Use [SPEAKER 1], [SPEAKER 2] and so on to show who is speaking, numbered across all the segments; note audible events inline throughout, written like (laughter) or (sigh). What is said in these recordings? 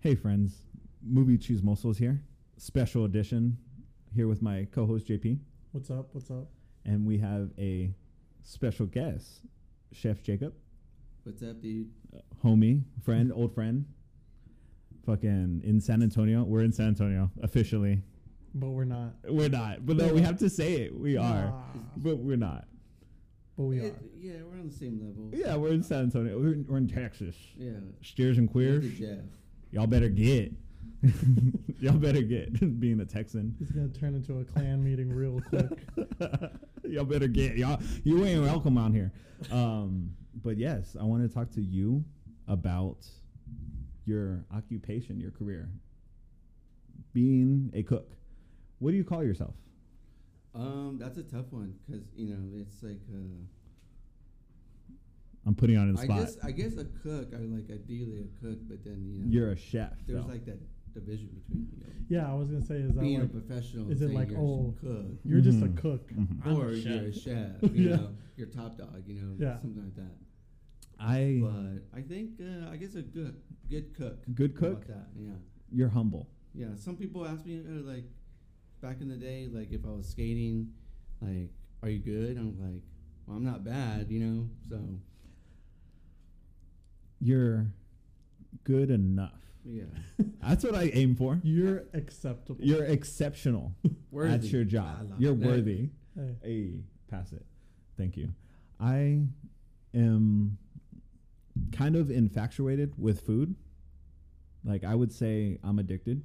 [SPEAKER 1] Hey, friends. Movie Choose Muscles here. Special edition here with my co host, JP.
[SPEAKER 2] What's up? What's up?
[SPEAKER 1] And we have a special guest, Chef Jacob,
[SPEAKER 3] What's up, dude?
[SPEAKER 1] homie, friend, old friend. Fucking in San Antonio. We're in San Antonio officially.
[SPEAKER 2] But we're not.
[SPEAKER 1] We're not. But no, we have to say it. We are.
[SPEAKER 2] Nah,
[SPEAKER 1] But we're not.
[SPEAKER 2] but we
[SPEAKER 3] It-
[SPEAKER 2] are.
[SPEAKER 3] Yeah, we're on the same level.
[SPEAKER 1] Yeah, we're in San Antonio. We're in, we're in Texas.
[SPEAKER 3] Yeah.
[SPEAKER 1] Steers and
[SPEAKER 3] Look
[SPEAKER 1] queers.
[SPEAKER 3] at Jeff.
[SPEAKER 1] Y'all better get. (laughs) Y'all better get (laughs) being a Texan.
[SPEAKER 2] It's gonna turn into a clan
[SPEAKER 1] (laughs)
[SPEAKER 2] meeting real quick.
[SPEAKER 1] y'all better get y'all. You ain't welcome on here. Um, but yes, I want to talk to you about your occupation, your career, being a cook. What do you call yourself?
[SPEAKER 3] Um, that's a tough one because you know it's like uh,
[SPEAKER 1] I'm putting you on the
[SPEAKER 3] I
[SPEAKER 1] spot.
[SPEAKER 3] guess I guess a cook. I'm like ideally a cook, but then you know
[SPEAKER 1] You're a chef.
[SPEAKER 3] there's
[SPEAKER 1] though.
[SPEAKER 3] like that division between you know
[SPEAKER 2] Yeah, I was gonna say, is that
[SPEAKER 3] being
[SPEAKER 2] like
[SPEAKER 3] a professional.
[SPEAKER 2] is it
[SPEAKER 3] and saying
[SPEAKER 2] like,
[SPEAKER 3] you're
[SPEAKER 2] oh,
[SPEAKER 3] a cook
[SPEAKER 2] you're just a
[SPEAKER 1] Mhm.
[SPEAKER 2] cook?
[SPEAKER 1] Mhm.
[SPEAKER 2] I'm a
[SPEAKER 3] or
[SPEAKER 2] chef.
[SPEAKER 3] you're
[SPEAKER 2] (laughs)
[SPEAKER 3] a chef? You
[SPEAKER 2] Yeah.
[SPEAKER 3] know, you're top dog. You know,
[SPEAKER 2] Yeah.
[SPEAKER 3] something like that.
[SPEAKER 1] I
[SPEAKER 3] But I think uh, I guess a good good cook.
[SPEAKER 1] Good
[SPEAKER 3] How about
[SPEAKER 1] cook?
[SPEAKER 3] That? Yeah.
[SPEAKER 1] you're humble.
[SPEAKER 3] Yeah, some people ask me uh, like back in the day, like if I was skating, like, are you good? I'm like, well, I'm not bad, you know. So
[SPEAKER 1] You're good enough.
[SPEAKER 3] yeah, (laughs)
[SPEAKER 1] That's what I aim for.
[SPEAKER 2] You're acceptable.
[SPEAKER 1] You're exceptional at
[SPEAKER 3] Worthy.
[SPEAKER 1] your
[SPEAKER 3] I
[SPEAKER 1] job.
[SPEAKER 3] love
[SPEAKER 1] You're
[SPEAKER 3] that.
[SPEAKER 1] worthy.
[SPEAKER 2] Hey,
[SPEAKER 1] Hey, pass it. Thank you. I am kind of infatuated with food. Like I would say I'm addicted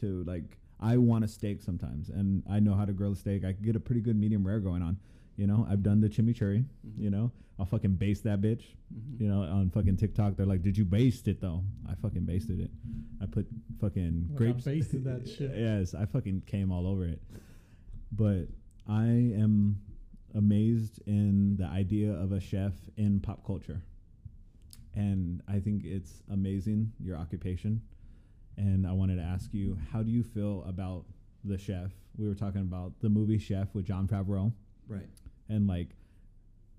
[SPEAKER 1] to like I want a steak sometimes and I know how to grill a steak. I can get a pretty good medium rare going on. You know, I've done the chimichurri,
[SPEAKER 3] Mm-hmm.
[SPEAKER 1] you know. I'll fucking baste that bitch.
[SPEAKER 3] Mhm.
[SPEAKER 1] You know, on fucking TikTok they're like, "Did you baste it though?" I fucking basted it. I put fucking
[SPEAKER 2] Like, I
[SPEAKER 1] grapes (laughs)
[SPEAKER 2] basted that shit.
[SPEAKER 1] yes, I fucking came all over it. But I am amazed in the idea of a chef in pop culture. And I think it's amazing your occupation. And I wanted to ask you, how do you feel about the chef? We were talking about the movie Chef with John Favreau
[SPEAKER 3] right.
[SPEAKER 1] and like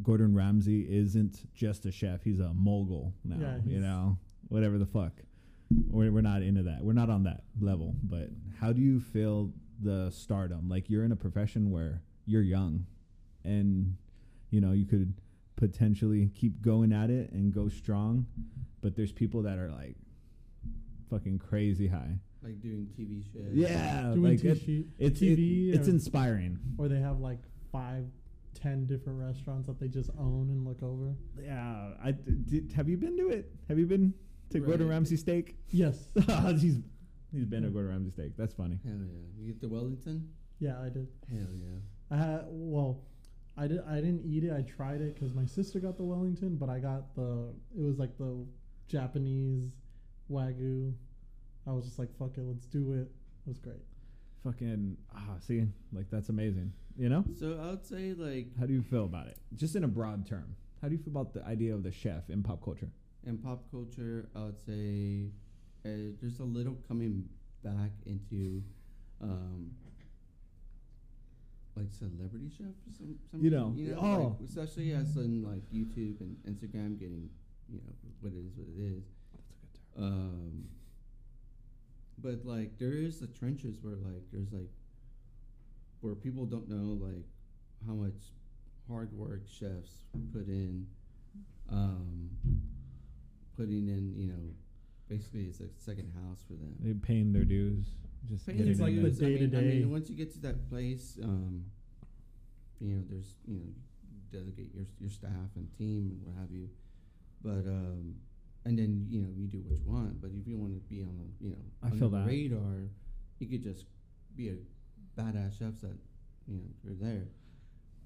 [SPEAKER 1] Gordon Ramsay isn't just a chef; he's a mogul now.
[SPEAKER 2] Yeah,
[SPEAKER 1] you
[SPEAKER 2] he's-
[SPEAKER 1] know, whatever the fuck. We're, we're not into that. We're not on that level. But how do you feel the stardom? Like you're in a profession where you're young, and you know you could potentially keep going at it and go strong, but there's people that are like fucking crazy high.
[SPEAKER 3] Like doing TV shows.
[SPEAKER 1] Yeah,
[SPEAKER 2] doing
[SPEAKER 1] uh, like it-
[SPEAKER 2] TV,
[SPEAKER 1] it's it-
[SPEAKER 2] TV
[SPEAKER 1] it's
[SPEAKER 2] e-, or,
[SPEAKER 1] inspiring.
[SPEAKER 2] or they have like five, ten different restaurants that they just own and look over.
[SPEAKER 1] Yeah, I d- did. Have you been to it? Have you been to Gordon
[SPEAKER 3] Right.
[SPEAKER 1] Ramsay steak? (laughs) Oh,
[SPEAKER 2] Yes.
[SPEAKER 1] he's he's been to Gordon Ramsay steak. That's funny.
[SPEAKER 3] Hell yeah. You get the Wellington.
[SPEAKER 2] yeah, I did.
[SPEAKER 3] Hell yeah.
[SPEAKER 2] I had well, I did. I didn't eat it. I tried it because my sister got the Wellington, but I got the. It was like the Japanese wagyu. I was just like, "Fuck it, let's do it." It was great.
[SPEAKER 1] Fucking ah, see, like that's amazing. You know,
[SPEAKER 3] So I would say like
[SPEAKER 1] how do you feel about it? Just in a broad term, how do you feel about the idea of the chef in pop culture?
[SPEAKER 3] in pop culture, I would say uh, there's a little coming back into. Um, like celebrity chef, or some, some
[SPEAKER 1] You know,
[SPEAKER 3] you know,
[SPEAKER 1] oh.
[SPEAKER 3] like, especially as in like YouTube and Instagram getting, you know, what it is, what it is.
[SPEAKER 1] That's a good term.
[SPEAKER 3] Um, but like there is the trenches where like there's like where people don't know like how much hard work chefs put in, um, putting in you know basically it's a second house for them.
[SPEAKER 1] They paying their dues. Just
[SPEAKER 3] Paying
[SPEAKER 1] getting
[SPEAKER 3] their
[SPEAKER 1] in
[SPEAKER 2] like
[SPEAKER 1] there.
[SPEAKER 2] the
[SPEAKER 3] dues, I mean- I
[SPEAKER 2] day-to-day.
[SPEAKER 3] mean, once you get to that place, um, you know, there's you know, you delegate your your staff and team and what have you, but um, and then you know you do what you want. But if you want to be on the you know
[SPEAKER 1] I
[SPEAKER 3] under
[SPEAKER 1] feel
[SPEAKER 3] the
[SPEAKER 1] that.
[SPEAKER 3] radar, you could just be a badass chef that you know you're there.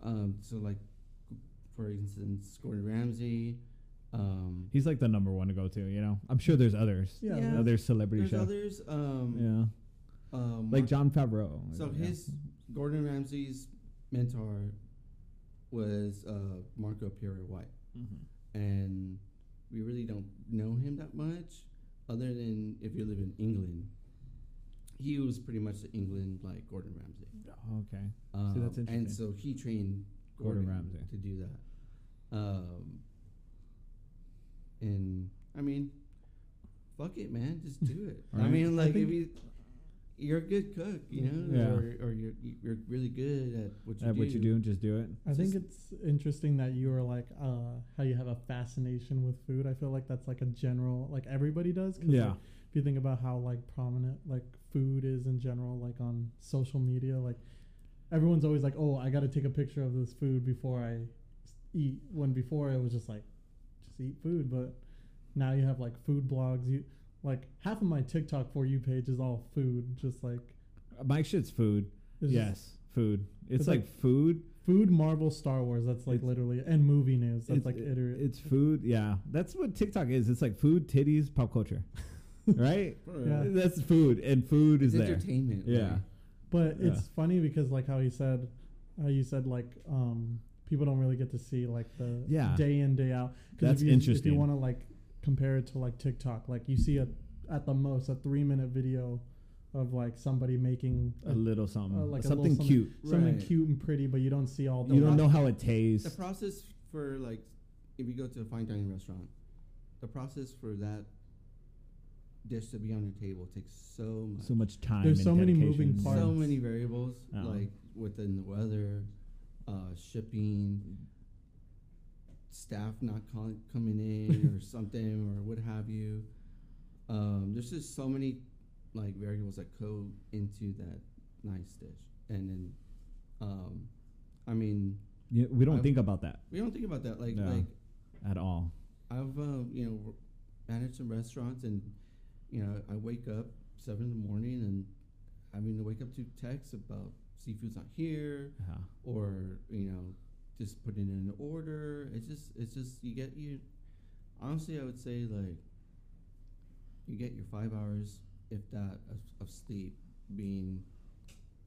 [SPEAKER 3] Um, so like, for instance, Gordon Ramsay. Um,
[SPEAKER 1] he's like the number one to go to. You know, I'm sure there's others.
[SPEAKER 2] Yeah.
[SPEAKER 3] Yeah.
[SPEAKER 1] Other celebrity
[SPEAKER 3] there's
[SPEAKER 1] chefs.
[SPEAKER 3] others. Um,
[SPEAKER 1] yeah,
[SPEAKER 3] um,
[SPEAKER 1] like John Favreau.
[SPEAKER 3] So
[SPEAKER 1] yeah.
[SPEAKER 3] his Gordon Ramsay's mentor was uh, Marco Pierre White,
[SPEAKER 1] Mhm.
[SPEAKER 3] and we really don't know him that much, other than if you live in England. He was pretty much the England like Gordon Ramsay.
[SPEAKER 1] Okay.
[SPEAKER 3] Um,
[SPEAKER 1] See, that's
[SPEAKER 3] And
[SPEAKER 1] interesting.
[SPEAKER 3] so he trained
[SPEAKER 1] Gordon
[SPEAKER 3] Gordon,
[SPEAKER 1] Ramsay.
[SPEAKER 3] to do that. Um, and I mean, fuck it, man, just do it. I
[SPEAKER 1] Right.
[SPEAKER 3] mean,
[SPEAKER 2] I
[SPEAKER 3] like if
[SPEAKER 2] think-
[SPEAKER 3] you you're a good cook, you know,
[SPEAKER 1] Yeah.
[SPEAKER 3] or, or you're you're really good at what you
[SPEAKER 1] At
[SPEAKER 3] do.
[SPEAKER 1] what you do, just do it.
[SPEAKER 2] I think
[SPEAKER 3] Just-
[SPEAKER 2] it's interesting that you are like uh, how you have a fascination with food. I feel like that's like a general like everybody does. 'cause,
[SPEAKER 1] Yeah.
[SPEAKER 2] like, if you think about how like prominent like food is in general, like on social media, like everyone's always like, "Oh, I got to take a picture of this food before I s- eat." When before it was just like, just eat food. But now you have like food blogs. You like half of my TikTok for you page is all food. Just like
[SPEAKER 1] My shit's food.
[SPEAKER 2] it's just
[SPEAKER 1] yes, food. It's,
[SPEAKER 2] it's
[SPEAKER 1] like, food.
[SPEAKER 2] food, Marvel, Star Wars. That's like
[SPEAKER 1] It's-
[SPEAKER 2] literally and movie news. That's
[SPEAKER 1] it's,
[SPEAKER 2] like
[SPEAKER 1] it-
[SPEAKER 2] iterate.
[SPEAKER 1] it's
[SPEAKER 2] (laughs)
[SPEAKER 1] food. Yeah, that's what TikTok is. It's like food, titties, pop
[SPEAKER 2] (laughs)
[SPEAKER 1] culture, right?
[SPEAKER 2] Yeah.
[SPEAKER 1] That's food, and food is
[SPEAKER 3] It's
[SPEAKER 1] there.
[SPEAKER 3] entertainment.
[SPEAKER 1] Yeah.
[SPEAKER 3] like,
[SPEAKER 2] But
[SPEAKER 1] Yeah.
[SPEAKER 2] it's funny because like how he said, how you said like um people don't really get to see like the
[SPEAKER 1] Yeah.
[SPEAKER 2] day in day out.
[SPEAKER 1] That's
[SPEAKER 2] 'Cause if you, If you
[SPEAKER 1] interesting.
[SPEAKER 2] want to like compare it to like TikTok, like you see a at the most a three minute video of like somebody making
[SPEAKER 1] A little something,
[SPEAKER 2] uh, like a little
[SPEAKER 1] something
[SPEAKER 2] something.
[SPEAKER 1] cute.
[SPEAKER 2] something
[SPEAKER 3] Right.
[SPEAKER 2] cute and pretty, but you don't see all the
[SPEAKER 1] You don't
[SPEAKER 2] like-
[SPEAKER 1] know how it
[SPEAKER 3] the
[SPEAKER 1] tastes.
[SPEAKER 3] process for like if you go to a fine dining restaurant, the process for that dish to be on your table takes so much.
[SPEAKER 1] So much time.
[SPEAKER 2] There's
[SPEAKER 1] and
[SPEAKER 2] so many
[SPEAKER 1] dedication.
[SPEAKER 2] moving parts.
[SPEAKER 3] so many variables
[SPEAKER 1] Uh-uh.
[SPEAKER 3] like within the weather, uh, shipping, staff not call- coming in or something or what have you. Um, there's just so many like variables that go into that nice dish, and then um, I mean
[SPEAKER 1] Yeah, we don't
[SPEAKER 3] I've-
[SPEAKER 1] think about that
[SPEAKER 3] we don't think about that like
[SPEAKER 1] No.
[SPEAKER 3] like
[SPEAKER 1] at all.
[SPEAKER 3] I've uh, you know w- managed some restaurants, and you know I wake up seven in the morning, and I mean to wake up to texts about seafood's not here,
[SPEAKER 1] Yeah.
[SPEAKER 3] or you know just putting in an order. It's just it's just you get you. Honestly, I would say like you get your five hours, if that, of, of sleep being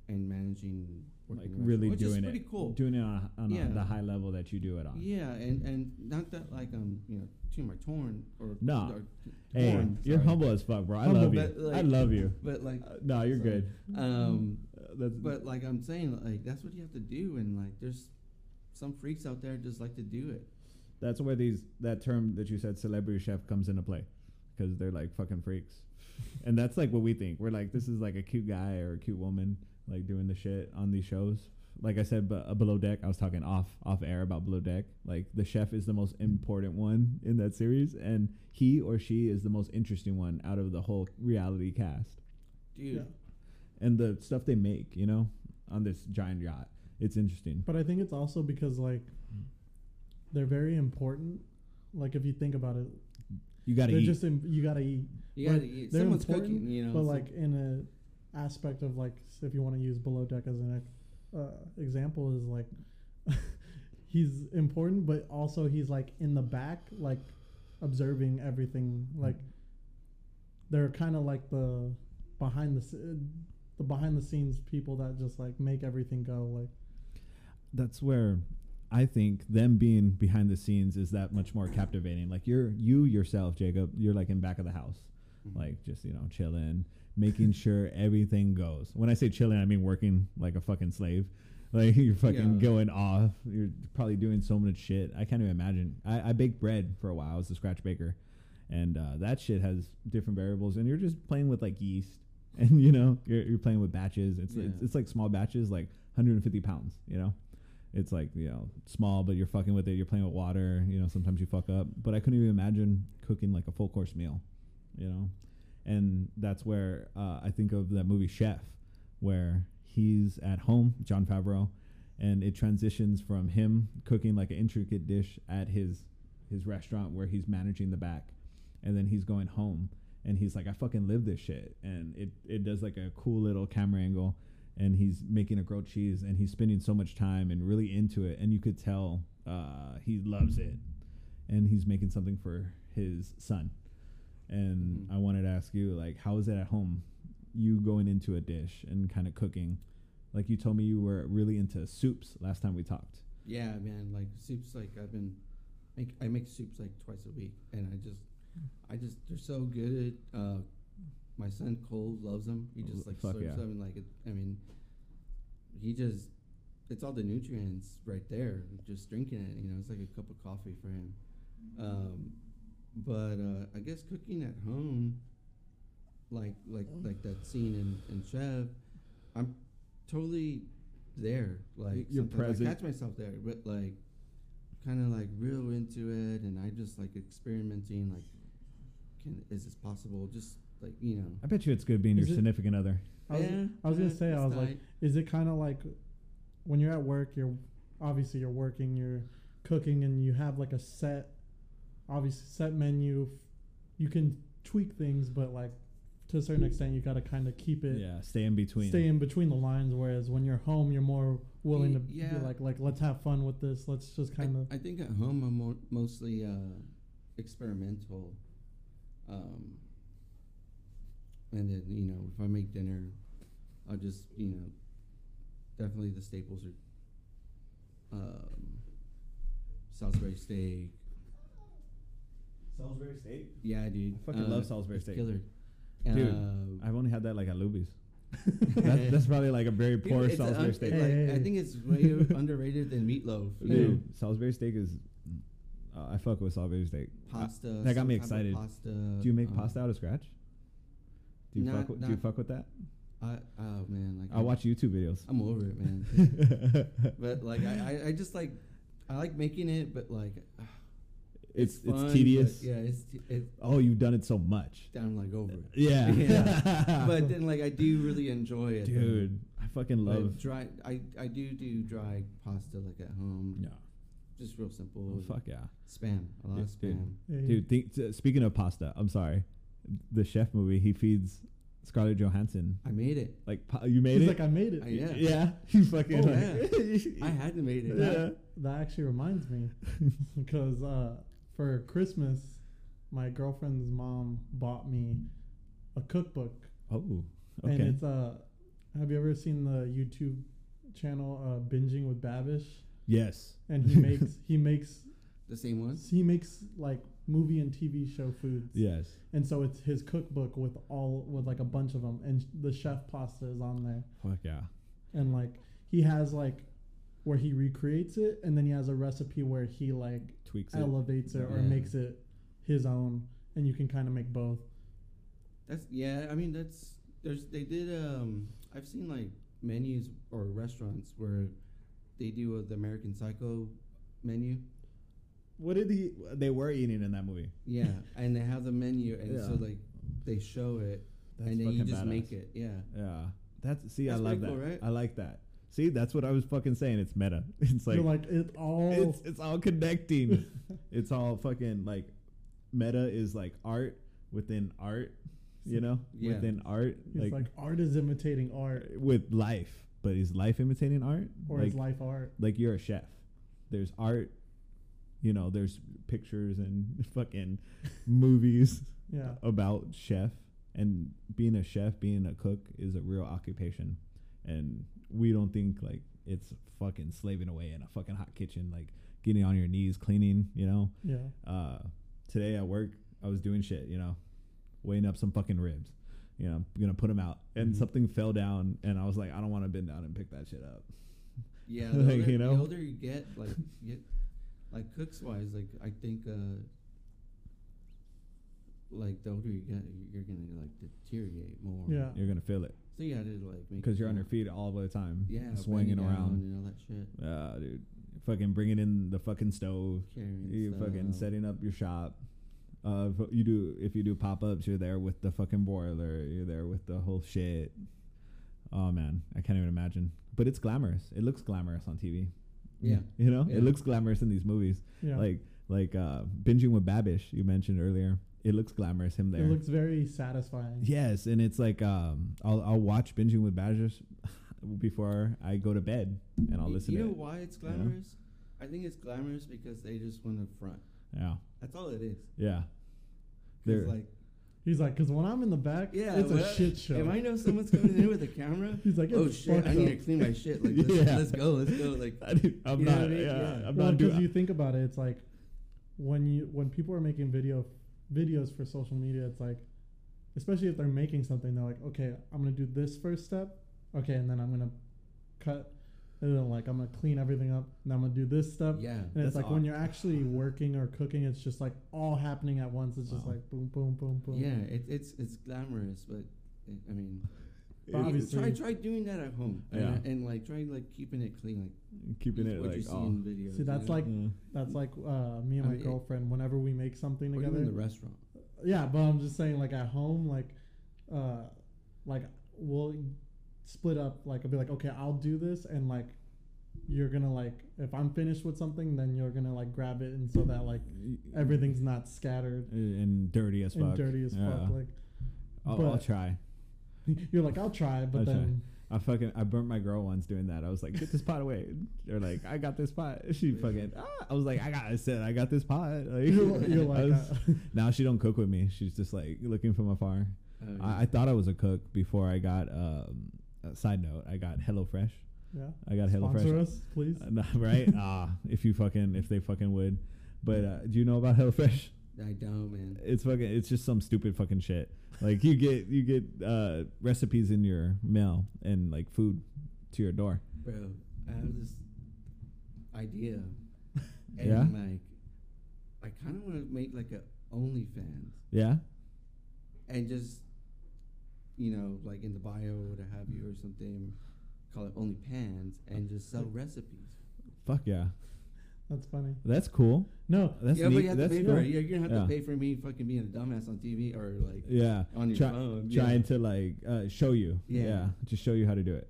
[SPEAKER 3] and managing working
[SPEAKER 1] Like
[SPEAKER 3] the restaurant,
[SPEAKER 1] really
[SPEAKER 3] which is
[SPEAKER 1] doing
[SPEAKER 3] pretty
[SPEAKER 1] it,
[SPEAKER 3] cool.
[SPEAKER 1] doing it on, a- on a-
[SPEAKER 3] Yeah.
[SPEAKER 1] the high level that you do it on.
[SPEAKER 3] Yeah, and and not that like I'm you know too my torn or
[SPEAKER 1] No.
[SPEAKER 3] or
[SPEAKER 1] Hey,
[SPEAKER 3] torn,
[SPEAKER 1] you're
[SPEAKER 3] sorry.
[SPEAKER 1] humble as fuck, bro. I
[SPEAKER 3] Humble,
[SPEAKER 1] love you.
[SPEAKER 3] but, like-
[SPEAKER 1] I love
[SPEAKER 3] (laughs)
[SPEAKER 1] you.
[SPEAKER 3] but like
[SPEAKER 1] Uh, no, you're
[SPEAKER 3] Sorry.
[SPEAKER 1] good.
[SPEAKER 3] um
[SPEAKER 1] Uh, that's
[SPEAKER 3] but like I'm saying like that's what you have to do and like there's some freaks out there just like to do it
[SPEAKER 1] that's where these that term that you said celebrity chef comes into play because they're like fucking freaks and that's like what we think we're like this is like a cute guy or a cute woman like doing the shit on these shows like i said but uh, below deck i was talking off off air about below deck like the chef is the most important one in that series and he or she is the most interesting one out of the whole reality cast
[SPEAKER 3] dude
[SPEAKER 2] Yeah.
[SPEAKER 1] and the stuff they make you know on this giant yacht it's interesting
[SPEAKER 2] But I think it's also because like
[SPEAKER 1] Mm.
[SPEAKER 2] they're very important. Like if you think about it,
[SPEAKER 1] you gotta
[SPEAKER 2] they're
[SPEAKER 1] eat
[SPEAKER 2] just in, you gotta eat.
[SPEAKER 3] you
[SPEAKER 2] But
[SPEAKER 3] gotta eat
[SPEAKER 2] they're
[SPEAKER 3] someone's
[SPEAKER 2] important,
[SPEAKER 3] cooking you know
[SPEAKER 2] but
[SPEAKER 3] so-
[SPEAKER 2] like in a aspect of like s- if you want to use below deck as an ex- uh, example is like (laughs) he's important but also he's like in the back like observing everything
[SPEAKER 3] Mm-hmm.
[SPEAKER 2] like they're kind of like the behind the s- the behind the scenes people that just like make everything go like
[SPEAKER 1] that's where I think them being behind the scenes is that much more captivating. Like you're you yourself, Jacob, you're like in back of the house,
[SPEAKER 3] Mhm.
[SPEAKER 1] like just you know chilling, making sure everything goes. When I say chilling, I mean working like a fucking slave. (laughs) Like you're fucking
[SPEAKER 3] Yeah.
[SPEAKER 1] going off. You're probably doing so much shit. I can't even imagine. I, I baked bread for a while. I was a scratch baker, and uh, that shit has different variables. And you're just playing with like yeast, (laughs) and you know you're, you're playing with batches. It's,
[SPEAKER 3] Yeah.
[SPEAKER 1] it's it's like small batches, like 150 pounds. You know, it's like you know small but you're fucking with it you're playing with water you know sometimes you fuck up but i couldn't even imagine cooking like a full course meal you know and that's where uh, i think of that movie chef where he's at home john favreau and it transitions from him cooking like an intricate dish at his his restaurant where he's managing the back and then he's going home and he's like i fucking live this shit and it it does like a cool little camera angle and he's making a grilled cheese and he's spending so much time and really into it and you could tell uh, he loves it and he's making something for his son and
[SPEAKER 2] Mm-hmm.
[SPEAKER 3] Mhm.
[SPEAKER 1] i wanted to ask you like how is it at home you going into a dish and kind of cooking like you told me you were really into soups last time we talked
[SPEAKER 3] yeah man like soups like I've been make, I make soups like twice a week and I just I just they're so good uh my son Cole loves them he just like
[SPEAKER 1] Fuck
[SPEAKER 3] slurps
[SPEAKER 1] yeah.
[SPEAKER 3] them and like it, I mean he just it's all the nutrients right there just drinking it you know it's like a cup of coffee for him um But uh, I guess cooking at home, like like like that scene in, in Chef, I'm totally there. Like
[SPEAKER 1] You're
[SPEAKER 3] sometimes
[SPEAKER 1] present.
[SPEAKER 3] I catch myself there, but like kind of like real into it, and I just like experimenting. Like, can is this possible? Just like you know.
[SPEAKER 1] I bet you it's good being
[SPEAKER 2] Is
[SPEAKER 1] your
[SPEAKER 2] it-
[SPEAKER 1] significant other.
[SPEAKER 2] I was,
[SPEAKER 3] Yeah,
[SPEAKER 2] I was gonna
[SPEAKER 3] yeah,
[SPEAKER 2] say, I
[SPEAKER 3] it's
[SPEAKER 2] was like,
[SPEAKER 3] tight.
[SPEAKER 2] is it kind of like when you're at work, you're obviously you're working, you're cooking, and you have like a set, obviously set menu. You can tweak things, but like to a certain extent, you gotta kind of keep it
[SPEAKER 1] Yeah, stay in between.
[SPEAKER 2] stay in between the lines. Whereas when you're home, you're more willing to
[SPEAKER 3] Yeah.
[SPEAKER 2] be like, like let's have fun with this. Let's just kind of
[SPEAKER 3] I, I think at home I'm mo- mostly uh, experimental, um, and then you know if I make dinner, I'll just you know definitely the staples are um, Salisbury steak.
[SPEAKER 1] Salisbury steak.
[SPEAKER 3] Yeah, dude, uh,
[SPEAKER 1] I fucking love Salisbury
[SPEAKER 3] it's
[SPEAKER 1] steak.
[SPEAKER 3] Killer,
[SPEAKER 1] Dude,
[SPEAKER 3] Um,
[SPEAKER 1] I've only had that like at Luby's.
[SPEAKER 2] (laughs)
[SPEAKER 1] that's,
[SPEAKER 3] (laughs)
[SPEAKER 1] that's probably like a very
[SPEAKER 3] dude,
[SPEAKER 1] poor
[SPEAKER 3] it's a-
[SPEAKER 1] Salisbury
[SPEAKER 3] un-
[SPEAKER 1] steak.
[SPEAKER 2] (laughs)
[SPEAKER 3] like,
[SPEAKER 2] Hey, hey,
[SPEAKER 3] I
[SPEAKER 2] hey.
[SPEAKER 3] think it's way
[SPEAKER 1] (laughs)
[SPEAKER 3] underrated than meatloaf. you
[SPEAKER 1] Dude,
[SPEAKER 3] know?
[SPEAKER 1] Salisbury steak is. Uh, I fuck with Salisbury steak.
[SPEAKER 3] Pasta.
[SPEAKER 1] that got me
[SPEAKER 3] some type of
[SPEAKER 1] excited.
[SPEAKER 3] Pasta.
[SPEAKER 1] Do you make
[SPEAKER 2] Uh-huh.
[SPEAKER 3] um,
[SPEAKER 1] pasta out of scratch? Do you
[SPEAKER 3] Not-
[SPEAKER 1] fuck with, do you
[SPEAKER 3] not-
[SPEAKER 1] fuck with that?
[SPEAKER 3] I, oh man, like
[SPEAKER 1] I watch YouTube videos.
[SPEAKER 3] I'm over it, man.
[SPEAKER 1] (laughs)
[SPEAKER 3] but like I, I, I just like I like making it, but like
[SPEAKER 1] it's it's,
[SPEAKER 3] fun, but
[SPEAKER 1] tedious.
[SPEAKER 3] Yeah, it's t- it's
[SPEAKER 1] Oh, you've done it so much.
[SPEAKER 3] I'm like over it.
[SPEAKER 1] Yeah.
[SPEAKER 3] (laughs)
[SPEAKER 1] (laughs)
[SPEAKER 3] Yeah. but then like I do really enjoy it, though.
[SPEAKER 1] dude, I fucking
[SPEAKER 3] But
[SPEAKER 1] love.
[SPEAKER 3] dry. I I do do dry pasta like at home.
[SPEAKER 1] Yeah.
[SPEAKER 3] Just real simple.
[SPEAKER 1] Oh, fuck yeah.
[SPEAKER 3] Spam, a lot
[SPEAKER 1] Dude,
[SPEAKER 3] of
[SPEAKER 1] dude.
[SPEAKER 3] spam.
[SPEAKER 2] yeah,
[SPEAKER 1] Dude, think, t- speaking of pasta, I'm sorry. The chef movie, he feeds Scarlett Johansson.
[SPEAKER 3] I made it.
[SPEAKER 1] Like, pa- you made
[SPEAKER 2] He's
[SPEAKER 1] it?
[SPEAKER 2] like I made it.
[SPEAKER 3] I- yeah.
[SPEAKER 1] (laughs) He fucking.
[SPEAKER 3] Oh,
[SPEAKER 1] like,
[SPEAKER 3] I
[SPEAKER 1] (laughs)
[SPEAKER 3] had to made it.
[SPEAKER 1] Yeah.
[SPEAKER 2] That, that actually reminds me because uh, for Christmas, my girlfriend's mom bought me a cookbook,
[SPEAKER 1] Oh,
[SPEAKER 2] and
[SPEAKER 1] okay.
[SPEAKER 2] it's uh, have you ever seen the YouTube channel uh, binging with Babish?
[SPEAKER 1] Yes.
[SPEAKER 2] And
[SPEAKER 1] (laughs)
[SPEAKER 2] he makes he makes
[SPEAKER 3] The same one.
[SPEAKER 2] he makes like movie and TV show foods.
[SPEAKER 1] Yes.
[SPEAKER 2] And so it's his cookbook with all with like a bunch of them, and the chef pasta is on there.
[SPEAKER 1] Fuck yeah.
[SPEAKER 2] and like he has like where he recreates it and then he has a recipe where he like
[SPEAKER 1] Tweaks it.
[SPEAKER 2] elevates it or
[SPEAKER 3] Yeah.
[SPEAKER 2] makes it his own and you can kind of make both
[SPEAKER 3] That's yeah. I mean, that's there's they did. Um, I've seen like menus or restaurants where they do uh, the American Psycho menu.
[SPEAKER 1] What did he? They were eating in that movie.
[SPEAKER 3] Yeah,
[SPEAKER 1] (laughs)
[SPEAKER 3] and they have the menu, and so
[SPEAKER 1] Yeah.
[SPEAKER 3] like they show it, and then you just make it. Yeah,
[SPEAKER 1] Yeah. That's see,
[SPEAKER 3] That's
[SPEAKER 1] I like
[SPEAKER 3] pretty
[SPEAKER 1] that.
[SPEAKER 3] cool, right?
[SPEAKER 1] I like that. See, that's what I was fucking saying. It's meta. (laughs) It's like, oh.
[SPEAKER 2] you're like it all
[SPEAKER 1] it's it's all (laughs) connecting. it's all fucking like meta is like art within art, you know,
[SPEAKER 3] Yeah.
[SPEAKER 1] within art,
[SPEAKER 2] it's like,
[SPEAKER 1] like,
[SPEAKER 2] art is imitating art
[SPEAKER 1] with life. But is life imitating art?
[SPEAKER 2] or
[SPEAKER 1] like,
[SPEAKER 2] is life art
[SPEAKER 1] like you're a chef. There's art, you know. There's pictures and (laughs) fucking movies
[SPEAKER 2] (laughs) yeah
[SPEAKER 1] about chef and being a chef, being a cook is a real occupation, and we don't think like it's fucking slaving away in a fucking hot kitchen, like getting on your knees cleaning. You know,
[SPEAKER 2] yeah
[SPEAKER 1] uh, today at work I was doing shit. You know, weighing up some fucking ribs. You know, gonna put them out, and
[SPEAKER 2] Mm-hmm.
[SPEAKER 3] Mhm.
[SPEAKER 1] something fell down, and I was like, I don't want to bend down and pick that shit up. (laughs)
[SPEAKER 3] yeah.
[SPEAKER 1] Like,
[SPEAKER 3] The older,
[SPEAKER 1] you know?
[SPEAKER 3] the older you get, like you get, like cooks wise, like I think, uh, like the older you get, you're gonna like deteriorate more.
[SPEAKER 2] Yeah.
[SPEAKER 1] You're gonna feel it
[SPEAKER 3] So you had to like make
[SPEAKER 1] because
[SPEAKER 3] it
[SPEAKER 1] you're on
[SPEAKER 3] count.
[SPEAKER 1] your feet all the time,
[SPEAKER 3] Yeah,
[SPEAKER 1] swinging
[SPEAKER 3] bend it down
[SPEAKER 1] around.
[SPEAKER 3] and all that shit.
[SPEAKER 1] Uh, dude, fucking bringing in the fucking stove.
[SPEAKER 3] Carrying
[SPEAKER 1] You
[SPEAKER 3] stuff.
[SPEAKER 1] fucking setting up your shop. Uh, if you do if you do pop ups, you're there with the fucking boiler. You're there with the whole shit. Oh man, I can't even imagine. But it's glamorous. It looks glamorous on TV.
[SPEAKER 3] Yeah.
[SPEAKER 1] (laughs) you know,
[SPEAKER 3] Yeah.
[SPEAKER 1] it looks glamorous in these movies.
[SPEAKER 2] yeah
[SPEAKER 1] Like like uh, binging with Babish you mentioned earlier. It looks glamorous him there.
[SPEAKER 2] it looks very satisfying
[SPEAKER 1] yes, and it's like um, I'll I'll watch binging with Babish (laughs) before I go to bed, and I'll
[SPEAKER 3] Y-
[SPEAKER 1] listen
[SPEAKER 3] You
[SPEAKER 1] to
[SPEAKER 3] know
[SPEAKER 1] it.
[SPEAKER 3] why it's
[SPEAKER 1] know?
[SPEAKER 3] glamorous? I think it's glamorous because they just want to front.
[SPEAKER 1] Yeah,
[SPEAKER 3] That's all it is.
[SPEAKER 1] yeah.
[SPEAKER 3] 'Cause,
[SPEAKER 1] They're- (laughs)
[SPEAKER 3] like,
[SPEAKER 2] he's like because when i'm in the back
[SPEAKER 3] yeah,
[SPEAKER 2] it's
[SPEAKER 3] well,
[SPEAKER 2] a shit show
[SPEAKER 3] If I know someone's coming in with a camera,
[SPEAKER 2] He's (laughs) like,
[SPEAKER 3] "Oh
[SPEAKER 2] "It's
[SPEAKER 3] shit, I
[SPEAKER 2] fucked
[SPEAKER 3] need
[SPEAKER 2] up."
[SPEAKER 3] to clean my shit." Like,
[SPEAKER 2] (laughs)
[SPEAKER 3] let's,
[SPEAKER 1] Yeah.
[SPEAKER 3] let's go, let's go. Like,
[SPEAKER 1] I do- I'm
[SPEAKER 3] You know what
[SPEAKER 1] not.
[SPEAKER 3] I mean?
[SPEAKER 1] yeah,
[SPEAKER 3] Yeah.
[SPEAKER 1] I'm
[SPEAKER 2] well,
[SPEAKER 1] not
[SPEAKER 2] because
[SPEAKER 1] doing.
[SPEAKER 2] you think about it, it's like when you when people are making video videos for social media, it's like, especially if they're making something, they're like, okay, I'm gonna do this first step, okay, and then I'm gonna cut and then like I'm gonna clean everything up and I'm gonna do this stuff.
[SPEAKER 3] Yeah,
[SPEAKER 2] And
[SPEAKER 3] that's
[SPEAKER 2] it's like when
[SPEAKER 3] aw-
[SPEAKER 2] you're actually working or cooking, it's just like all happening at once. It's just
[SPEAKER 1] Wow.
[SPEAKER 2] like boom, boom, boom, boom.
[SPEAKER 3] Yeah, it, it's it's glamorous, but it, I mean,
[SPEAKER 1] It-
[SPEAKER 2] But obviously-
[SPEAKER 3] try try doing that at home. and-
[SPEAKER 1] Yeah.
[SPEAKER 3] and, like try like keeping it clean, like
[SPEAKER 1] keeping
[SPEAKER 3] with
[SPEAKER 1] it
[SPEAKER 3] what you
[SPEAKER 1] like
[SPEAKER 3] see
[SPEAKER 1] oh.
[SPEAKER 3] in videos.
[SPEAKER 2] See, that's
[SPEAKER 3] you know?
[SPEAKER 2] like-
[SPEAKER 1] yeah.
[SPEAKER 2] That's like uh, me and
[SPEAKER 3] I
[SPEAKER 2] my
[SPEAKER 3] mean, it-
[SPEAKER 2] girlfriend. Whenever we make something
[SPEAKER 3] or even
[SPEAKER 2] together,
[SPEAKER 3] in the restaurant.
[SPEAKER 2] Yeah, but I'm just saying, like at home, like, uh, like we'll split up. Like I'll be like, okay, I'll do this, and like you're gonna like if I'm finished with something, then you're gonna like grab it, and so that like everything's not scattered
[SPEAKER 1] and dirty as fuck.
[SPEAKER 2] and dirty as
[SPEAKER 1] Yeah.
[SPEAKER 2] fuck. Like (laughs)
[SPEAKER 1] I'll, I'll
[SPEAKER 2] but-
[SPEAKER 1] try.
[SPEAKER 2] you're like, I'll try, but
[SPEAKER 1] I'll try.
[SPEAKER 2] then
[SPEAKER 1] I fucking I burnt my girl once doing that. I was like, get this pot away. They're like, I got this pot. She fucking. Ah. I was like, I got. I said, I got this pot. Like,
[SPEAKER 2] you're,
[SPEAKER 1] (laughs)
[SPEAKER 2] you're
[SPEAKER 1] I
[SPEAKER 2] like,
[SPEAKER 1] was-
[SPEAKER 2] uh,
[SPEAKER 1] now she don't cook with me. She's just like looking from afar.
[SPEAKER 3] Oh, yeah.
[SPEAKER 1] I, I thought I was a cook before I got. Um, a side note, I got HelloFresh.
[SPEAKER 2] yeah.
[SPEAKER 1] I got
[SPEAKER 2] Sponsor
[SPEAKER 1] HelloFresh.
[SPEAKER 2] us, please.
[SPEAKER 1] Uh, (laughs) nah, right?
[SPEAKER 2] (laughs)
[SPEAKER 1] ah, if you fucking if they fucking would. But uh, do you know about HelloFresh?
[SPEAKER 3] I don't, man.
[SPEAKER 1] It's fucking. It's just some stupid fucking shit. Like you get you get uh, recipes in your mail and like food to your door.
[SPEAKER 3] Bro, I have this idea.
[SPEAKER 1] (laughs)
[SPEAKER 3] And
[SPEAKER 1] Yeah?
[SPEAKER 3] like I kinda wanna make like a OnlyFans
[SPEAKER 1] Yeah.
[SPEAKER 3] and just you know, like in the bio or what have you or something, call it OnlyPans and just sell recipes.
[SPEAKER 1] Fuck yeah.
[SPEAKER 2] That's funny.
[SPEAKER 1] That's cool.
[SPEAKER 2] No,
[SPEAKER 1] That's
[SPEAKER 3] yeah,
[SPEAKER 1] neat.
[SPEAKER 3] but you have
[SPEAKER 1] That's
[SPEAKER 3] to pay
[SPEAKER 1] cool.
[SPEAKER 3] for it. You're gonna have
[SPEAKER 1] Yeah.
[SPEAKER 3] to pay for me fucking being a dumbass on TV or like
[SPEAKER 1] Yeah.
[SPEAKER 3] on your
[SPEAKER 1] Try-
[SPEAKER 3] phone. yeah.
[SPEAKER 1] Trying to like uh, show you.
[SPEAKER 3] Yeah.
[SPEAKER 1] Just show you how to do it.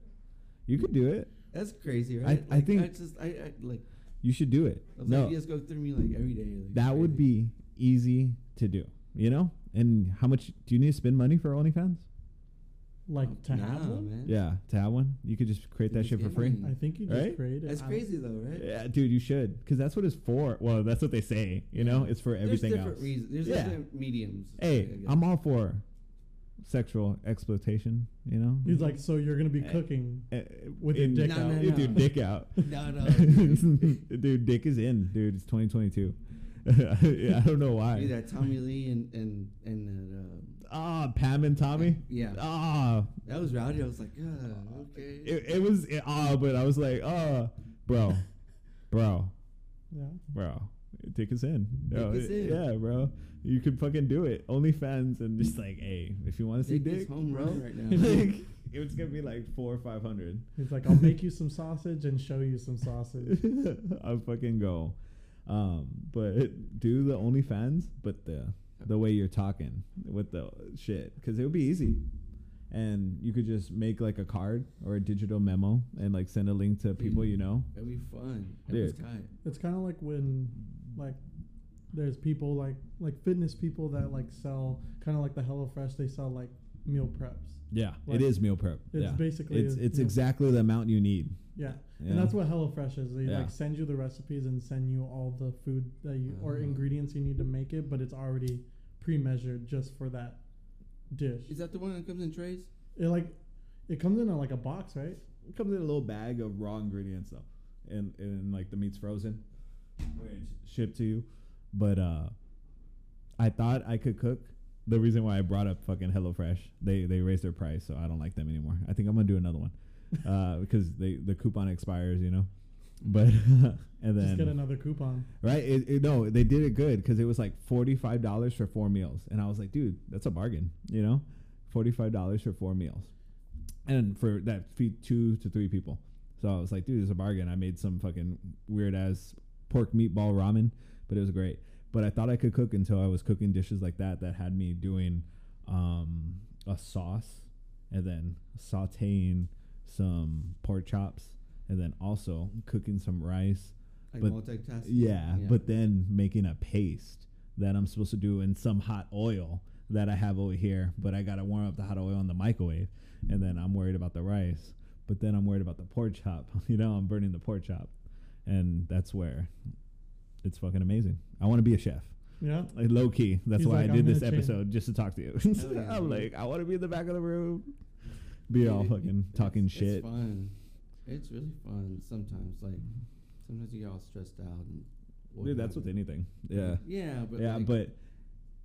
[SPEAKER 1] You could do it.
[SPEAKER 3] That's crazy,
[SPEAKER 1] I-
[SPEAKER 3] right?
[SPEAKER 1] I
[SPEAKER 3] Like,
[SPEAKER 1] think-
[SPEAKER 3] I just I, I like
[SPEAKER 1] You should do it.
[SPEAKER 3] those
[SPEAKER 1] no,
[SPEAKER 3] ideas go through me like every day. Like,
[SPEAKER 1] that would
[SPEAKER 3] crazy.
[SPEAKER 1] be easy to do. You know. And how much do you need to spend money for OnlyFans?
[SPEAKER 2] like to
[SPEAKER 3] Nah,
[SPEAKER 2] have one.
[SPEAKER 3] man.
[SPEAKER 1] Yeah, to have one, you could just create
[SPEAKER 3] You
[SPEAKER 1] that
[SPEAKER 3] just
[SPEAKER 1] shit for
[SPEAKER 3] get
[SPEAKER 1] free.
[SPEAKER 3] one.
[SPEAKER 2] I think you just
[SPEAKER 1] Right?
[SPEAKER 2] created.
[SPEAKER 3] That's
[SPEAKER 2] I-
[SPEAKER 3] crazy though, right?
[SPEAKER 1] Yeah, dude, you should, because that's what it's for. Well, that's what they say. You know, it's for everything
[SPEAKER 3] There's different
[SPEAKER 1] else.
[SPEAKER 3] reasons. There's
[SPEAKER 1] Yeah.
[SPEAKER 3] different mediums.
[SPEAKER 1] Hey,
[SPEAKER 3] I guess. (laughs)
[SPEAKER 1] I'm all for sexual exploitation. You know,
[SPEAKER 2] He's like, so you're gonna be
[SPEAKER 1] Eh.
[SPEAKER 2] cooking.
[SPEAKER 1] Uh,
[SPEAKER 2] with your
[SPEAKER 1] in-
[SPEAKER 2] dick
[SPEAKER 3] No, out. uh, no,
[SPEAKER 1] With your
[SPEAKER 3] no.
[SPEAKER 1] dick
[SPEAKER 3] (laughs)
[SPEAKER 1] out.
[SPEAKER 3] No, no,
[SPEAKER 1] (laughs)
[SPEAKER 3] dude.
[SPEAKER 1] dude, dick is in, dude. It's 2022. Yeah, (laughs) I don't know
[SPEAKER 3] Dude,
[SPEAKER 1] why.
[SPEAKER 3] that Tommy Lee and and and that, um,
[SPEAKER 1] Ah, Pam and Tommy.
[SPEAKER 3] Yeah.
[SPEAKER 1] Ah,
[SPEAKER 3] that was rowdy. I was like, oh, okay.
[SPEAKER 1] it, it was it- ah, but I was like, ah, bro, bro,
[SPEAKER 2] Yeah.
[SPEAKER 1] bro. Dick is in.
[SPEAKER 3] Dick
[SPEAKER 1] Yo,
[SPEAKER 3] is in.
[SPEAKER 1] Yeah, bro. You could fucking do it. OnlyFans and just like, hey, if you want to see
[SPEAKER 3] Dick
[SPEAKER 1] (laughs)
[SPEAKER 3] is
[SPEAKER 1] dick,
[SPEAKER 3] home
[SPEAKER 1] bro,
[SPEAKER 3] run right now.
[SPEAKER 1] like, it was gonna be like four or five hundred.
[SPEAKER 2] He's like, I'll make you some sausage and show you some sausage.
[SPEAKER 1] (laughs) I'll fucking go. Um, but do the OnlyFans, but the the way you're talking with the shit, because it would be easy, and you could just make like a card or a digital memo and like send a link to people you know.
[SPEAKER 3] That'd be fun. That was
[SPEAKER 1] Dude.
[SPEAKER 3] tight.
[SPEAKER 2] It's kind of like when, like, there's people like like fitness people that like sell kind of like the HelloFresh. They sell like meal preps.
[SPEAKER 1] Yeah,
[SPEAKER 2] Like,
[SPEAKER 1] it is meal prep.
[SPEAKER 2] it's
[SPEAKER 1] yeah.
[SPEAKER 2] basically
[SPEAKER 1] it's
[SPEAKER 2] a
[SPEAKER 1] it's
[SPEAKER 2] meal
[SPEAKER 1] exactly the amount you need.
[SPEAKER 2] Yeah,
[SPEAKER 1] Yeah.
[SPEAKER 2] and that's what HelloFresh is. They
[SPEAKER 1] Yeah.
[SPEAKER 2] like send you the recipes and send you all the food that you or
[SPEAKER 1] Ah.
[SPEAKER 3] Oh.
[SPEAKER 2] ingredients you need to make it, but it's already pre-measured just for that dish.
[SPEAKER 3] Is that the one that comes in trays?
[SPEAKER 2] It like it comes in a, like a box, right?
[SPEAKER 1] It comes in a little bag of raw ingredients though, and and like the meat's frozen, where it's shipped to you. But uh, I thought I could cook. The reason why I brought up fucking HelloFresh, they they raised their price, so I don't like them anymore. I think I'm gonna do another one, (laughs) uh, because they the coupon expires, you know. But (laughs) and
[SPEAKER 2] (laughs) Just get
[SPEAKER 1] then
[SPEAKER 2] another coupon.
[SPEAKER 1] right, it, it- no, they did it good because it was like forty five dollars for four meals, and I was like, dude, that's a bargain, you know, forty five dollars for four meals, and for that feed two to three people. So I was like, dude, it's a bargain. I made some fucking weird ass pork meatball ramen, but it was great. But I thought I could cook until I was cooking dishes like that that had me doing um, a sauce and then sauteing some pork chops and then also cooking some rice
[SPEAKER 3] Like
[SPEAKER 1] But-
[SPEAKER 3] multitasking.
[SPEAKER 1] yeah, but then making a paste that I'm supposed to do in some hot oil that I have over here, but I gotta warm up the hot oil in the microwave, and then I'm worried about the rice, but then I'm worried about the pork chop. (laughs) you know, I'm burning the pork chop, and that's where it's fucking amazing. I want to be a chef.
[SPEAKER 2] Yeah.
[SPEAKER 1] Like low key, that's
[SPEAKER 2] He's
[SPEAKER 1] why
[SPEAKER 2] like,
[SPEAKER 1] I
[SPEAKER 2] "I'm
[SPEAKER 1] did
[SPEAKER 2] gonna
[SPEAKER 1] this
[SPEAKER 2] change."
[SPEAKER 1] episode just to talk to you. (laughs)
[SPEAKER 3] Oh, yeah.
[SPEAKER 1] I'm like, I want to be in the back of the room, be all
[SPEAKER 3] Dude, it-
[SPEAKER 1] fucking
[SPEAKER 3] it's-
[SPEAKER 1] talking shit.
[SPEAKER 3] It's fun. It's really fun sometimes. Like sometimes you get all stressed out and. what
[SPEAKER 1] Dude, that's
[SPEAKER 3] have
[SPEAKER 1] with
[SPEAKER 3] you.
[SPEAKER 1] anything. Yeah,
[SPEAKER 3] Yeah, but
[SPEAKER 1] yeah,
[SPEAKER 3] like,
[SPEAKER 1] but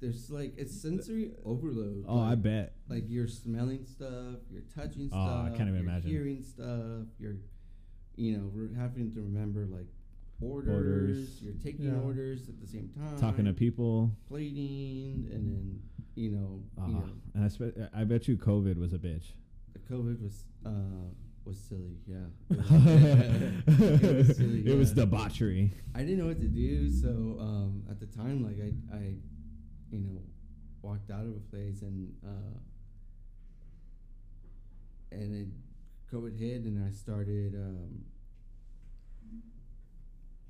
[SPEAKER 3] there's like it's sensory overload.
[SPEAKER 1] oh, I
[SPEAKER 3] like-
[SPEAKER 1] bet.
[SPEAKER 3] like you're smelling stuff, you're touching
[SPEAKER 1] Oh, I
[SPEAKER 3] stuff,
[SPEAKER 1] can't even
[SPEAKER 3] you're
[SPEAKER 1] imagine.
[SPEAKER 3] hearing stuff, you're you know, we're having to remember like orders.
[SPEAKER 1] Orders.
[SPEAKER 3] You're taking
[SPEAKER 2] Yeah.
[SPEAKER 3] orders at the same time.
[SPEAKER 1] talking to people.
[SPEAKER 3] plating, and then you know,
[SPEAKER 1] Ah,
[SPEAKER 3] you know,
[SPEAKER 1] and I, spe- I bet you COVID was a bitch.
[SPEAKER 3] the COVID was uh, was silly. Yeah, (laughs)
[SPEAKER 1] (laughs)
[SPEAKER 3] It was silly,
[SPEAKER 1] it was
[SPEAKER 3] yeah.
[SPEAKER 1] debauchery.
[SPEAKER 3] I didn't know what to do, so um, at the time, like I, I, you know, walked out of a place and uh, and then COVID hit, and I started, um,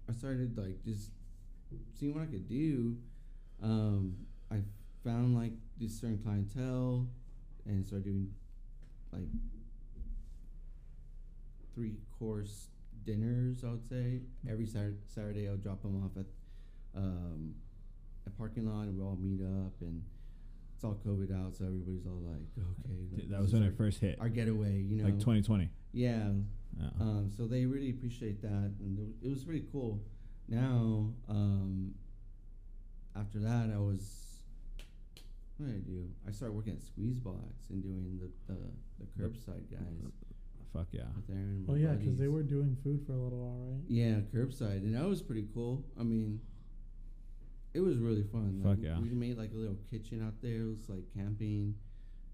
[SPEAKER 3] I started like just seeing what I could do. Um, I found like this certain clientele, and started doing like three course dinners. I would say every Saturday, Saturday I'll drop them off at um, a parking lot, and we all meet up. And it's all COVID out, so everybody's all like, "Okay." like,
[SPEAKER 1] Dude, that
[SPEAKER 3] this
[SPEAKER 1] was
[SPEAKER 3] is
[SPEAKER 1] when
[SPEAKER 3] our,
[SPEAKER 1] it first hit,
[SPEAKER 3] our getaway, you know.
[SPEAKER 1] like 2020.
[SPEAKER 3] Yeah.
[SPEAKER 1] Uh,
[SPEAKER 3] Um, so they really appreciate that, and it wa- it was pretty cool. Now, um, after that, I was. What did I do? I started working at Squeezebox and doing the the, the
[SPEAKER 1] The-
[SPEAKER 3] curbside guys
[SPEAKER 1] fuck yeah.
[SPEAKER 3] with Aaron. and my
[SPEAKER 2] Oh yeah, because
[SPEAKER 3] buddies.
[SPEAKER 2] they were doing food for a little while, right?
[SPEAKER 3] Yeah, curbside, and that was pretty cool. I mean, it was really fun.
[SPEAKER 1] Fuck
[SPEAKER 3] like,
[SPEAKER 1] yeah.
[SPEAKER 3] We made like a little kitchen out there. It was like camping,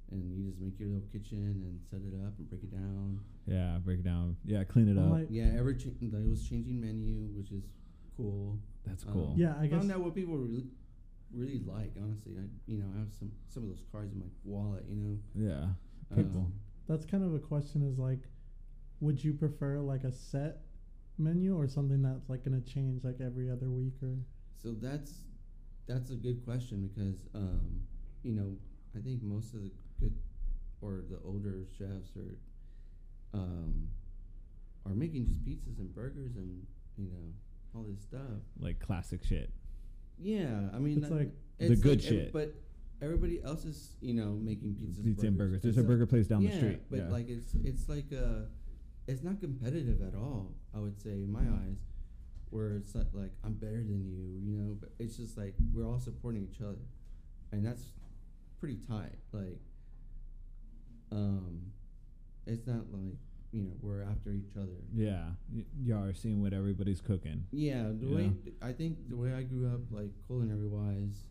[SPEAKER 3] and you just make your little kitchen and set it up and break it down.
[SPEAKER 1] Yeah, break it down. Yeah, clean it
[SPEAKER 2] I'm
[SPEAKER 1] up.
[SPEAKER 2] like-
[SPEAKER 3] Yeah, ever cha- like, it was changing menu, which is cool.
[SPEAKER 1] That's
[SPEAKER 3] Um,
[SPEAKER 1] cool.
[SPEAKER 2] Yeah, I guess.
[SPEAKER 3] found out what people really, really like. Honestly, I you know I have some some of those cards in my wallet. You know,
[SPEAKER 1] yeah.
[SPEAKER 3] Um,
[SPEAKER 1] People.
[SPEAKER 2] That's kind of a question is like, would you prefer like a set menu or something that's like going to change like every other week or?
[SPEAKER 3] So that's that's a good question because um, you know I think most of the good or the older chefs are um, are making just pizzas and burgers and you know all this stuff.
[SPEAKER 1] like classic shit.
[SPEAKER 3] Yeah, I mean
[SPEAKER 2] It's
[SPEAKER 3] that-
[SPEAKER 2] like-
[SPEAKER 1] The good
[SPEAKER 3] ev-
[SPEAKER 1] shit.
[SPEAKER 3] But everybody else is you know making pizzas,
[SPEAKER 1] Pizza and burgers. There's a
[SPEAKER 3] It's not-
[SPEAKER 1] burger place down
[SPEAKER 3] yeah,
[SPEAKER 1] the street.
[SPEAKER 3] But
[SPEAKER 1] yeah.
[SPEAKER 3] like it's it's like a it's not competitive at all. I would say in my
[SPEAKER 1] Mm-hmm.
[SPEAKER 3] eyes, where it's not like I'm better than you, you know. But it's just like we're all supporting each other, and that's pretty tight. Like, um, it's not like you know we're after each other.
[SPEAKER 1] yeah, y- y'all are seeing what everybody's cooking.
[SPEAKER 3] Yeah, the
[SPEAKER 1] Yeah.
[SPEAKER 3] way I think the way I grew up, like culinary wise,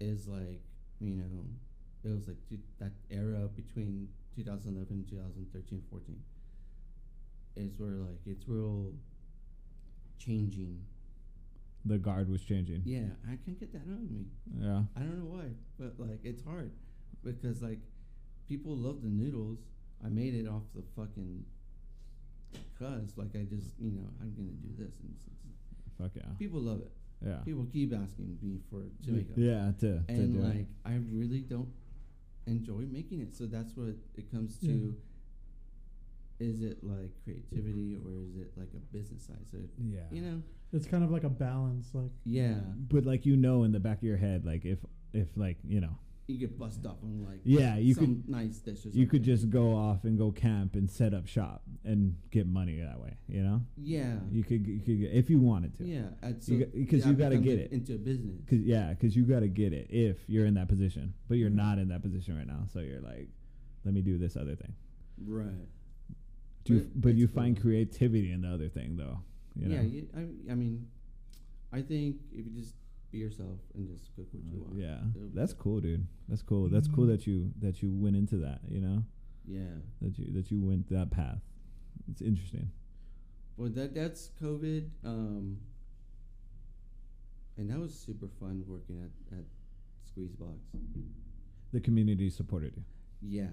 [SPEAKER 3] is like you know, it was like two, that era between 2011 and 2013, 14. Is where like it's real changing.
[SPEAKER 1] The guard was changing. Yeah.
[SPEAKER 3] Yeah, I can't get that out of me. I don't know why, but like it's hard because like people love the noodles. I made it off the fucking cuz like I just you know I'm gonna do this and it's- it's-
[SPEAKER 1] Fuck yeah.
[SPEAKER 3] people love it.
[SPEAKER 1] Yeah.
[SPEAKER 3] People keep asking me for Jamaica.
[SPEAKER 1] Yeah, to, to do
[SPEAKER 3] And
[SPEAKER 1] it.
[SPEAKER 3] like I really don't enjoy making it. So that's what it comes
[SPEAKER 2] Yeah.
[SPEAKER 3] to is it like creativity or is it like a business side? So
[SPEAKER 1] yeah.
[SPEAKER 3] you know?
[SPEAKER 2] It's kind of like a balance, like (laughs)
[SPEAKER 3] Yeah.
[SPEAKER 1] But like you know in the back of your head, like if if like you know
[SPEAKER 3] You get bust up on like
[SPEAKER 1] Yeah, you
[SPEAKER 3] some nice dish or
[SPEAKER 1] you could
[SPEAKER 3] something.
[SPEAKER 1] just go off and go camp and set up shop and get money that way. You know,
[SPEAKER 3] Yeah.
[SPEAKER 1] you could you could if you wanted to.
[SPEAKER 3] yeah. and
[SPEAKER 1] You got- because
[SPEAKER 3] that
[SPEAKER 1] you gotta
[SPEAKER 3] becomes
[SPEAKER 1] get
[SPEAKER 3] a-
[SPEAKER 1] it.
[SPEAKER 3] into a business.
[SPEAKER 1] Cause yeah, cause you got to get it if you're in that position, but you're
[SPEAKER 3] Mhm.
[SPEAKER 1] not in that position right now. So you're like, let me do this other thing.
[SPEAKER 3] Right.
[SPEAKER 1] Do you,
[SPEAKER 3] But
[SPEAKER 1] but you
[SPEAKER 3] it's cool.
[SPEAKER 1] find creativity in the other thing though. You know?
[SPEAKER 3] Yeah, you, I, I mean I think if you just be yourself and just cook what you
[SPEAKER 1] Uh,
[SPEAKER 3] want.
[SPEAKER 1] yeah,
[SPEAKER 3] it'll be Mm-hmm.
[SPEAKER 1] that's
[SPEAKER 3] good.
[SPEAKER 1] cool, dude. That's cool. That's cool that you that you went into that. You know
[SPEAKER 3] Yeah.
[SPEAKER 1] that you that you went that path. It's interesting.
[SPEAKER 3] Well, that that's COVID, um, and that was super fun working at at Squeezebox.
[SPEAKER 1] The community supported you.
[SPEAKER 3] Yeah,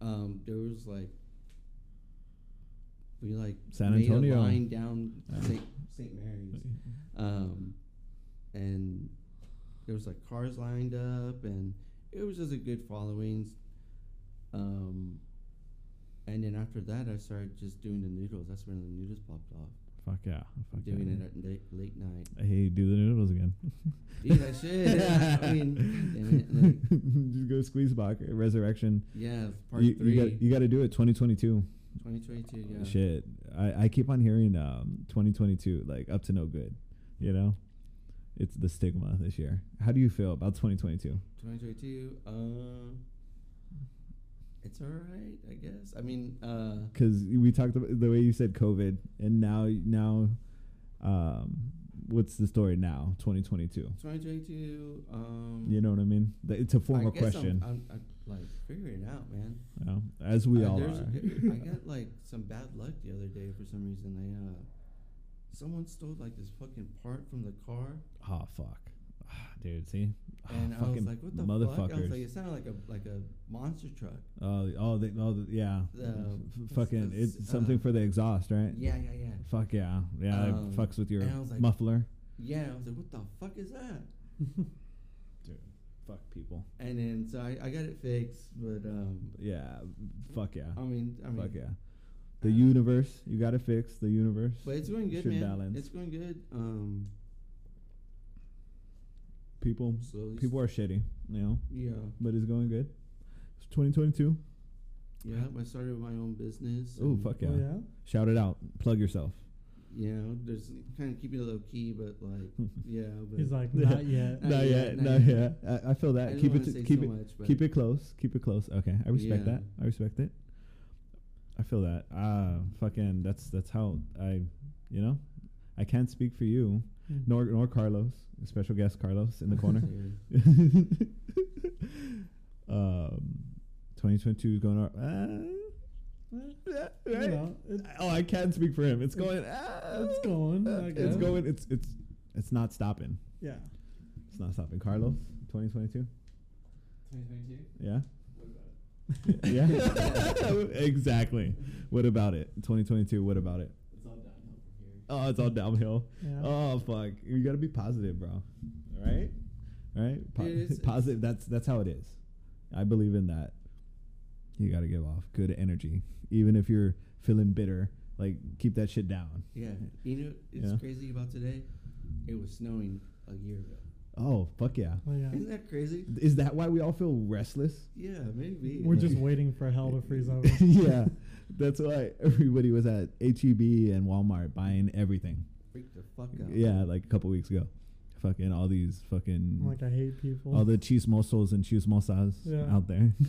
[SPEAKER 3] um, there was like we like
[SPEAKER 1] San
[SPEAKER 3] made
[SPEAKER 1] Antonio.
[SPEAKER 3] a line down
[SPEAKER 1] Oh.
[SPEAKER 3] Saint Saint Mary's, um, and there was like cars lined up, and it was just a good following. Um, and then after that, I started just doing the noodles. That's when the noodles popped off.
[SPEAKER 1] Fuck yeah. Fuck
[SPEAKER 3] Doing
[SPEAKER 1] yeah.
[SPEAKER 3] it at late, late night.
[SPEAKER 1] Hey, do the noodles again.
[SPEAKER 3] Dude, (laughs) I should. I mean,
[SPEAKER 1] (laughs)
[SPEAKER 3] damn it, like,
[SPEAKER 1] just go squeeze box resurrection.
[SPEAKER 3] yeah, part
[SPEAKER 1] You,
[SPEAKER 3] three,
[SPEAKER 1] you got you got to do it 2022.
[SPEAKER 3] 2022. Yeah,
[SPEAKER 1] Shit, I, I keep on hearing um 2022 like up to no good. You know, it's the stigma this year. How do you feel about 2022?
[SPEAKER 3] 2022. Um, It's all right, I guess. I mean, uh,
[SPEAKER 1] because we talked about the way you said COVID, and now now, um, what's the story now? Twenty twenty two.
[SPEAKER 3] 2022. Um,
[SPEAKER 1] You know what I mean? Th- It's a formal
[SPEAKER 3] I guess
[SPEAKER 1] question.
[SPEAKER 3] I'm, I'm, I'm like figuring it out, man.
[SPEAKER 1] you know, as we
[SPEAKER 3] Uh,
[SPEAKER 1] all
[SPEAKER 3] there's-
[SPEAKER 1] are.
[SPEAKER 3] I
[SPEAKER 1] (laughs)
[SPEAKER 3] got like some bad luck the other day for some reason. They uh, someone stole like this fucking part from the car,
[SPEAKER 1] oh fuck, (sighs) Ah, dude. See, (sighs) Ah,
[SPEAKER 3] and I was
[SPEAKER 1] fucking
[SPEAKER 3] like, "What the fuck?" I was
[SPEAKER 1] motherfuckers.
[SPEAKER 3] like, "It sounded like a like a monster truck."
[SPEAKER 1] oh, oh, they, oh, the- yeah.
[SPEAKER 3] The-
[SPEAKER 1] F-
[SPEAKER 3] it's-
[SPEAKER 1] fucking,
[SPEAKER 3] it's,
[SPEAKER 1] it's, something
[SPEAKER 3] uh,
[SPEAKER 1] for the exhaust, right?
[SPEAKER 3] Yeah, yeah, yeah,
[SPEAKER 1] Fuck yeah, yeah.
[SPEAKER 3] Um,
[SPEAKER 1] it fucks with your
[SPEAKER 3] and I was like-
[SPEAKER 1] muffler.
[SPEAKER 3] yeah. I was like, "What the fuck is that?"
[SPEAKER 2] oh,
[SPEAKER 1] Dude, fuck people.
[SPEAKER 3] And then so I, I got it fixed, but um,
[SPEAKER 1] Yeah, fuck yeah,
[SPEAKER 3] I mean, I mean,
[SPEAKER 1] fuck yeah. The
[SPEAKER 3] uh,
[SPEAKER 1] universe, you gotta fix the universe.
[SPEAKER 3] But it's going good,
[SPEAKER 1] should
[SPEAKER 3] man.
[SPEAKER 1] balance.
[SPEAKER 3] It's going good. Um,
[SPEAKER 1] people,
[SPEAKER 3] slowly.
[SPEAKER 1] people are shitty, you know,
[SPEAKER 3] Yeah,
[SPEAKER 1] but it's going good. It's 2022.
[SPEAKER 3] yeah. I started my own business.
[SPEAKER 1] Oh
[SPEAKER 3] and-
[SPEAKER 1] fuck yeah.
[SPEAKER 2] Oh, yeah.
[SPEAKER 1] Shout it out. Plug yourself.
[SPEAKER 3] you know, there's kind of keeping it low key, but
[SPEAKER 1] (laughs)
[SPEAKER 3] like, yeah. But
[SPEAKER 2] He's
[SPEAKER 3] (laughs)
[SPEAKER 2] like, not yet.
[SPEAKER 3] Not
[SPEAKER 1] not
[SPEAKER 3] yet,
[SPEAKER 1] yet.
[SPEAKER 3] not
[SPEAKER 1] Not yet. I, I feel
[SPEAKER 3] I
[SPEAKER 1] that.
[SPEAKER 3] don't
[SPEAKER 1] Keep
[SPEAKER 3] wanna
[SPEAKER 1] it.
[SPEAKER 3] say
[SPEAKER 1] t- Keep
[SPEAKER 3] so
[SPEAKER 1] it.
[SPEAKER 3] much, but
[SPEAKER 1] Keep it close. Keep it close. Okay, I respect
[SPEAKER 3] Yeah.
[SPEAKER 1] that. I respect it. I feel that. Ah, fucking. That's that's how I, you know, I can't speak for you,
[SPEAKER 2] Mm.
[SPEAKER 1] nor nor Carlos, special guest Carlos
[SPEAKER 3] (laughs)
[SPEAKER 1] in the
[SPEAKER 2] (laughs)
[SPEAKER 1] corner. (laughs) um, 2022 is going. Uh,
[SPEAKER 2] Eh,
[SPEAKER 1] right?
[SPEAKER 2] You know, it,
[SPEAKER 1] Oh, I can speak for him. It's going. ah,
[SPEAKER 2] it's going, I
[SPEAKER 1] It's
[SPEAKER 2] guess.
[SPEAKER 1] going. It's it's it's not stopping.
[SPEAKER 2] yeah.
[SPEAKER 1] It's not stopping. Carlos, 2022.
[SPEAKER 4] 2022?
[SPEAKER 1] Yeah.
[SPEAKER 4] What about it?
[SPEAKER 1] Yeah.
[SPEAKER 4] (laughs)
[SPEAKER 1] (laughs) exactly. What about it? 2022. What about it?
[SPEAKER 4] It's all downhill from here.
[SPEAKER 1] Oh, it's all downhill.
[SPEAKER 2] Yeah.
[SPEAKER 1] Oh fuck. You gotta be positive, bro. All right. All right. Po-
[SPEAKER 3] Dude, it's-
[SPEAKER 1] (laughs) positive. That's that's how it is. I believe in that. You gotta give off good energy, even if you're feeling bitter. Like keep that shit down.
[SPEAKER 3] yeah. You know, it's
[SPEAKER 1] Yeah.
[SPEAKER 3] crazy about today. It was snowing a year ago.
[SPEAKER 1] Oh fuck yeah.
[SPEAKER 2] Oh, yeah.
[SPEAKER 3] Isn't that crazy?
[SPEAKER 1] Is that why we all feel restless?
[SPEAKER 3] Yeah, maybe.
[SPEAKER 2] We're
[SPEAKER 1] Yeah.
[SPEAKER 2] just waiting for hell to
[SPEAKER 1] (laughs)
[SPEAKER 2] freeze over. (laughs)
[SPEAKER 1] yeah, that's why everybody was at HEB and Walmart buying everything.
[SPEAKER 3] freak the fuck
[SPEAKER 2] Oh,
[SPEAKER 3] out.
[SPEAKER 1] Yeah, like a couple weeks ago. Fucking all these fucking
[SPEAKER 2] I'm like, I hate people.
[SPEAKER 1] all the chismosos and chismosas
[SPEAKER 2] Yeah.
[SPEAKER 1] out there. (laughs)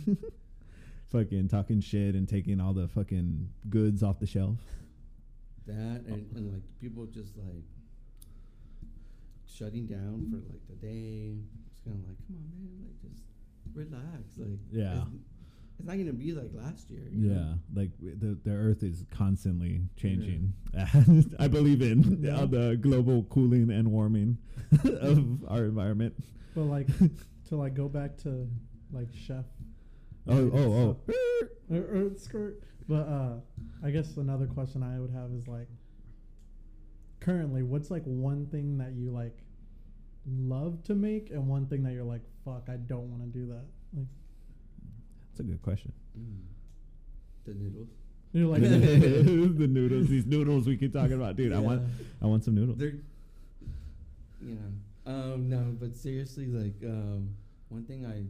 [SPEAKER 1] fucking talking shit and taking all the fucking goods off the shelf.
[SPEAKER 3] That and,
[SPEAKER 1] Um,
[SPEAKER 3] and like people just like shutting down for like the day. It's kind of like, come on, man, like just relax. Like,
[SPEAKER 1] Yeah.
[SPEAKER 3] it's, it's not gonna be like last year. you
[SPEAKER 1] Yeah,
[SPEAKER 3] know?
[SPEAKER 1] like w- the the Earth is constantly changing. (laughs) I believe in
[SPEAKER 2] Yeah.
[SPEAKER 1] uh, the global cooling and warming (laughs) of our environment.
[SPEAKER 2] but like, to like go back to like chef
[SPEAKER 1] (laughs) Oh,
[SPEAKER 2] Yeah,
[SPEAKER 1] oh, oh!
[SPEAKER 2] or, or skirt. But uh, I guess another question I would have is like, currently, what's like one thing that you like love to make, and one thing that you're like, fuck, I don't want to do that. Like
[SPEAKER 1] That's a good question.
[SPEAKER 3] Mm. The noodles.
[SPEAKER 2] you're
[SPEAKER 3] (laughs)
[SPEAKER 2] like,
[SPEAKER 1] (laughs) the noodles, these noodles we keep talking about, dude. I want,
[SPEAKER 3] Yeah.
[SPEAKER 1] I want some noodles.
[SPEAKER 3] They're, you know, um, no, but seriously, like, um, one thing I,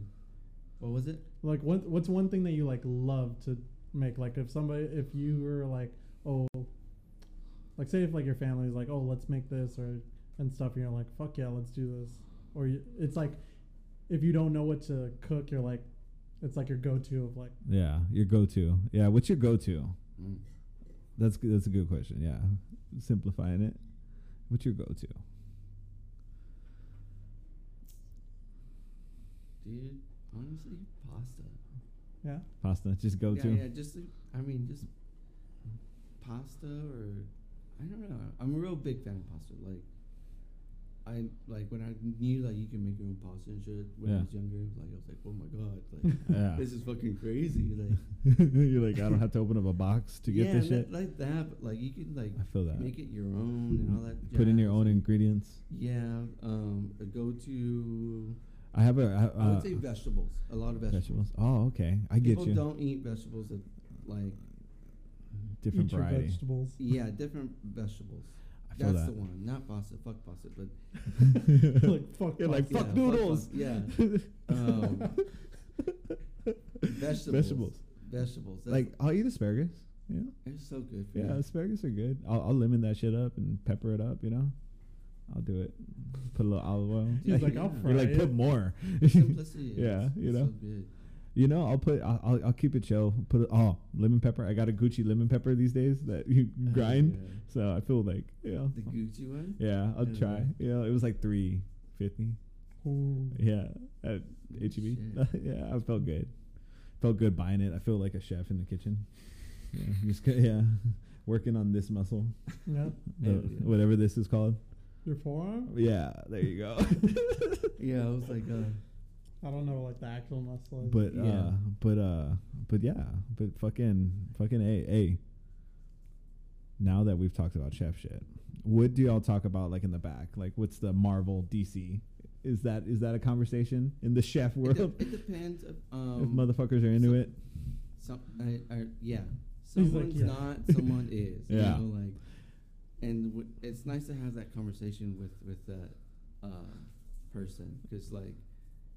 [SPEAKER 3] what was it?
[SPEAKER 2] like what, what's one thing that you like love to make? Like if somebody, if you were like, oh, like say if like your family's like, oh, let's make this or and stuff, and you're like, fuck yeah, let's do this. Or you, it's like, if you don't know what to cook, you're like, it's like your go-to of like,
[SPEAKER 1] Yeah, your go-to. Yeah, what's your go-to?
[SPEAKER 3] Mm.
[SPEAKER 1] That's g- that's a good question. Yeah, simplifying it. What's your go-to?
[SPEAKER 3] Dude, honestly, pasta.
[SPEAKER 2] yeah,
[SPEAKER 1] Pasta, just go-to.
[SPEAKER 3] Yeah, yeah, just, like, I mean, just pasta or, I don't know. I'm a real big fan of pasta. Like, I, like, when I knew, like, you can make your own pasta and shit when I
[SPEAKER 1] Yeah.
[SPEAKER 3] was younger, like, I was like, oh my God, like,
[SPEAKER 1] (laughs) Yeah.
[SPEAKER 3] this is fucking crazy. Like,
[SPEAKER 1] You're like, I don't have to open up a box (laughs) to
[SPEAKER 3] yeah,
[SPEAKER 1] get this
[SPEAKER 3] not
[SPEAKER 1] shit.
[SPEAKER 3] Like that, but, like, you can, like,
[SPEAKER 1] I feel that.
[SPEAKER 3] make it your own and all that.
[SPEAKER 1] Put in your
[SPEAKER 3] jazz.
[SPEAKER 1] own ingredients.
[SPEAKER 3] Yeah, um, a go to.
[SPEAKER 1] I have a. I,
[SPEAKER 3] I
[SPEAKER 1] uh,
[SPEAKER 3] would say vegetables. A lot of vegetables.
[SPEAKER 1] vegetables. Oh, okay. I get
[SPEAKER 3] People
[SPEAKER 1] you.
[SPEAKER 3] don't eat vegetables that, like,
[SPEAKER 1] Different
[SPEAKER 2] eat your
[SPEAKER 1] variety.
[SPEAKER 2] vegetables.
[SPEAKER 3] yeah, different vegetables.
[SPEAKER 1] I feel that.
[SPEAKER 3] That's the one. Not pasta. Fuck pasta. But
[SPEAKER 1] (laughs)
[SPEAKER 2] (laughs)
[SPEAKER 3] (laughs)
[SPEAKER 2] like fuck,
[SPEAKER 1] You're like
[SPEAKER 2] pasta.
[SPEAKER 3] yeah,
[SPEAKER 1] fuck noodles.
[SPEAKER 3] pasta, yeah.
[SPEAKER 1] (laughs)
[SPEAKER 3] Um, vegetables.
[SPEAKER 1] Vegetables.
[SPEAKER 3] Vegetables. That's
[SPEAKER 1] Like I'll eat asparagus. Yeah.
[SPEAKER 3] it's so good for
[SPEAKER 1] Yeah,
[SPEAKER 3] you.
[SPEAKER 1] asparagus are good. I'll, I'll lemon that shit up and pepper it up. You know, I'll do it. Put a little olive oil. (laughs)
[SPEAKER 3] Yeah,
[SPEAKER 2] He's like, I'll
[SPEAKER 3] yeah.
[SPEAKER 2] fry
[SPEAKER 1] You're like, (laughs)
[SPEAKER 2] it.
[SPEAKER 1] put more.
[SPEAKER 3] Simplicity.
[SPEAKER 1] Yeah,
[SPEAKER 3] is
[SPEAKER 1] you
[SPEAKER 3] So
[SPEAKER 1] know.
[SPEAKER 3] good.
[SPEAKER 1] You know, I'll put I'll, I'll- I'll keep it chill. Put it, oh lemon pepper. I got a Gucci lemon pepper these days that you
[SPEAKER 3] (laughs) Oh,
[SPEAKER 1] grind.
[SPEAKER 3] yeah.
[SPEAKER 1] So I feel like yeah,
[SPEAKER 3] The Gucci one?
[SPEAKER 1] yeah. I'll
[SPEAKER 3] Yeah.
[SPEAKER 1] try. Yeah, it was like three fifty.
[SPEAKER 2] Ooh.
[SPEAKER 1] Yeah, E at HEB. (laughs)
[SPEAKER 3] Shit.
[SPEAKER 1] yeah, I felt good. Felt good buying it. I feel like a chef in the
[SPEAKER 3] (laughs)
[SPEAKER 1] kitchen. Yeah, just ca- yeah, (laughs) working on this muscle,
[SPEAKER 2] Yeah.
[SPEAKER 1] the-
[SPEAKER 3] Hell yeah.
[SPEAKER 1] whatever this is called.
[SPEAKER 2] Your forearm?
[SPEAKER 1] Yeah, there you
[SPEAKER 3] (laughs)
[SPEAKER 1] go.
[SPEAKER 3] Yeah, I was like, uh,
[SPEAKER 2] I don't know, like the actual muscle.
[SPEAKER 1] (laughs) But
[SPEAKER 3] Yeah.
[SPEAKER 1] uh but uh but yeah, but fucking fucking a a. Now that we've talked about chef shit, what do y'all talk about like in the back? Like what's the Marvel DC? Is that is that a conversation in the chef
[SPEAKER 3] (laughs) it,
[SPEAKER 1] (laughs)
[SPEAKER 3] de-
[SPEAKER 1] world?
[SPEAKER 3] it depends. If, um,
[SPEAKER 1] if motherfuckers are into
[SPEAKER 3] so-
[SPEAKER 1] it,
[SPEAKER 3] Some, I, I, yeah.
[SPEAKER 2] like,
[SPEAKER 3] Someone's
[SPEAKER 2] yeah.
[SPEAKER 3] not, someone is.
[SPEAKER 1] Yeah.
[SPEAKER 3] You know, like, and w- it's nice to have that conversation with with that uh, person because like,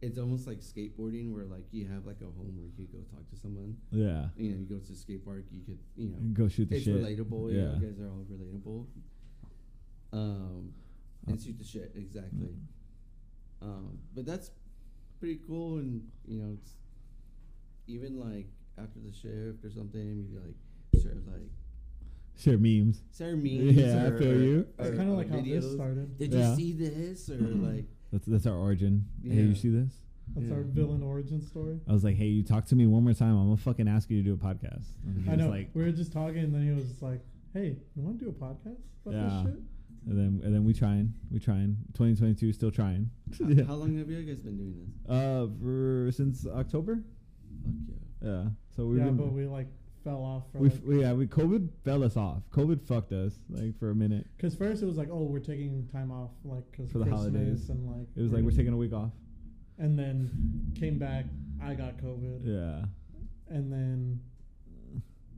[SPEAKER 3] it's almost like skateboarding where like you have like a home where you go talk to someone.
[SPEAKER 1] yeah.
[SPEAKER 3] You know, you go to a skate park, you could you know
[SPEAKER 1] Go shoot the
[SPEAKER 3] it's
[SPEAKER 1] shit.
[SPEAKER 3] relatable. Yeah,
[SPEAKER 1] Yeah.
[SPEAKER 3] you guys are all relatable. Um,
[SPEAKER 1] Uh,
[SPEAKER 3] and shoot the shit exactly. Um, but that's pretty cool, and you know, it's even like after the shift or something, you like share like
[SPEAKER 1] Share memes.
[SPEAKER 3] share memes.
[SPEAKER 1] Yeah, I
[SPEAKER 3] or,
[SPEAKER 1] feel you.
[SPEAKER 3] or-
[SPEAKER 2] it's kind of
[SPEAKER 3] or
[SPEAKER 2] like how this
[SPEAKER 3] videos.
[SPEAKER 2] started.
[SPEAKER 3] Did you
[SPEAKER 1] Yeah. Mm-hmm.
[SPEAKER 3] see this
[SPEAKER 1] (laughs)
[SPEAKER 3] or like?
[SPEAKER 1] That's that's our origin. Hey, you
[SPEAKER 3] Yeah.
[SPEAKER 1] see this?
[SPEAKER 2] That's
[SPEAKER 3] Yeah.
[SPEAKER 2] our villain origin story.
[SPEAKER 1] I was like, hey, you talk to me one more time, I'm gonna fucking ask you to do a podcast. And he
[SPEAKER 2] I
[SPEAKER 1] was
[SPEAKER 2] know.
[SPEAKER 1] Like,
[SPEAKER 2] we were just talking, and then he was just like, "Hey, you want to do a podcast about
[SPEAKER 1] Yeah.
[SPEAKER 2] this shit?"
[SPEAKER 1] and then and then we trying, we trying. 2022, still trying.
[SPEAKER 3] How,
[SPEAKER 1] Yeah. (laughs)
[SPEAKER 3] how long have you guys been doing this?
[SPEAKER 1] Uh, for, since October.
[SPEAKER 3] Fuck yeah.
[SPEAKER 1] Yeah. So we've
[SPEAKER 2] yeah,
[SPEAKER 1] been.
[SPEAKER 2] but we like fell off for
[SPEAKER 1] we
[SPEAKER 2] like
[SPEAKER 1] f- we- yeah we COVID fell us off. COVID fucked us like for a minute.
[SPEAKER 2] because first it was like, "Oh, we're taking time off like because
[SPEAKER 1] For the
[SPEAKER 2] Christmas
[SPEAKER 1] holidays.
[SPEAKER 2] and like
[SPEAKER 1] It was like we're
[SPEAKER 2] gonna-
[SPEAKER 1] taking a week off.
[SPEAKER 2] and then came back. I got COVID,
[SPEAKER 1] Yeah.
[SPEAKER 2] and then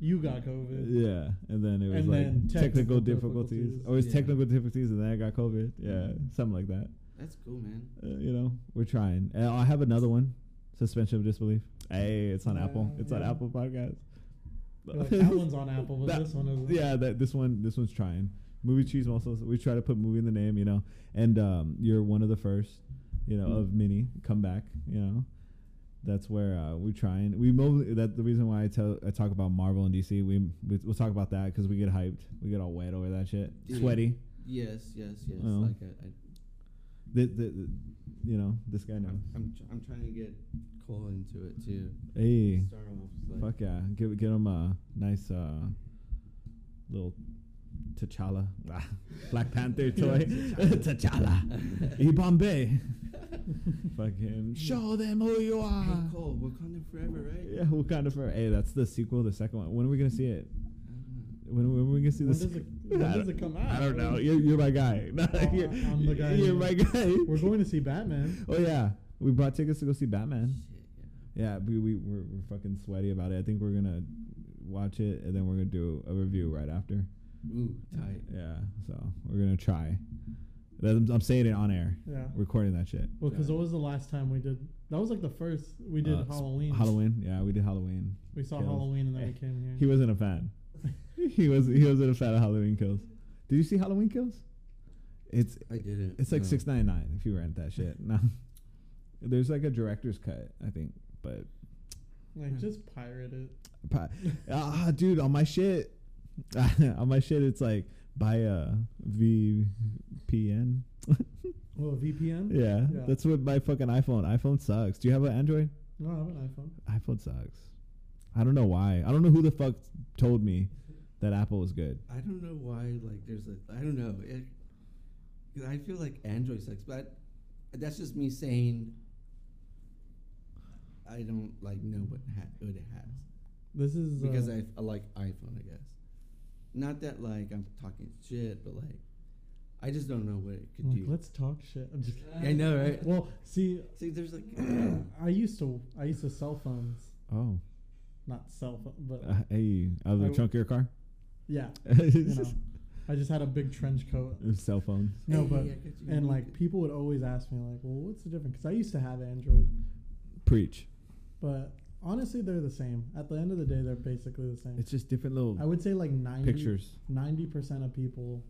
[SPEAKER 2] you got COVID.
[SPEAKER 1] Yeah, and then it was
[SPEAKER 2] And
[SPEAKER 1] like
[SPEAKER 2] then
[SPEAKER 1] technical,
[SPEAKER 2] technical
[SPEAKER 1] difficulties,
[SPEAKER 2] difficulties.
[SPEAKER 1] or it's
[SPEAKER 3] Yeah.
[SPEAKER 1] technical difficulties, and then I got COVID. Yeah,
[SPEAKER 2] Mhm.
[SPEAKER 1] something like that.
[SPEAKER 3] That's cool, man.
[SPEAKER 1] Uh, you know, we're trying. And I have another one, suspension of disbelief. Hey, it's on
[SPEAKER 2] Yeah,
[SPEAKER 1] Apple. It's on
[SPEAKER 2] Uh, yeah.
[SPEAKER 1] Apple Podcasts.
[SPEAKER 2] You're like, that one's on Apple,
[SPEAKER 1] (laughs)
[SPEAKER 2] but
[SPEAKER 1] That-
[SPEAKER 2] this one isn't.
[SPEAKER 1] yeah, that this one this one's trying. Movie cheese muscles. We try to put movie in the name, you know. And um, you're one of the first, you know, of many come back, you know. That's where uh, we try and we mo- that the reason why I tell I talk about Marvel and DC. We, we we'll talk about that because we get hyped, we get all wet over that shit,
[SPEAKER 3] Dude.
[SPEAKER 1] sweaty.
[SPEAKER 3] Yes, yes, yes.
[SPEAKER 1] Well.
[SPEAKER 3] Like I, I
[SPEAKER 1] The, the, the, you know, this guy knows.
[SPEAKER 3] I'm, I'm, tr- I'm trying to get Cole into it too.
[SPEAKER 1] Hey,
[SPEAKER 3] Start off like,
[SPEAKER 1] Fuck yeah! Give get him a nice uh, little T'Challa, Ah, Black
[SPEAKER 2] (laughs)
[SPEAKER 1] Panther toy. (laughs) T'Challa, E Bombay. Fucking show them who you are.
[SPEAKER 3] Hey Cole, Wakanda forever, right?
[SPEAKER 1] Yeah, Wakanda Forever. Hey, that's the sequel, the second one. When are we gonna see it?
[SPEAKER 3] Ah, I
[SPEAKER 1] When, when are we gonna see
[SPEAKER 2] When
[SPEAKER 1] this?
[SPEAKER 2] does it- when does it
[SPEAKER 1] (laughs)
[SPEAKER 2] come
[SPEAKER 1] I
[SPEAKER 2] out? Oh,
[SPEAKER 1] don't know. You're, you're my guy. (laughs) you're,
[SPEAKER 2] (laughs) I'm the guy.
[SPEAKER 1] You're my guy.
[SPEAKER 2] We're going to see Batman.
[SPEAKER 1] Oh yeah, we bought tickets to go see
[SPEAKER 3] don't know.
[SPEAKER 1] Batman.
[SPEAKER 3] Shit, yeah.
[SPEAKER 1] Yeah, we, we we're, we're fucking sweaty about it. I think we're gonna watch it and then we're gonna do a review right after.
[SPEAKER 3] Ooh, tight.
[SPEAKER 1] Yeah, so we're gonna try. That- I'm, I'm saying it on air,
[SPEAKER 2] Yeah.
[SPEAKER 1] recording that shit.
[SPEAKER 2] Well, because what was the last time we did? That was like the first we did
[SPEAKER 1] Uh, s-
[SPEAKER 2] Halloween.
[SPEAKER 1] Halloween, yeah, we did Halloween.
[SPEAKER 2] We saw
[SPEAKER 1] Kills.
[SPEAKER 2] Halloween and then
[SPEAKER 1] (laughs)
[SPEAKER 2] we
[SPEAKER 1] Eh,
[SPEAKER 2] came here.
[SPEAKER 1] He wasn't a fan. (laughs) he was he wasn't a fan of Halloween Kills. Did you see Halloween Kills? It's
[SPEAKER 3] I did it.
[SPEAKER 1] it's like six ninety nine if you rent that shit. (laughs) No, there's like a director's cut, I think, but
[SPEAKER 2] Like just pirate it.
[SPEAKER 1] Pi- ah, dude, on my shit, (laughs) on my shit, it's like buy a VPN.
[SPEAKER 2] Oh, a VPN?
[SPEAKER 1] Yeah,
[SPEAKER 2] Yeah.
[SPEAKER 1] that's what my fucking iPhone. iPhone sucks. Do you have an Android?
[SPEAKER 2] No, I have an iPhone.
[SPEAKER 1] iPhone sucks. I don't know why. I don't know who the fuck told me that Apple was good.
[SPEAKER 3] I don't know why. Like, there's a. I don't know. It, 'cause I feel like Android sucks, but that's just me saying. I don't like know what ha- what it has
[SPEAKER 2] This is
[SPEAKER 3] because
[SPEAKER 2] uh,
[SPEAKER 3] I, I like iPhone. I guess. Not that like I'm talking shit, but like, I just don't know what it could
[SPEAKER 2] like,
[SPEAKER 3] do.
[SPEAKER 2] let's talk shit. I'm just
[SPEAKER 3] I know, right?
[SPEAKER 2] well, see, (clears throat)
[SPEAKER 3] See,
[SPEAKER 2] (coughs)
[SPEAKER 3] there's like
[SPEAKER 2] I used to I used to cell phones,
[SPEAKER 1] Oh,
[SPEAKER 2] not cell phone, but
[SPEAKER 1] uh, hey, out of the
[SPEAKER 2] I w-
[SPEAKER 1] trunk of your car,
[SPEAKER 2] yeah,
[SPEAKER 1] (laughs)
[SPEAKER 2] you know, I just had a big trench coat.
[SPEAKER 1] cell phones.
[SPEAKER 2] No,
[SPEAKER 3] Hey,
[SPEAKER 2] but
[SPEAKER 3] I got you.
[SPEAKER 2] and like people would always ask me like, well, what's the difference? Because I used to have Android,
[SPEAKER 1] Preach.
[SPEAKER 2] but honestly, they're the same. At the end of the day, they're basically the same.
[SPEAKER 1] It's just different little
[SPEAKER 2] I would say like 90
[SPEAKER 1] pictures.
[SPEAKER 2] percent of people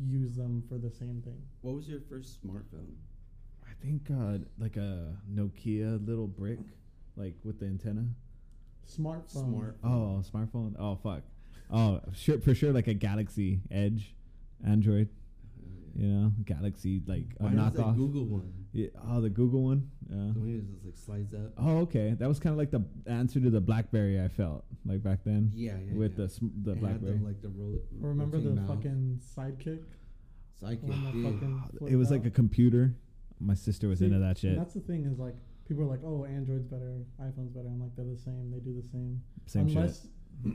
[SPEAKER 2] use them for the same thing.
[SPEAKER 3] what was your first smartphone?
[SPEAKER 1] I think uh, like a Nokia little brick. like with the antenna?
[SPEAKER 2] Smartphone.
[SPEAKER 3] Smart.
[SPEAKER 1] Oh, smartphone. Oh, fuck. Oh, sure, for sure, like a Galaxy Edge, Android. You know, Galaxy like a
[SPEAKER 3] Why is that
[SPEAKER 1] knockoff.
[SPEAKER 3] Google one?
[SPEAKER 1] Yeah, oh, the Google one. Yeah.
[SPEAKER 3] The one that just like slides up.
[SPEAKER 1] Oh, okay. That was kind of like the answer to the BlackBerry. I felt like back then.
[SPEAKER 3] Yeah, yeah.
[SPEAKER 1] with
[SPEAKER 3] yeah.
[SPEAKER 1] the sm- the
[SPEAKER 3] It had
[SPEAKER 1] BlackBerry.
[SPEAKER 3] like the roll.
[SPEAKER 2] Or Remember the
[SPEAKER 3] rotating mouth.
[SPEAKER 2] fucking sidekick?
[SPEAKER 3] Psychic,
[SPEAKER 2] when that
[SPEAKER 3] dude.
[SPEAKER 2] fucking
[SPEAKER 1] it
[SPEAKER 2] flipped
[SPEAKER 1] was like
[SPEAKER 2] out?
[SPEAKER 1] a computer. My sister was
[SPEAKER 2] See,
[SPEAKER 1] into that
[SPEAKER 2] and
[SPEAKER 1] shit.
[SPEAKER 2] That's the thing is like people are like, oh, Android's better, iPhone's better. I'm like, they're the same. They do the same.
[SPEAKER 1] Same shit.
[SPEAKER 2] Unless (clears throat)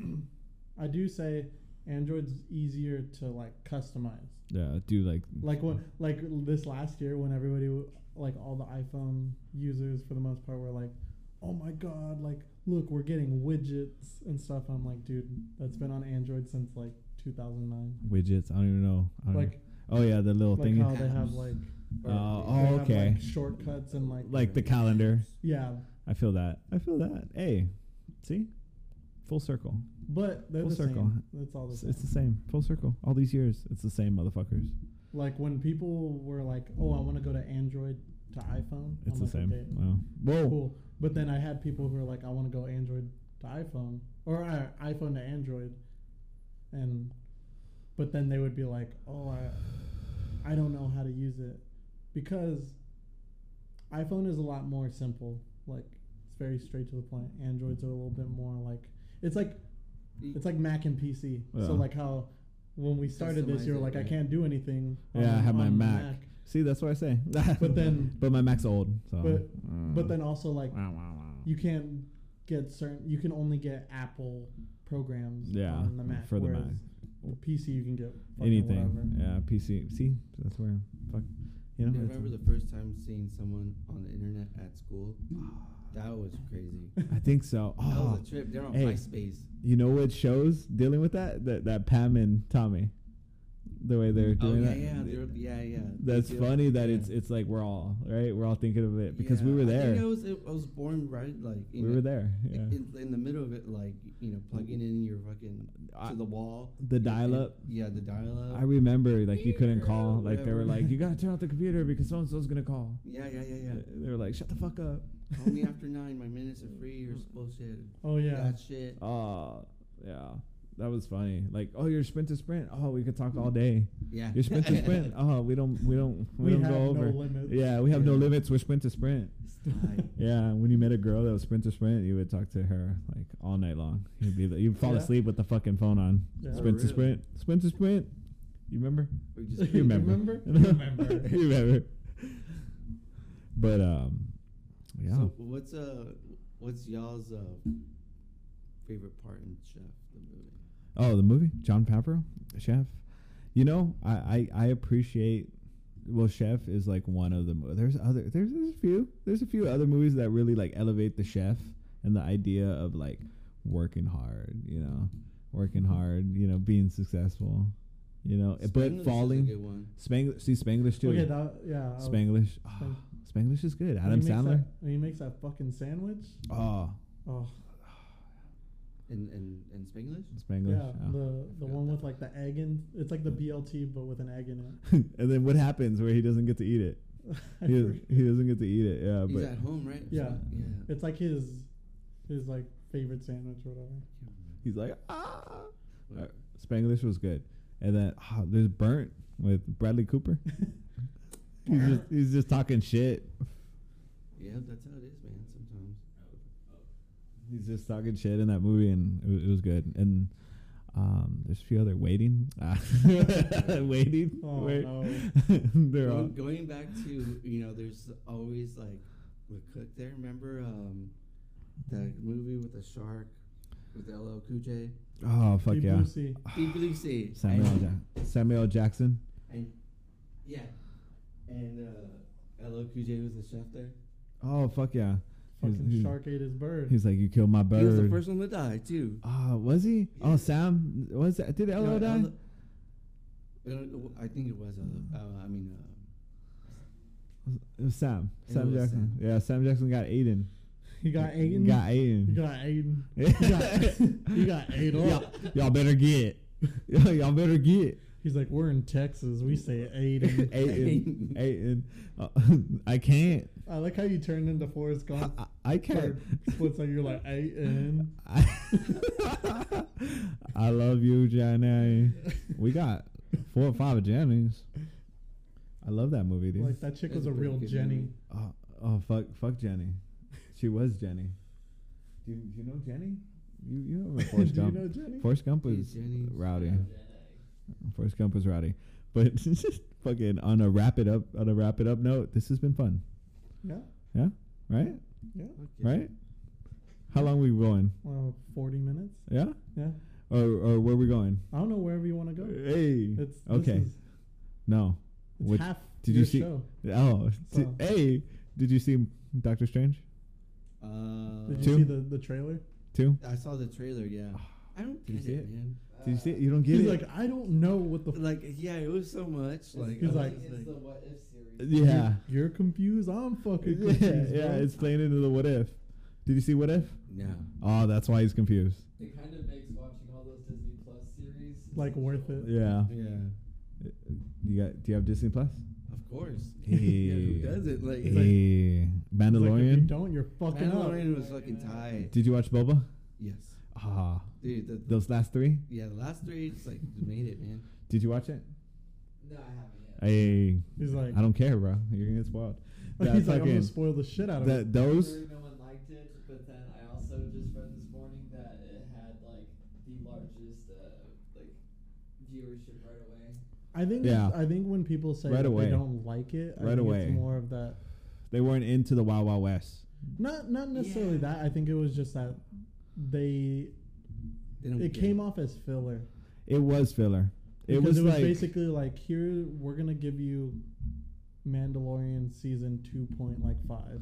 [SPEAKER 2] I do say Android's easier to like customize.
[SPEAKER 1] Yeah, do like
[SPEAKER 2] Like when like this last year when everybody w- like all the iPhone users for the most part were like, oh my god, like look, we're getting widgets and stuff. I'm like, dude, that's been on Android since like 2009.
[SPEAKER 1] widgets. I don't even know. I don't
[SPEAKER 2] Like
[SPEAKER 1] oh yeah, the little
[SPEAKER 2] like
[SPEAKER 1] thingy.
[SPEAKER 2] how they have like
[SPEAKER 1] Uh,
[SPEAKER 3] Or they-
[SPEAKER 2] they
[SPEAKER 1] Oh,
[SPEAKER 2] have,
[SPEAKER 1] okay.
[SPEAKER 2] like, shortcuts and like
[SPEAKER 1] like the calendar.
[SPEAKER 2] yeah,
[SPEAKER 1] I feel that. I feel that. Hey, see, full circle.
[SPEAKER 2] but they're
[SPEAKER 1] Full
[SPEAKER 2] the
[SPEAKER 1] circle.
[SPEAKER 2] same. That's all the
[SPEAKER 1] It's,
[SPEAKER 2] same.
[SPEAKER 1] it's the same. Full circle. All these years, it's the same, motherfuckers.
[SPEAKER 2] Like when people were like, "Oh, I want to go to Android to iPhone,"
[SPEAKER 1] It's
[SPEAKER 2] I'm
[SPEAKER 1] the
[SPEAKER 2] like,
[SPEAKER 1] same.
[SPEAKER 2] "Okay,
[SPEAKER 1] Wow. Whoa.
[SPEAKER 2] cool. But then I had people who were like, "I want to go Android to iPhone or uh, iPhone to Android," and but then they would be like, "Oh, I, I don't know how to use it," because iPhone is a lot more simple. Like it's very straight to the point. Androids are a little bit more like it's like it's like Mac and PC.
[SPEAKER 1] Yeah.
[SPEAKER 2] So like how when we started this, you were
[SPEAKER 3] Customize it,
[SPEAKER 2] like, "I
[SPEAKER 3] right.
[SPEAKER 2] can't do anything."
[SPEAKER 1] Yeah, I
[SPEAKER 2] on-
[SPEAKER 1] have my
[SPEAKER 2] on
[SPEAKER 1] Mac. See, that's what I say. (laughs)
[SPEAKER 2] But then-
[SPEAKER 1] but my Mac's old. So. uh,
[SPEAKER 2] but- But then also like
[SPEAKER 1] Wow, wow, wow.
[SPEAKER 2] you can get certain you can only get apple programs
[SPEAKER 1] Yeah,
[SPEAKER 2] on the mac
[SPEAKER 1] for the
[SPEAKER 2] whereas the pc you can get fucking
[SPEAKER 1] anything.
[SPEAKER 2] whatever.
[SPEAKER 1] Yeah, PC. See, that's where fuck. You know.
[SPEAKER 3] I
[SPEAKER 1] it's-
[SPEAKER 3] remember the first time seeing someone on the internet at
[SPEAKER 1] (gasps)
[SPEAKER 3] school. That was crazy.
[SPEAKER 1] I think so.
[SPEAKER 3] (laughs) That
[SPEAKER 1] Oh,
[SPEAKER 3] was a trip. They're on
[SPEAKER 1] Hey.
[SPEAKER 3] MySpace.
[SPEAKER 1] you know what shows dealing with that? That that Pam and Tommy, the way they're
[SPEAKER 3] Oh
[SPEAKER 1] doing
[SPEAKER 3] yeah,
[SPEAKER 1] that.
[SPEAKER 3] yeah, they're- yeah, yeah. They
[SPEAKER 1] That's
[SPEAKER 3] do it.
[SPEAKER 1] funny that
[SPEAKER 3] Yeah.
[SPEAKER 1] it's it's like we're all right. We're all thinking of it because we
[SPEAKER 3] Yeah,
[SPEAKER 1] were
[SPEAKER 3] I think I
[SPEAKER 1] there.
[SPEAKER 3] was I was born right like
[SPEAKER 1] We
[SPEAKER 3] in the-
[SPEAKER 1] were there.
[SPEAKER 3] i-
[SPEAKER 1] Yeah.
[SPEAKER 3] in, in the middle of it, like you know, plugging in your fucking
[SPEAKER 1] I-
[SPEAKER 3] to the wall.
[SPEAKER 1] the
[SPEAKER 3] and-
[SPEAKER 1] dial-up.
[SPEAKER 3] Yeah, the dial-up.
[SPEAKER 1] I remember like you couldn't call. Like they were
[SPEAKER 3] Whatever.
[SPEAKER 1] like, you
[SPEAKER 3] (laughs)
[SPEAKER 1] gotta turn off the computer because so and so's gonna call.
[SPEAKER 3] yeah, yeah, yeah, yeah.
[SPEAKER 1] They were like, shut the fuck
[SPEAKER 3] (laughs)
[SPEAKER 1] up.
[SPEAKER 3] Call me after nine. My minutes are free. You're supposed to.
[SPEAKER 2] oh yeah
[SPEAKER 3] That shit.
[SPEAKER 1] Oh, yeah. That was funny. Like, oh, you're sprint to sprint. Oh, we could talk all day.
[SPEAKER 3] Mm-hmm. Yeah.
[SPEAKER 1] You're sprint to
[SPEAKER 3] (laughs)
[SPEAKER 1] sprint. Oh, we don't, we don't, we,
[SPEAKER 2] we
[SPEAKER 1] don't
[SPEAKER 2] have
[SPEAKER 1] go
[SPEAKER 2] no
[SPEAKER 1] over.
[SPEAKER 2] limits
[SPEAKER 1] yeah, we have no
[SPEAKER 3] Yeah.
[SPEAKER 1] limits. We're sprint to sprint.
[SPEAKER 3] It's tight.
[SPEAKER 1] (laughs) Yeah, when you met a girl that was sprint to sprint, you would talk to her like all night long. You'd be, like- you'd fall
[SPEAKER 2] Yeah.
[SPEAKER 1] asleep with the fucking phone on.
[SPEAKER 2] Yeah.
[SPEAKER 1] Sprint to
[SPEAKER 3] Really?
[SPEAKER 1] sprint, sprint to sprint. You remember?
[SPEAKER 3] We just (laughs)
[SPEAKER 1] You remember?
[SPEAKER 2] remember remember
[SPEAKER 1] (laughs) you remember? But um, yeah.
[SPEAKER 3] So what's uh what's y'all's uh favorite part in Chef the movie?
[SPEAKER 1] Oh, the movie John Favreau, Chef. You know, I, I I appreciate. Well, Chef is like one of the. Mo- there's other. There's, there's a few. There's a few other movies that really like elevate the chef and the idea of like working hard. You know, working hard. You know, being successful. You know,
[SPEAKER 3] Spanglish is
[SPEAKER 1] Uh, but
[SPEAKER 3] a
[SPEAKER 1] falling.
[SPEAKER 3] good one.
[SPEAKER 1] Spanglish. See Spanglish too.
[SPEAKER 2] okay that yeah I was-
[SPEAKER 1] Spanglish. Ah,
[SPEAKER 2] Spang-
[SPEAKER 1] Spanglish is good.
[SPEAKER 2] when
[SPEAKER 1] Adam
[SPEAKER 2] he makes
[SPEAKER 1] Sandler.
[SPEAKER 2] that, when he makes that fucking sandwich
[SPEAKER 1] Oh,
[SPEAKER 2] oh
[SPEAKER 3] And and and Spanglish?
[SPEAKER 1] Spanglish.
[SPEAKER 2] yeah
[SPEAKER 1] ah.
[SPEAKER 2] the the one with like the egg in it's like the blt but with an egg in it
[SPEAKER 1] (laughs) and then what happens where he doesn't get to eat it?
[SPEAKER 2] (laughs)
[SPEAKER 3] (laughs)
[SPEAKER 2] I
[SPEAKER 1] He,
[SPEAKER 2] forget.
[SPEAKER 1] he doesn't get to eat it. Yeah,
[SPEAKER 3] He's
[SPEAKER 1] Uh, but
[SPEAKER 3] at home, right?
[SPEAKER 2] Yeah.
[SPEAKER 3] So, yeah.
[SPEAKER 2] it's like his his like favorite sandwich or whatever (laughs)
[SPEAKER 1] He's like, ah.
[SPEAKER 3] Whatever.
[SPEAKER 1] Spanglish was good, and then ah, there's burnt with Bradley
[SPEAKER 3] (laughs)
[SPEAKER 1] Cooper. he's just he's just talking shit.
[SPEAKER 3] Yeah, that's how it is, man. Sometimes.
[SPEAKER 1] He's just talking shit in that movie, and it, wa- it was good. And um, there's a few other waiting, Ah. (laughs) waiting.
[SPEAKER 2] Oh,
[SPEAKER 1] Wait. (laughs)
[SPEAKER 2] no.
[SPEAKER 1] They're all
[SPEAKER 3] Going, going back to you know, there's always like the cook there. Remember um that movie with the shark with LL Cool J?
[SPEAKER 1] oh fuck
[SPEAKER 2] Deep
[SPEAKER 1] yeah.
[SPEAKER 2] Blue Sea.
[SPEAKER 3] Deep Blue Sea.
[SPEAKER 1] Samuel
[SPEAKER 3] And-
[SPEAKER 1] ja- Samuel Jackson.
[SPEAKER 3] and- yeah, and uh, LL Cool J was the chef there.
[SPEAKER 1] Oh fuck yeah. He's-
[SPEAKER 2] fucking
[SPEAKER 1] he's-
[SPEAKER 2] shark ate his bird
[SPEAKER 1] He's like, you killed my bird.
[SPEAKER 3] He was the first one to die too.
[SPEAKER 1] Ah, was he? Oh,
[SPEAKER 3] Yeah.
[SPEAKER 1] Sam. Was that? Did LL
[SPEAKER 3] No,
[SPEAKER 1] die?
[SPEAKER 3] Ella- Ella- w- I think it was. Uh, uh, I mean, uh,
[SPEAKER 1] It was Sam.
[SPEAKER 3] It
[SPEAKER 1] Sam
[SPEAKER 3] was
[SPEAKER 1] Jackson.
[SPEAKER 3] Sam.
[SPEAKER 1] Yeah, Sam Jackson got Aiden.
[SPEAKER 2] he got Aiden.
[SPEAKER 1] Got
[SPEAKER 2] He
[SPEAKER 1] (laughs) Aiden.
[SPEAKER 2] got Aiden. He got, (laughs) he got Aiden.
[SPEAKER 1] Y'all, y'all better get. (laughs) Y'all y'all better get.
[SPEAKER 2] He's like, we're in Texas. We say
[SPEAKER 1] (laughs)
[SPEAKER 2] Aiden.
[SPEAKER 3] (laughs)
[SPEAKER 1] Aiden. Aiden. Uh, (laughs) I can't.
[SPEAKER 2] I like how you turned into Forrest
[SPEAKER 1] I, (laughs)
[SPEAKER 2] Gump.
[SPEAKER 1] I- I can't.
[SPEAKER 2] What's like you're like A N.
[SPEAKER 1] I, (laughs) I love you, Johnny. We got four or five Jennies. I love that movie, dude.
[SPEAKER 2] Like that chick was
[SPEAKER 3] That's
[SPEAKER 2] a
[SPEAKER 3] a pretty
[SPEAKER 2] real
[SPEAKER 3] good
[SPEAKER 2] Jenny.
[SPEAKER 3] movie.
[SPEAKER 1] Oh, oh fuck, fuck Jenny. (laughs) She was Jenny. Do you, do you know Jenny? You you know
[SPEAKER 2] (laughs) Do
[SPEAKER 1] Forrest
[SPEAKER 2] you
[SPEAKER 1] Gump.
[SPEAKER 2] know Jenny?
[SPEAKER 1] Forrest Gump
[SPEAKER 3] Hey,
[SPEAKER 1] was
[SPEAKER 3] Jenny.
[SPEAKER 1] rowdy.
[SPEAKER 4] Jenny.
[SPEAKER 1] Forrest Gump was rowdy. But (laughs) fucking on a wrap it up on a wrap it up note, this has been fun,
[SPEAKER 2] Yeah,
[SPEAKER 1] right?
[SPEAKER 2] yeah.
[SPEAKER 3] Okay.
[SPEAKER 1] Right? How long we going?
[SPEAKER 2] Well, forty minutes.
[SPEAKER 1] Yeah?
[SPEAKER 2] Yeah.
[SPEAKER 1] Or or where we going?
[SPEAKER 2] I don't know wherever you want to go.
[SPEAKER 1] Hey.
[SPEAKER 2] It's this
[SPEAKER 1] okay.
[SPEAKER 2] Is, it's
[SPEAKER 1] No. Which-
[SPEAKER 2] half.
[SPEAKER 1] did you
[SPEAKER 2] your
[SPEAKER 1] see-
[SPEAKER 2] Show.
[SPEAKER 1] Oh, d-
[SPEAKER 2] So-
[SPEAKER 1] hey, did you see Doctor Strange
[SPEAKER 3] Uh,
[SPEAKER 2] Did
[SPEAKER 1] Two?
[SPEAKER 2] you see the, the trailer?
[SPEAKER 1] too?
[SPEAKER 3] I saw the trailer. Yeah. I don't
[SPEAKER 1] Did you
[SPEAKER 3] get
[SPEAKER 1] see
[SPEAKER 3] it,
[SPEAKER 1] it?
[SPEAKER 3] man.
[SPEAKER 1] Did you see it? You don't get
[SPEAKER 2] He's
[SPEAKER 1] it.
[SPEAKER 2] like, I don't know what the. F-
[SPEAKER 3] Like, yeah, it was so much. Like,
[SPEAKER 2] He's
[SPEAKER 3] I
[SPEAKER 2] like-
[SPEAKER 3] was
[SPEAKER 4] it's the what if series.
[SPEAKER 1] yeah.
[SPEAKER 2] You're confused. I'm fucking
[SPEAKER 1] (laughs) yeah,
[SPEAKER 2] confused.
[SPEAKER 1] yeah,
[SPEAKER 2] bro.
[SPEAKER 1] it's playing into the what if. Did you see what if?
[SPEAKER 3] no.
[SPEAKER 1] Oh, that's why he's confused.
[SPEAKER 4] It kind of makes watching all those Disney Plus series
[SPEAKER 2] Like, worth it.
[SPEAKER 4] essential.
[SPEAKER 1] Yeah.
[SPEAKER 3] Yeah.
[SPEAKER 1] You got? Do you have Disney
[SPEAKER 2] (laughs)
[SPEAKER 1] Plus?
[SPEAKER 3] Of course. (laughs)
[SPEAKER 1] Hey.
[SPEAKER 3] yeah, who does it? Like,
[SPEAKER 2] It's like-
[SPEAKER 1] Hey,
[SPEAKER 2] He's like, if you
[SPEAKER 1] Mandalorian.
[SPEAKER 2] don't, you're fucking up.
[SPEAKER 3] Mandalorian was fucking tied.
[SPEAKER 1] Did you watch Boba?
[SPEAKER 3] Yes.
[SPEAKER 1] Ah,
[SPEAKER 3] Dude, the, the,
[SPEAKER 1] those last three.
[SPEAKER 3] yeah, the last three just like made it, man.
[SPEAKER 1] Did you watch it?
[SPEAKER 4] No, I haven't yet.
[SPEAKER 1] Hey,
[SPEAKER 2] He's like,
[SPEAKER 1] I don't care, bro. You're gonna get spoiled. That
[SPEAKER 2] (laughs) (laughs) he's like, I'm
[SPEAKER 1] fucking-
[SPEAKER 2] gonna spoil the shit out of it.
[SPEAKER 1] that those.
[SPEAKER 4] Sure, No one liked it, but then I also just read this morning that it had like the largest uh, like viewership right away.
[SPEAKER 2] I think.
[SPEAKER 1] Yeah.
[SPEAKER 2] I think when people say
[SPEAKER 1] Right
[SPEAKER 2] that
[SPEAKER 1] away.
[SPEAKER 2] they don't like it, I
[SPEAKER 1] Right
[SPEAKER 2] think
[SPEAKER 1] away.
[SPEAKER 2] it's more of that.
[SPEAKER 1] They weren't into the Wild Wild West.
[SPEAKER 2] Not not necessarily
[SPEAKER 3] Yeah.
[SPEAKER 2] that. I think it was just that they.
[SPEAKER 3] They don't
[SPEAKER 2] It
[SPEAKER 3] get
[SPEAKER 2] came off as filler.
[SPEAKER 1] It was filler. It
[SPEAKER 2] Because
[SPEAKER 1] was, like
[SPEAKER 2] basically like here we're gonna give you Mandalorian season two point like five.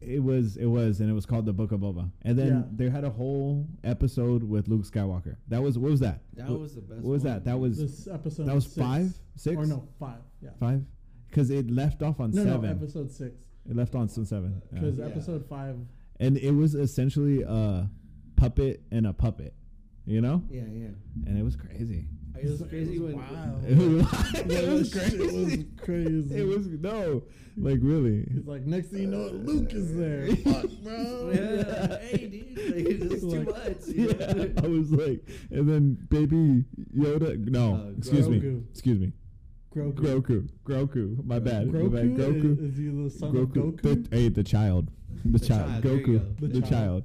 [SPEAKER 1] it was it was, and it was called the Book of Boba. And then
[SPEAKER 2] Yeah.
[SPEAKER 1] they had a whole episode with Luke Skywalker. That was what was that?
[SPEAKER 3] That
[SPEAKER 1] What-
[SPEAKER 3] was the best.
[SPEAKER 1] What was
[SPEAKER 3] one.
[SPEAKER 1] that? That was
[SPEAKER 2] This episode
[SPEAKER 1] that was
[SPEAKER 2] six.
[SPEAKER 1] five, six,
[SPEAKER 2] or no five yeah
[SPEAKER 1] five, because it left off on
[SPEAKER 2] no
[SPEAKER 1] seven.
[SPEAKER 2] no episode six
[SPEAKER 1] it left on some seven. yeah.
[SPEAKER 2] because
[SPEAKER 3] Yeah.
[SPEAKER 2] episode
[SPEAKER 1] (laughs)
[SPEAKER 2] five
[SPEAKER 1] and it was essentially a puppet and a puppet, you know.
[SPEAKER 3] Yeah, yeah.
[SPEAKER 1] And it was crazy.
[SPEAKER 3] It was crazy when. (laughs)
[SPEAKER 2] wild.
[SPEAKER 1] (laughs) It was,
[SPEAKER 2] Oh,
[SPEAKER 1] (laughs)
[SPEAKER 2] Yeah,
[SPEAKER 1] it was
[SPEAKER 2] that shit
[SPEAKER 1] crazy.
[SPEAKER 2] was crazy.
[SPEAKER 1] It was no, like really.
[SPEAKER 2] It's like next thing you know it, Luke is
[SPEAKER 1] (laughs)
[SPEAKER 2] (laughs) there fuck bro
[SPEAKER 3] Yeah, hey, dude, like, it's just too
[SPEAKER 2] Like-
[SPEAKER 3] much. you
[SPEAKER 1] (laughs) yeah,
[SPEAKER 3] know?
[SPEAKER 1] I was like, and then baby Yoda. No,
[SPEAKER 3] Uh,
[SPEAKER 1] excuse me,
[SPEAKER 2] Grogu.
[SPEAKER 1] excuse me,
[SPEAKER 2] Grogu
[SPEAKER 1] Grogu, Grogu.
[SPEAKER 3] Uh,
[SPEAKER 1] My bad, my
[SPEAKER 2] Grogu,
[SPEAKER 1] bad. Grogu,
[SPEAKER 2] Is, is he the son
[SPEAKER 1] Grogu.
[SPEAKER 2] of Goku
[SPEAKER 1] The, hey, the child, the,
[SPEAKER 3] The
[SPEAKER 1] child,
[SPEAKER 3] child, there you
[SPEAKER 1] Goku,
[SPEAKER 3] go.
[SPEAKER 1] the,
[SPEAKER 2] The
[SPEAKER 1] child.
[SPEAKER 2] child.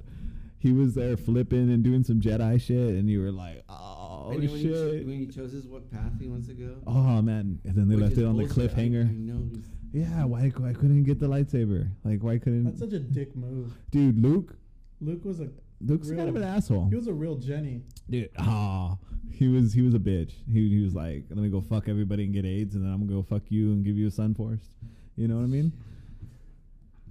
[SPEAKER 1] He was there flipping and doing some Jedi shit, and you were like, oh
[SPEAKER 3] and then when, He,
[SPEAKER 1] shit.
[SPEAKER 3] ch- when he chooses what path he wants to go.
[SPEAKER 1] Oh man! And then they
[SPEAKER 3] which
[SPEAKER 1] left
[SPEAKER 3] is
[SPEAKER 1] it on the
[SPEAKER 3] bullshit. I- I
[SPEAKER 1] cliffhanger.
[SPEAKER 3] know. he's-
[SPEAKER 1] Yeah, why, why couldn't he get the lightsaber? Like, why couldn't
[SPEAKER 2] that's such a dick move
[SPEAKER 1] dude Luke?
[SPEAKER 2] Luke was a
[SPEAKER 1] Luke's kind of an
[SPEAKER 2] Really?
[SPEAKER 1] asshole.
[SPEAKER 2] he was a real Jenny
[SPEAKER 1] dude ah he was he was a bitch he, he was like let me go fuck everybody and get aids and then i'm gonna go fuck you and give you a son forced you know what i mean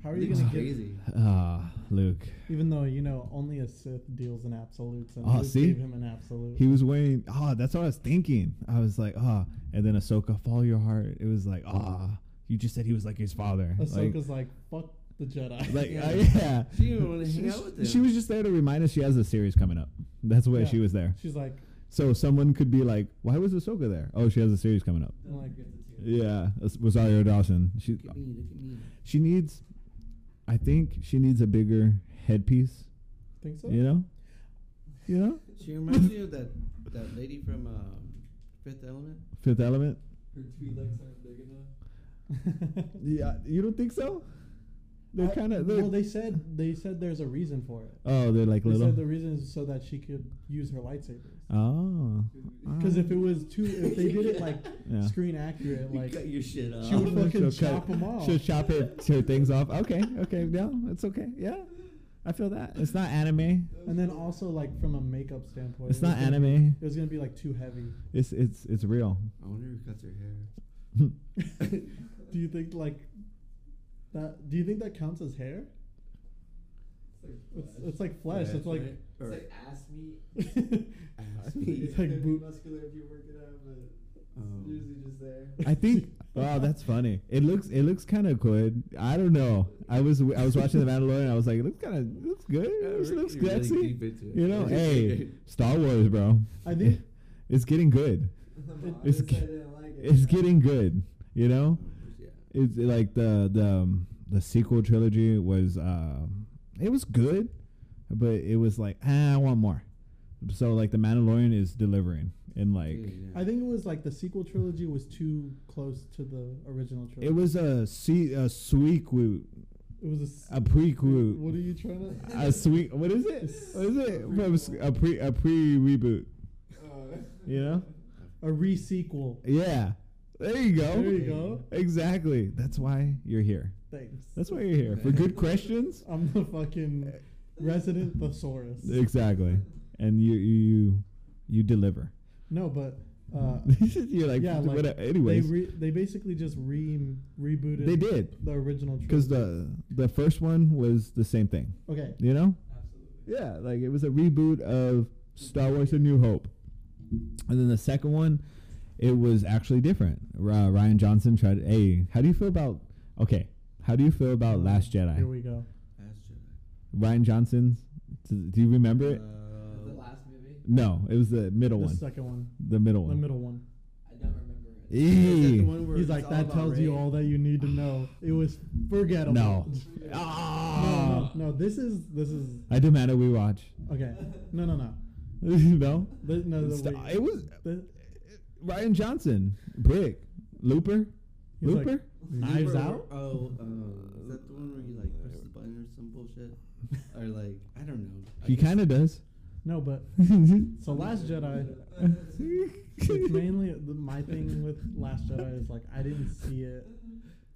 [SPEAKER 2] how are you
[SPEAKER 3] Luke's
[SPEAKER 2] gonna get
[SPEAKER 3] crazy.
[SPEAKER 1] ah luke
[SPEAKER 2] Even though you know only a Sith deals in absolutes, and
[SPEAKER 1] Ah,
[SPEAKER 2] Luke
[SPEAKER 1] see?
[SPEAKER 2] gave him an absolute.
[SPEAKER 1] he was wearing ah that's what i was thinking i was like ah and then ahsoka follow your heart it was like ah you just said he was like his father like,
[SPEAKER 2] Ahsoka's
[SPEAKER 3] (laughs)
[SPEAKER 2] like, fuck the
[SPEAKER 1] (laughs)
[SPEAKER 2] Jedi.
[SPEAKER 1] like
[SPEAKER 3] Yeah.
[SPEAKER 1] yeah, yeah.
[SPEAKER 3] She didn't even wanna hang
[SPEAKER 1] She-
[SPEAKER 3] out with him.
[SPEAKER 1] she was just there to remind us she has a series coming up that's why
[SPEAKER 2] Yeah.
[SPEAKER 1] she was there
[SPEAKER 2] she's like,
[SPEAKER 1] so someone could be like why was ahsoka there oh she has a series coming up
[SPEAKER 4] Don't
[SPEAKER 2] Like-
[SPEAKER 4] forget the two.
[SPEAKER 1] yeah rosario dawson she
[SPEAKER 3] Look at me, look at me.
[SPEAKER 1] She needs, I think she needs a bigger headpiece.
[SPEAKER 2] think so?
[SPEAKER 1] You
[SPEAKER 2] (laughs)
[SPEAKER 1] know, you know,
[SPEAKER 3] She reminds me of that that lady from um, Fifth Element.
[SPEAKER 1] Fifth Element.
[SPEAKER 4] Her Twi'leks aren't big enough.
[SPEAKER 1] Yeah, you don't think so? They're
[SPEAKER 2] I-
[SPEAKER 1] kind of.
[SPEAKER 2] Well, they said they said there's a reason for it.
[SPEAKER 1] Oh, they're like
[SPEAKER 2] They
[SPEAKER 1] little.
[SPEAKER 2] said the reason is so that she could use her lightsabers.
[SPEAKER 1] oh.
[SPEAKER 2] Because if it was too, if they did it like
[SPEAKER 1] (laughs) Yeah.
[SPEAKER 2] screen accurate,
[SPEAKER 3] You
[SPEAKER 2] like
[SPEAKER 3] cut your shit off.
[SPEAKER 2] she would fucking
[SPEAKER 1] Oh, She'll cut-
[SPEAKER 2] chop them off.
[SPEAKER 1] She'll chop it, her things off. Okay, okay, no, it's okay. Yeah, I feel that. It's not anime.
[SPEAKER 2] And then also like from a makeup standpoint,
[SPEAKER 1] It's
[SPEAKER 2] it was
[SPEAKER 1] not
[SPEAKER 2] gonna
[SPEAKER 1] anime.
[SPEAKER 2] Be, it was gonna be like too heavy.
[SPEAKER 1] It's it's it's real. (laughs)
[SPEAKER 3] I wonder who cuts her hair.
[SPEAKER 2] Do you think like that? Do you think that counts as hair? It's, it's like flesh. It's like
[SPEAKER 3] right?
[SPEAKER 4] It's
[SPEAKER 3] Or
[SPEAKER 4] like ass
[SPEAKER 2] (laughs)
[SPEAKER 4] meat.
[SPEAKER 3] ass
[SPEAKER 2] It's
[SPEAKER 3] meat.
[SPEAKER 2] like
[SPEAKER 4] (laughs) gonna be
[SPEAKER 2] boot-
[SPEAKER 4] muscular if you work it out, but it's
[SPEAKER 3] Oh.
[SPEAKER 4] usually just there.
[SPEAKER 1] I
[SPEAKER 4] (laughs)
[SPEAKER 1] think. Wow, that's funny. It looks it looks kind of good. I don't know. I was I was watching The Mandalorian. I was like, it looks kind of looks good.
[SPEAKER 3] Yeah,
[SPEAKER 1] It
[SPEAKER 3] we're
[SPEAKER 1] looks
[SPEAKER 3] getting really
[SPEAKER 1] sexy.
[SPEAKER 3] deep into it.
[SPEAKER 1] you
[SPEAKER 3] (laughs)
[SPEAKER 1] know, hey, Star Wars, bro.
[SPEAKER 2] I think
[SPEAKER 1] (laughs) it's getting
[SPEAKER 4] (laughs)
[SPEAKER 1] good.
[SPEAKER 4] Mom
[SPEAKER 1] it's
[SPEAKER 4] just
[SPEAKER 1] ge-
[SPEAKER 4] said I didn't like it.
[SPEAKER 1] It's getting good. You know,
[SPEAKER 3] Oh, Yeah.
[SPEAKER 1] it's like the the um, the sequel trilogy was um, it was good, but it was like ah, I want more. So like the Mandalorian is delivering, and like
[SPEAKER 3] Dude, yeah.
[SPEAKER 2] I think it was like the sequel trilogy was too close to the original trilogy.
[SPEAKER 1] it was a se- a sequel,
[SPEAKER 2] It was a. s-
[SPEAKER 1] a prequel.
[SPEAKER 2] What are you trying to?
[SPEAKER 1] a sweet what is it? What is it? It was A pre a pre reboot.
[SPEAKER 4] Uh,
[SPEAKER 1] You
[SPEAKER 4] (laughs)
[SPEAKER 1] know?
[SPEAKER 2] A re-sequel.
[SPEAKER 1] Yeah. There you go.
[SPEAKER 2] There you go.
[SPEAKER 1] Exactly. That's why you're here.
[SPEAKER 2] Thanks.
[SPEAKER 1] That's why you're here for good questions.
[SPEAKER 2] (laughs) I'm the fucking resident thesaurus.
[SPEAKER 1] (laughs) Exactly. And you you you, you deliver.
[SPEAKER 2] No, but uh,
[SPEAKER 1] you're like,
[SPEAKER 2] yeah, like
[SPEAKER 1] whatever.
[SPEAKER 2] they
[SPEAKER 1] anyways.
[SPEAKER 2] re- they basically just re rebooted.
[SPEAKER 1] They did.
[SPEAKER 2] the original
[SPEAKER 1] because
[SPEAKER 2] trilogy.
[SPEAKER 1] the the first one was the same thing,
[SPEAKER 2] okay.
[SPEAKER 1] you know.
[SPEAKER 4] Absolutely.
[SPEAKER 1] Yeah, like it was a reboot of Star Wars: A New Hope, and then the second one, it was actually different. Uh, Ryan Johnson tried. Hey, how do you feel about? Okay, how do you feel about Last
[SPEAKER 2] Here
[SPEAKER 1] Jedi?
[SPEAKER 2] we go.
[SPEAKER 3] Last Jedi.
[SPEAKER 1] Ryan Johnson's. Do do you remember it?
[SPEAKER 4] The
[SPEAKER 3] Uh,
[SPEAKER 4] last movie?
[SPEAKER 1] No, it was the middle
[SPEAKER 2] the
[SPEAKER 1] one.
[SPEAKER 2] second one.
[SPEAKER 1] the middle
[SPEAKER 2] The
[SPEAKER 1] one.
[SPEAKER 2] middle one.
[SPEAKER 4] I don't remember it.
[SPEAKER 3] is that
[SPEAKER 1] Eee.
[SPEAKER 3] the one where
[SPEAKER 2] He's
[SPEAKER 3] it's
[SPEAKER 2] like,
[SPEAKER 3] all
[SPEAKER 2] that
[SPEAKER 3] about
[SPEAKER 2] tells you
[SPEAKER 3] Rey?"
[SPEAKER 2] all that you need to know. It was forgettable.
[SPEAKER 1] No.
[SPEAKER 2] no,
[SPEAKER 1] Ah.
[SPEAKER 2] no, no, This is this is
[SPEAKER 1] I demand a rewatch.
[SPEAKER 2] okay. No, no, no.
[SPEAKER 1] (laughs) no.
[SPEAKER 2] The, no, the,
[SPEAKER 1] Sta-
[SPEAKER 2] wait.
[SPEAKER 1] it was
[SPEAKER 2] The-
[SPEAKER 1] Ryan Johnson, Brick, Looper,
[SPEAKER 2] He's like-
[SPEAKER 1] Looper.
[SPEAKER 2] Knives
[SPEAKER 3] Remember-
[SPEAKER 2] Out?
[SPEAKER 3] Oh, uh, is that the one where he like presses the button or some
[SPEAKER 1] (laughs)
[SPEAKER 3] bullshit? or like, I don't know. I
[SPEAKER 1] he
[SPEAKER 3] guess-
[SPEAKER 1] kind of does.
[SPEAKER 2] no,
[SPEAKER 1] (laughs)
[SPEAKER 2] but so Last Jedi. it's mainly the, my thing with Last Jedi is like I didn't see it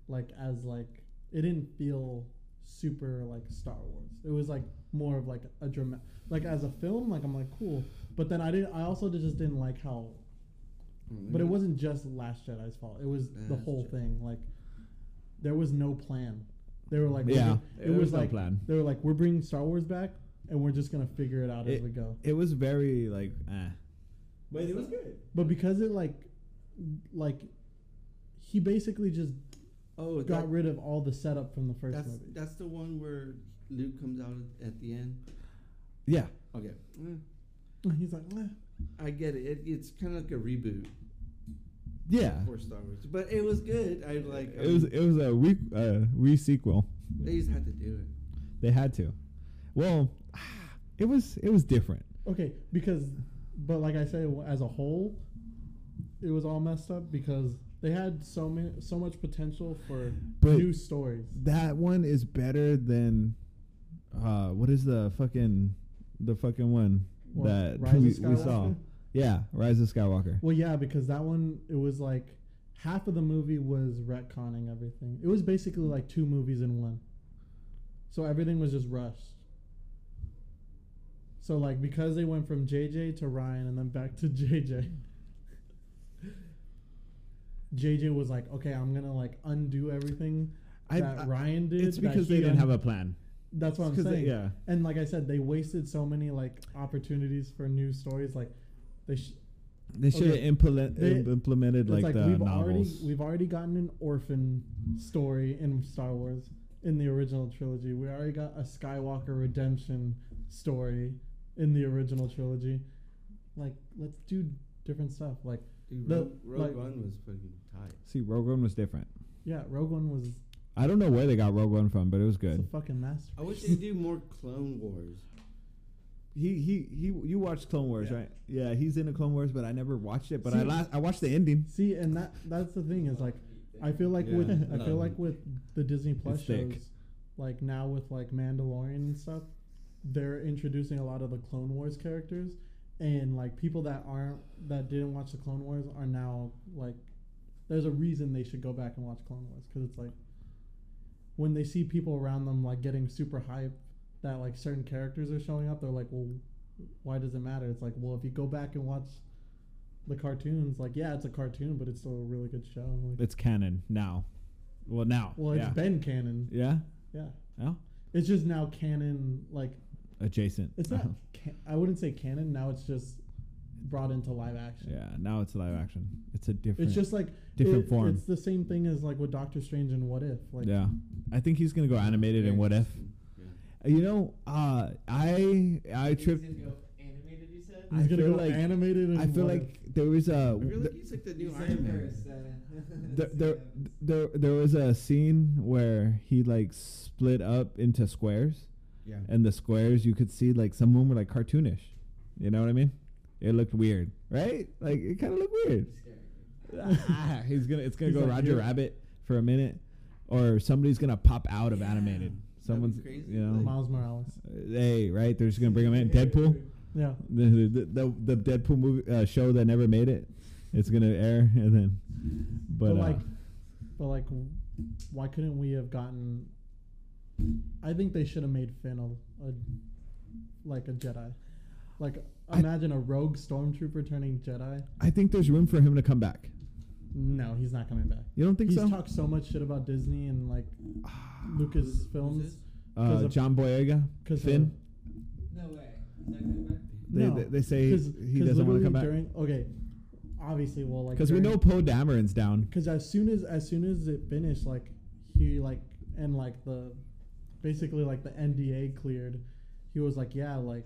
[SPEAKER 2] like as like it didn't feel super like Star Wars. It was like more of like a drama like as a film. Like I'm like cool, but then I didn't. I also just didn't like how.
[SPEAKER 3] Mm,
[SPEAKER 2] But it
[SPEAKER 3] maybe-
[SPEAKER 2] wasn't just Last Jedi's fault. It was the
[SPEAKER 3] Last
[SPEAKER 2] whole
[SPEAKER 3] Jedi.
[SPEAKER 2] thing. Like there was no plan. They were like we're
[SPEAKER 1] Yeah,
[SPEAKER 2] bring-
[SPEAKER 1] there
[SPEAKER 2] It was,
[SPEAKER 1] was no
[SPEAKER 2] like
[SPEAKER 1] plan.
[SPEAKER 2] they were like we're bringing Star Wars back and we're just gonna figure it out as
[SPEAKER 1] It-
[SPEAKER 2] we go.
[SPEAKER 1] It was very like, eh. but it was good.
[SPEAKER 2] But because it like, like, he basically just
[SPEAKER 3] Oh,
[SPEAKER 2] got
[SPEAKER 3] that-
[SPEAKER 2] rid of all the setup from the first
[SPEAKER 3] that's
[SPEAKER 2] movie. (laughs)
[SPEAKER 3] that's the one where Luke comes out at the end.
[SPEAKER 1] Yeah,
[SPEAKER 3] Okay, Eh,
[SPEAKER 2] He's like, "Meh."
[SPEAKER 3] I get it. it it's kind of like a reboot
[SPEAKER 1] yeah.
[SPEAKER 3] for Star Wars, but it was good. I like. I
[SPEAKER 1] It was
[SPEAKER 3] mean,
[SPEAKER 1] it was a re uh, re sequel.
[SPEAKER 3] they just had to do it.
[SPEAKER 1] They had to. Well, (sighs) it was it was different.
[SPEAKER 2] okay, because, but like I said, as a whole, it was all messed up because they had so many, so much potential for
[SPEAKER 1] But-
[SPEAKER 2] new stories.
[SPEAKER 1] That one is better than, uh, what is the fucking the fucking one
[SPEAKER 2] What,
[SPEAKER 1] that
[SPEAKER 2] Rise of
[SPEAKER 1] we, we saw?
[SPEAKER 2] Skywalker?
[SPEAKER 1] Yeah, Rise of Skywalker.
[SPEAKER 2] Well, yeah, because that one, it was like half of the movie was retconning everything. It was basically like two movies in one. So everything was just rushed. So like because they went from JJ to Ryan and then back to (laughs) JJ. JJ was like, okay, I'm gonna like undo everything
[SPEAKER 1] I-
[SPEAKER 2] that
[SPEAKER 1] I-
[SPEAKER 2] Ryan did.
[SPEAKER 1] it's
[SPEAKER 2] that
[SPEAKER 1] because they
[SPEAKER 2] he
[SPEAKER 1] didn't
[SPEAKER 2] un-
[SPEAKER 1] have a plan.
[SPEAKER 2] That's what
[SPEAKER 1] It's
[SPEAKER 2] I'm
[SPEAKER 1] 'cause they-
[SPEAKER 2] saying.
[SPEAKER 1] yeah.
[SPEAKER 2] And like I said, they wasted so many like opportunities for new stories. Like they sh-
[SPEAKER 1] They should have
[SPEAKER 2] Okay.
[SPEAKER 1] implement,
[SPEAKER 2] They-
[SPEAKER 1] im- implemented
[SPEAKER 2] It's
[SPEAKER 1] like, the
[SPEAKER 2] we've
[SPEAKER 1] novels.
[SPEAKER 2] already we've already gotten an orphan story in Star Wars in the original trilogy. We already got a Skywalker redemption story in the original trilogy. Like, let's do different stuff. Like,
[SPEAKER 3] Dude,
[SPEAKER 2] The-
[SPEAKER 3] Rogue, Rogue
[SPEAKER 2] like-
[SPEAKER 3] One was fucking tight.
[SPEAKER 1] See, Rogue One was different.
[SPEAKER 2] yeah, Rogue One was
[SPEAKER 1] I don't know where they got Rogue One from, but it was
[SPEAKER 2] it's a
[SPEAKER 1] good.
[SPEAKER 2] fucking masterpiece.
[SPEAKER 3] I wish they
[SPEAKER 2] (laughs)
[SPEAKER 3] do more Clone Wars.
[SPEAKER 1] He he he. You watched Clone Wars,
[SPEAKER 3] Yeah.
[SPEAKER 1] right? Yeah, he's in the Clone Wars, but I never watched it. But I
[SPEAKER 2] See-
[SPEAKER 1] last I watched the ending.
[SPEAKER 2] See, and that that's the thing is like, I feel like
[SPEAKER 3] Yeah,
[SPEAKER 2] with I
[SPEAKER 3] no.
[SPEAKER 2] feel like with the Disney Plus
[SPEAKER 1] It's
[SPEAKER 2] shows,
[SPEAKER 1] thick.
[SPEAKER 2] like now with like Mandalorian and stuff, they're introducing a lot of the Clone Wars characters, and like people that aren't that didn't watch the Clone Wars are now like, there's a reason they should go back and watch Clone Wars because it's like, when they see people around them like getting super hyped that like certain characters are showing up, they're like, well, why does it matter? It's like, well, if you go back and watch. The cartoons, like yeah, it's a cartoon, but it's still a really good show. Like,
[SPEAKER 1] It's canon now. Well, now.
[SPEAKER 2] well, it's
[SPEAKER 1] yeah.
[SPEAKER 2] been canon.
[SPEAKER 1] yeah.
[SPEAKER 2] Yeah.
[SPEAKER 1] Yeah.
[SPEAKER 2] It's just now canon. Like,
[SPEAKER 1] Adjacent.
[SPEAKER 2] it's not, ca- I wouldn't say canon. Now it's just brought into live action.
[SPEAKER 1] (laughs) yeah. Now it's live action. It's a different.
[SPEAKER 2] It's just like,
[SPEAKER 1] different
[SPEAKER 2] it-
[SPEAKER 1] form.
[SPEAKER 2] It's the same thing as like with Doctor Strange and What If. Like,
[SPEAKER 1] yeah. I think he's gonna go animated and what if.
[SPEAKER 3] Yeah.
[SPEAKER 1] You know, uh, I I tripped.
[SPEAKER 4] He's gonna go animated, you said?
[SPEAKER 1] I
[SPEAKER 2] He's going to
[SPEAKER 1] feel
[SPEAKER 2] go
[SPEAKER 1] like-
[SPEAKER 2] animated. And
[SPEAKER 1] I feel
[SPEAKER 2] What If.
[SPEAKER 1] like there was a.
[SPEAKER 3] I feel like he's like the new
[SPEAKER 4] You said
[SPEAKER 3] Iron
[SPEAKER 4] it
[SPEAKER 3] Man.
[SPEAKER 4] first, uh,
[SPEAKER 1] there,
[SPEAKER 4] see
[SPEAKER 1] there,
[SPEAKER 4] what happens.
[SPEAKER 1] there, there was a scene where he like split up into squares,
[SPEAKER 3] Yeah.
[SPEAKER 1] and the squares you could see like some of them were like cartoonish. You know what I mean? It looked weird, right? Like it kind of looked weird.
[SPEAKER 4] You're scaring me.
[SPEAKER 1] Ah, (laughs) he's gonna it's gonna
[SPEAKER 2] He's
[SPEAKER 1] go
[SPEAKER 2] like,
[SPEAKER 1] Roger
[SPEAKER 2] "Here."
[SPEAKER 1] Rabbit for a minute, or somebody's gonna pop out of
[SPEAKER 3] Yeah.
[SPEAKER 1] animated.
[SPEAKER 3] be
[SPEAKER 1] Someone's
[SPEAKER 3] crazy,
[SPEAKER 1] you know,
[SPEAKER 3] like-
[SPEAKER 2] Miles Morales.
[SPEAKER 1] hey, right? They're just gonna bring him in. Deadpool, (laughs)
[SPEAKER 2] Yeah.
[SPEAKER 1] the the, the, the Deadpool movie uh, show that never made it. It's gonna air and then, but, uh,
[SPEAKER 2] like, but like, why couldn't we have gotten? I think they should have made Finn a, a like a Jedi. Like,
[SPEAKER 1] I-
[SPEAKER 2] imagine a rogue stormtrooper turning Jedi.
[SPEAKER 1] I think there's room for him to come back.
[SPEAKER 2] No, he's not coming back.
[SPEAKER 1] You don't think
[SPEAKER 2] he's
[SPEAKER 1] so? Ah,
[SPEAKER 2] talked so much shit about Disney and like Lucas films.
[SPEAKER 1] uh,
[SPEAKER 2] 'cause of-
[SPEAKER 1] John Boyega,
[SPEAKER 2] 'cause of-
[SPEAKER 1] Finn.
[SPEAKER 4] No way. Is that coming back?
[SPEAKER 1] They- they- they say he doesn't wanna
[SPEAKER 2] literally
[SPEAKER 1] come back.
[SPEAKER 2] During, okay, obviously, well, like
[SPEAKER 1] Because we know Poe Dameron's down.
[SPEAKER 2] because as soon as as soon as it finished, like he like and like the basically like the NDA cleared, he was like, yeah, like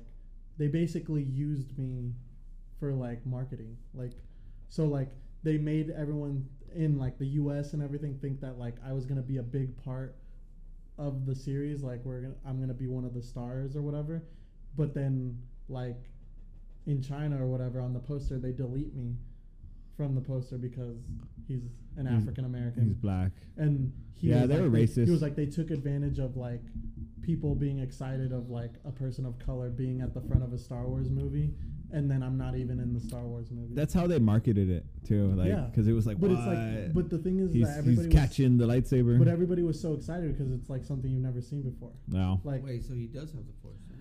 [SPEAKER 2] they basically used me for like marketing, like so like they made everyone in like the U.S. and everything think that like I was gonna be a big part of the series, like we're gonna I'm gonna be one of the stars or whatever, but then like in China or whatever on the poster they delete me from the poster because he's an
[SPEAKER 1] He's-
[SPEAKER 2] African
[SPEAKER 1] He's
[SPEAKER 2] American
[SPEAKER 1] black.
[SPEAKER 2] and he
[SPEAKER 1] Yeah,
[SPEAKER 2] was
[SPEAKER 1] they
[SPEAKER 2] like,
[SPEAKER 1] were
[SPEAKER 2] He
[SPEAKER 1] racist.
[SPEAKER 2] was like they took advantage of like people being excited of like a person of color being at the front of a Star Wars movie, and then I'm not even in the Star Wars movie.
[SPEAKER 1] That's how they marketed it too. Like,
[SPEAKER 2] Yeah.
[SPEAKER 1] because it was like,
[SPEAKER 2] but
[SPEAKER 1] what?
[SPEAKER 2] it's like but the thing is
[SPEAKER 1] he's,
[SPEAKER 2] that
[SPEAKER 1] he's
[SPEAKER 2] everybody was,
[SPEAKER 1] catching the lightsaber.
[SPEAKER 2] but everybody was so excited because it's like something you've never seen before.
[SPEAKER 1] no.
[SPEAKER 2] Like
[SPEAKER 3] Wait, so he does have the force? huh?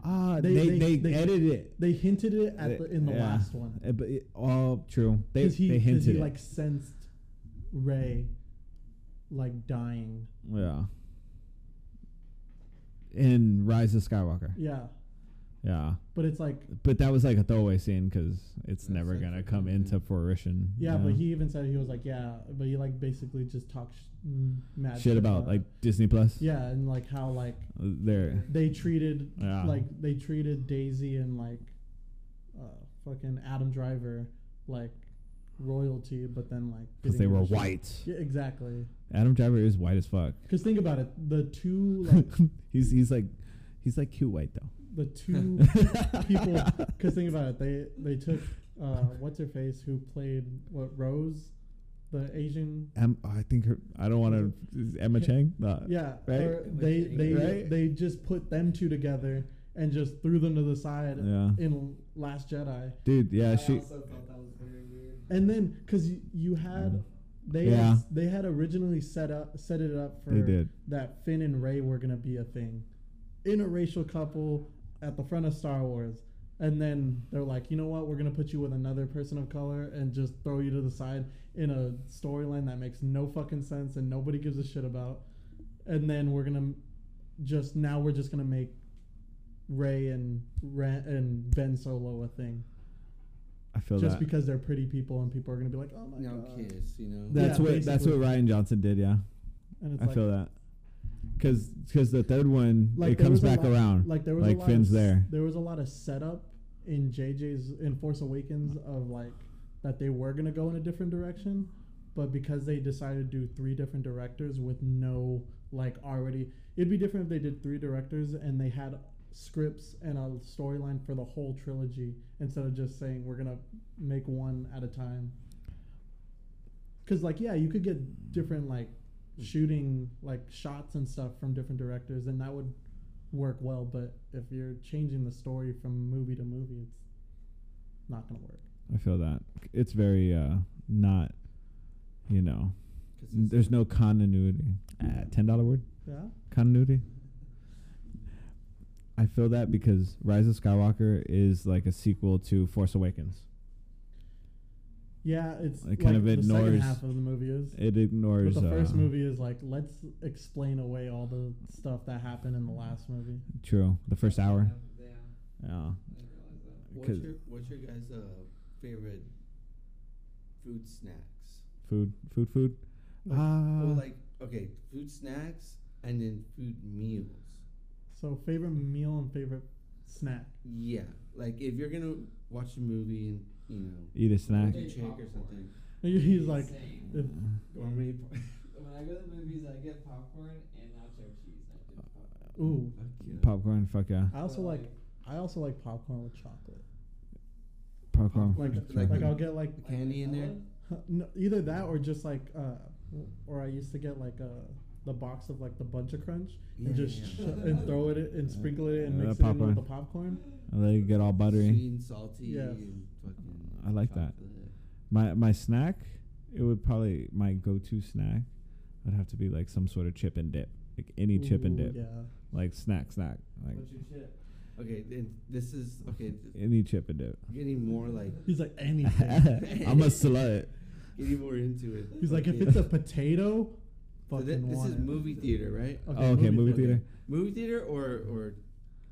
[SPEAKER 1] Ah,
[SPEAKER 2] They-
[SPEAKER 1] they
[SPEAKER 2] they-
[SPEAKER 1] they,
[SPEAKER 2] they-
[SPEAKER 1] edited it.
[SPEAKER 2] they hinted it at the, in the
[SPEAKER 1] Yeah.
[SPEAKER 2] last one
[SPEAKER 1] Uh, But it, all true. They
[SPEAKER 2] because he
[SPEAKER 1] they
[SPEAKER 2] 'cause
[SPEAKER 1] hinted
[SPEAKER 2] he
[SPEAKER 1] it.
[SPEAKER 2] like sensed Ray like dying.
[SPEAKER 1] yeah. In Rise of Skywalker.
[SPEAKER 2] Yeah,
[SPEAKER 1] Yeah.
[SPEAKER 2] but it's like
[SPEAKER 1] But that was like a throwaway scene because it's
[SPEAKER 3] That's
[SPEAKER 1] never
[SPEAKER 3] like
[SPEAKER 1] gonna
[SPEAKER 3] fucking
[SPEAKER 1] come
[SPEAKER 3] weird.
[SPEAKER 1] into fruition.
[SPEAKER 2] Yeah, but he even said he was like, yeah, but he like basically just talked sh- mm, mad
[SPEAKER 1] shit about like Disney Plus. Uh,
[SPEAKER 2] yeah, and like how like
[SPEAKER 1] (laughs) There.
[SPEAKER 2] they treated
[SPEAKER 1] Yeah.
[SPEAKER 2] like they treated Daisy and like uh, fucking Adam Driver like royalty, but then like
[SPEAKER 1] Because
[SPEAKER 2] didn't
[SPEAKER 1] they
[SPEAKER 2] give a
[SPEAKER 1] were
[SPEAKER 2] shit.
[SPEAKER 1] white.
[SPEAKER 2] Yeah, exactly.
[SPEAKER 1] Adam Driver is white as fuck.
[SPEAKER 2] Because think about it, the two like
[SPEAKER 1] (laughs) he's he's like he's like cute white though.
[SPEAKER 2] the two people. Because think about it, they they took uh, what's her face who played what Rose, the Asian
[SPEAKER 1] Em, oh, I think her. I don't want to. Emma Chang. No.
[SPEAKER 2] Yeah,
[SPEAKER 1] Uh, Right?
[SPEAKER 2] or
[SPEAKER 3] Like
[SPEAKER 2] they
[SPEAKER 3] the
[SPEAKER 2] they
[SPEAKER 1] Right?
[SPEAKER 2] they just put them two together and just threw them to the side
[SPEAKER 1] Yeah.
[SPEAKER 2] in Last Jedi.
[SPEAKER 1] Dude. Yeah.
[SPEAKER 4] I
[SPEAKER 1] She.
[SPEAKER 4] also thought that was very weird.
[SPEAKER 2] And then because you, you had they
[SPEAKER 1] Yeah.
[SPEAKER 2] had, they had originally set up set it up for
[SPEAKER 1] They did.
[SPEAKER 2] that Finn and Ray were gonna be a thing, interracial couple at the front of Star Wars. And then they're like, you know what? We're gonna put you with another person of color and just throw you to the side in a storyline that makes no fucking sense and nobody gives a shit about. And then we're gonna just now we're just gonna make Ray and Ren and Ben Solo a thing
[SPEAKER 1] I feel
[SPEAKER 2] just
[SPEAKER 1] that.
[SPEAKER 2] because they're pretty people and people are gonna be like, oh my
[SPEAKER 3] Now
[SPEAKER 2] god.
[SPEAKER 3] kiss, you know.
[SPEAKER 1] That's
[SPEAKER 2] Yeah,
[SPEAKER 1] what. That's
[SPEAKER 2] basically.
[SPEAKER 1] what Ryan Johnson did. Yeah.
[SPEAKER 2] And it's
[SPEAKER 1] I
[SPEAKER 2] like,
[SPEAKER 1] feel that. Because because the third one
[SPEAKER 2] like
[SPEAKER 1] it
[SPEAKER 2] there
[SPEAKER 1] comes
[SPEAKER 2] was a
[SPEAKER 1] back
[SPEAKER 2] lot-
[SPEAKER 1] around.
[SPEAKER 2] Like there was a
[SPEAKER 1] like
[SPEAKER 2] lot
[SPEAKER 1] Finn's
[SPEAKER 2] of, s-
[SPEAKER 1] there.
[SPEAKER 2] There was a lot of setup in JJ's in Force Awakens of like that they were gonna go in a different direction, but because they decided to do three different directors with no like already, it'd be different if they did three directors and they had scripts and a storyline for the whole trilogy instead of just saying we're gonna make one at a time. Cause like yeah, you could get different like shooting like shots and stuff from different directors, and that would work well. But if you're changing the story from movie to movie, it's not gonna work.
[SPEAKER 1] I feel that. It's very uh not. You know,
[SPEAKER 3] Consistent.
[SPEAKER 1] there's no continuity. Uh, Ten dollar word.
[SPEAKER 2] Yeah.
[SPEAKER 1] continuity. I feel that because Rise of Skywalker is like a sequel to Force Awakens.
[SPEAKER 2] Yeah, it's
[SPEAKER 1] It kind
[SPEAKER 2] like
[SPEAKER 1] of
[SPEAKER 2] the second
[SPEAKER 1] ignores-
[SPEAKER 2] half of the movie is.
[SPEAKER 1] It ignores
[SPEAKER 2] But the
[SPEAKER 1] uh,
[SPEAKER 2] first movie is like let's explain away all the stuff that happened in the last movie.
[SPEAKER 1] True, the first hour.
[SPEAKER 4] Yeah, I
[SPEAKER 1] Yeah.
[SPEAKER 4] didn't realize that.
[SPEAKER 3] What's
[SPEAKER 1] 'cause-
[SPEAKER 3] your What's your guys' uh, favorite food snacks?
[SPEAKER 1] Food, food, food.
[SPEAKER 2] Like-
[SPEAKER 1] Ah,
[SPEAKER 3] well, like okay, food snacks and then food meals.
[SPEAKER 2] So favorite meal and favorite snack. (laughs)
[SPEAKER 3] Yeah, like if you're gonna watch a movie and you know
[SPEAKER 1] eat a snack.
[SPEAKER 3] get a
[SPEAKER 4] Eat
[SPEAKER 3] chick or
[SPEAKER 4] popcorn.
[SPEAKER 3] something,
[SPEAKER 2] He's like,
[SPEAKER 4] Insane.
[SPEAKER 2] if,
[SPEAKER 3] gourmet. po-
[SPEAKER 2] (laughs)
[SPEAKER 4] when I go to the movies, I get popcorn and nacho cheese. I do popcorn.
[SPEAKER 2] Ooh,
[SPEAKER 3] Fuck yeah.
[SPEAKER 1] Popcorn, fuck yeah.
[SPEAKER 2] I also
[SPEAKER 4] But,
[SPEAKER 2] like I also like popcorn with chocolate.
[SPEAKER 1] Popcorn.
[SPEAKER 3] Popcorn,
[SPEAKER 1] fuck
[SPEAKER 3] like
[SPEAKER 1] yeah.
[SPEAKER 2] Like I'll get like
[SPEAKER 3] The candy in there.
[SPEAKER 2] no, either that or just like uh, or I used to get like uh the box of like the bunch of crunch
[SPEAKER 3] Yeah,
[SPEAKER 2] and just
[SPEAKER 3] yeah,
[SPEAKER 2] sh-
[SPEAKER 3] yeah.
[SPEAKER 2] and throw it in- and sprinkle it in and
[SPEAKER 1] Uh,
[SPEAKER 2] mix it in
[SPEAKER 1] popcorn.
[SPEAKER 2] with the popcorn.
[SPEAKER 1] I let it get all buttery.
[SPEAKER 3] Sweet and salty.
[SPEAKER 2] Yes.
[SPEAKER 3] And fucking
[SPEAKER 1] I like that.
[SPEAKER 3] chocolate.
[SPEAKER 1] My my snack, it would probably my go-to snack would have to be like some sort of chip and dip, like any chip and
[SPEAKER 2] Ooh,
[SPEAKER 1] dip,
[SPEAKER 2] Yeah.
[SPEAKER 1] like snack snack, like
[SPEAKER 4] What's your chip?
[SPEAKER 3] Okay, then this is
[SPEAKER 2] (laughs)
[SPEAKER 3] okay. th-
[SPEAKER 1] any chip and dip.
[SPEAKER 3] Getting more like
[SPEAKER 2] He's like
[SPEAKER 1] (laughs)
[SPEAKER 2] anything.
[SPEAKER 1] I'm a
[SPEAKER 2] (laughs)
[SPEAKER 1] slut.
[SPEAKER 3] getting more into it.
[SPEAKER 2] He's like if
[SPEAKER 3] Okay.
[SPEAKER 2] it's a potato,
[SPEAKER 3] So
[SPEAKER 2] fucking
[SPEAKER 3] thi- this
[SPEAKER 2] want
[SPEAKER 3] is
[SPEAKER 2] it.
[SPEAKER 3] movie theater, right? Uh,
[SPEAKER 1] Oh, okay, movie
[SPEAKER 2] theater.
[SPEAKER 1] theater.
[SPEAKER 3] Movie theater or or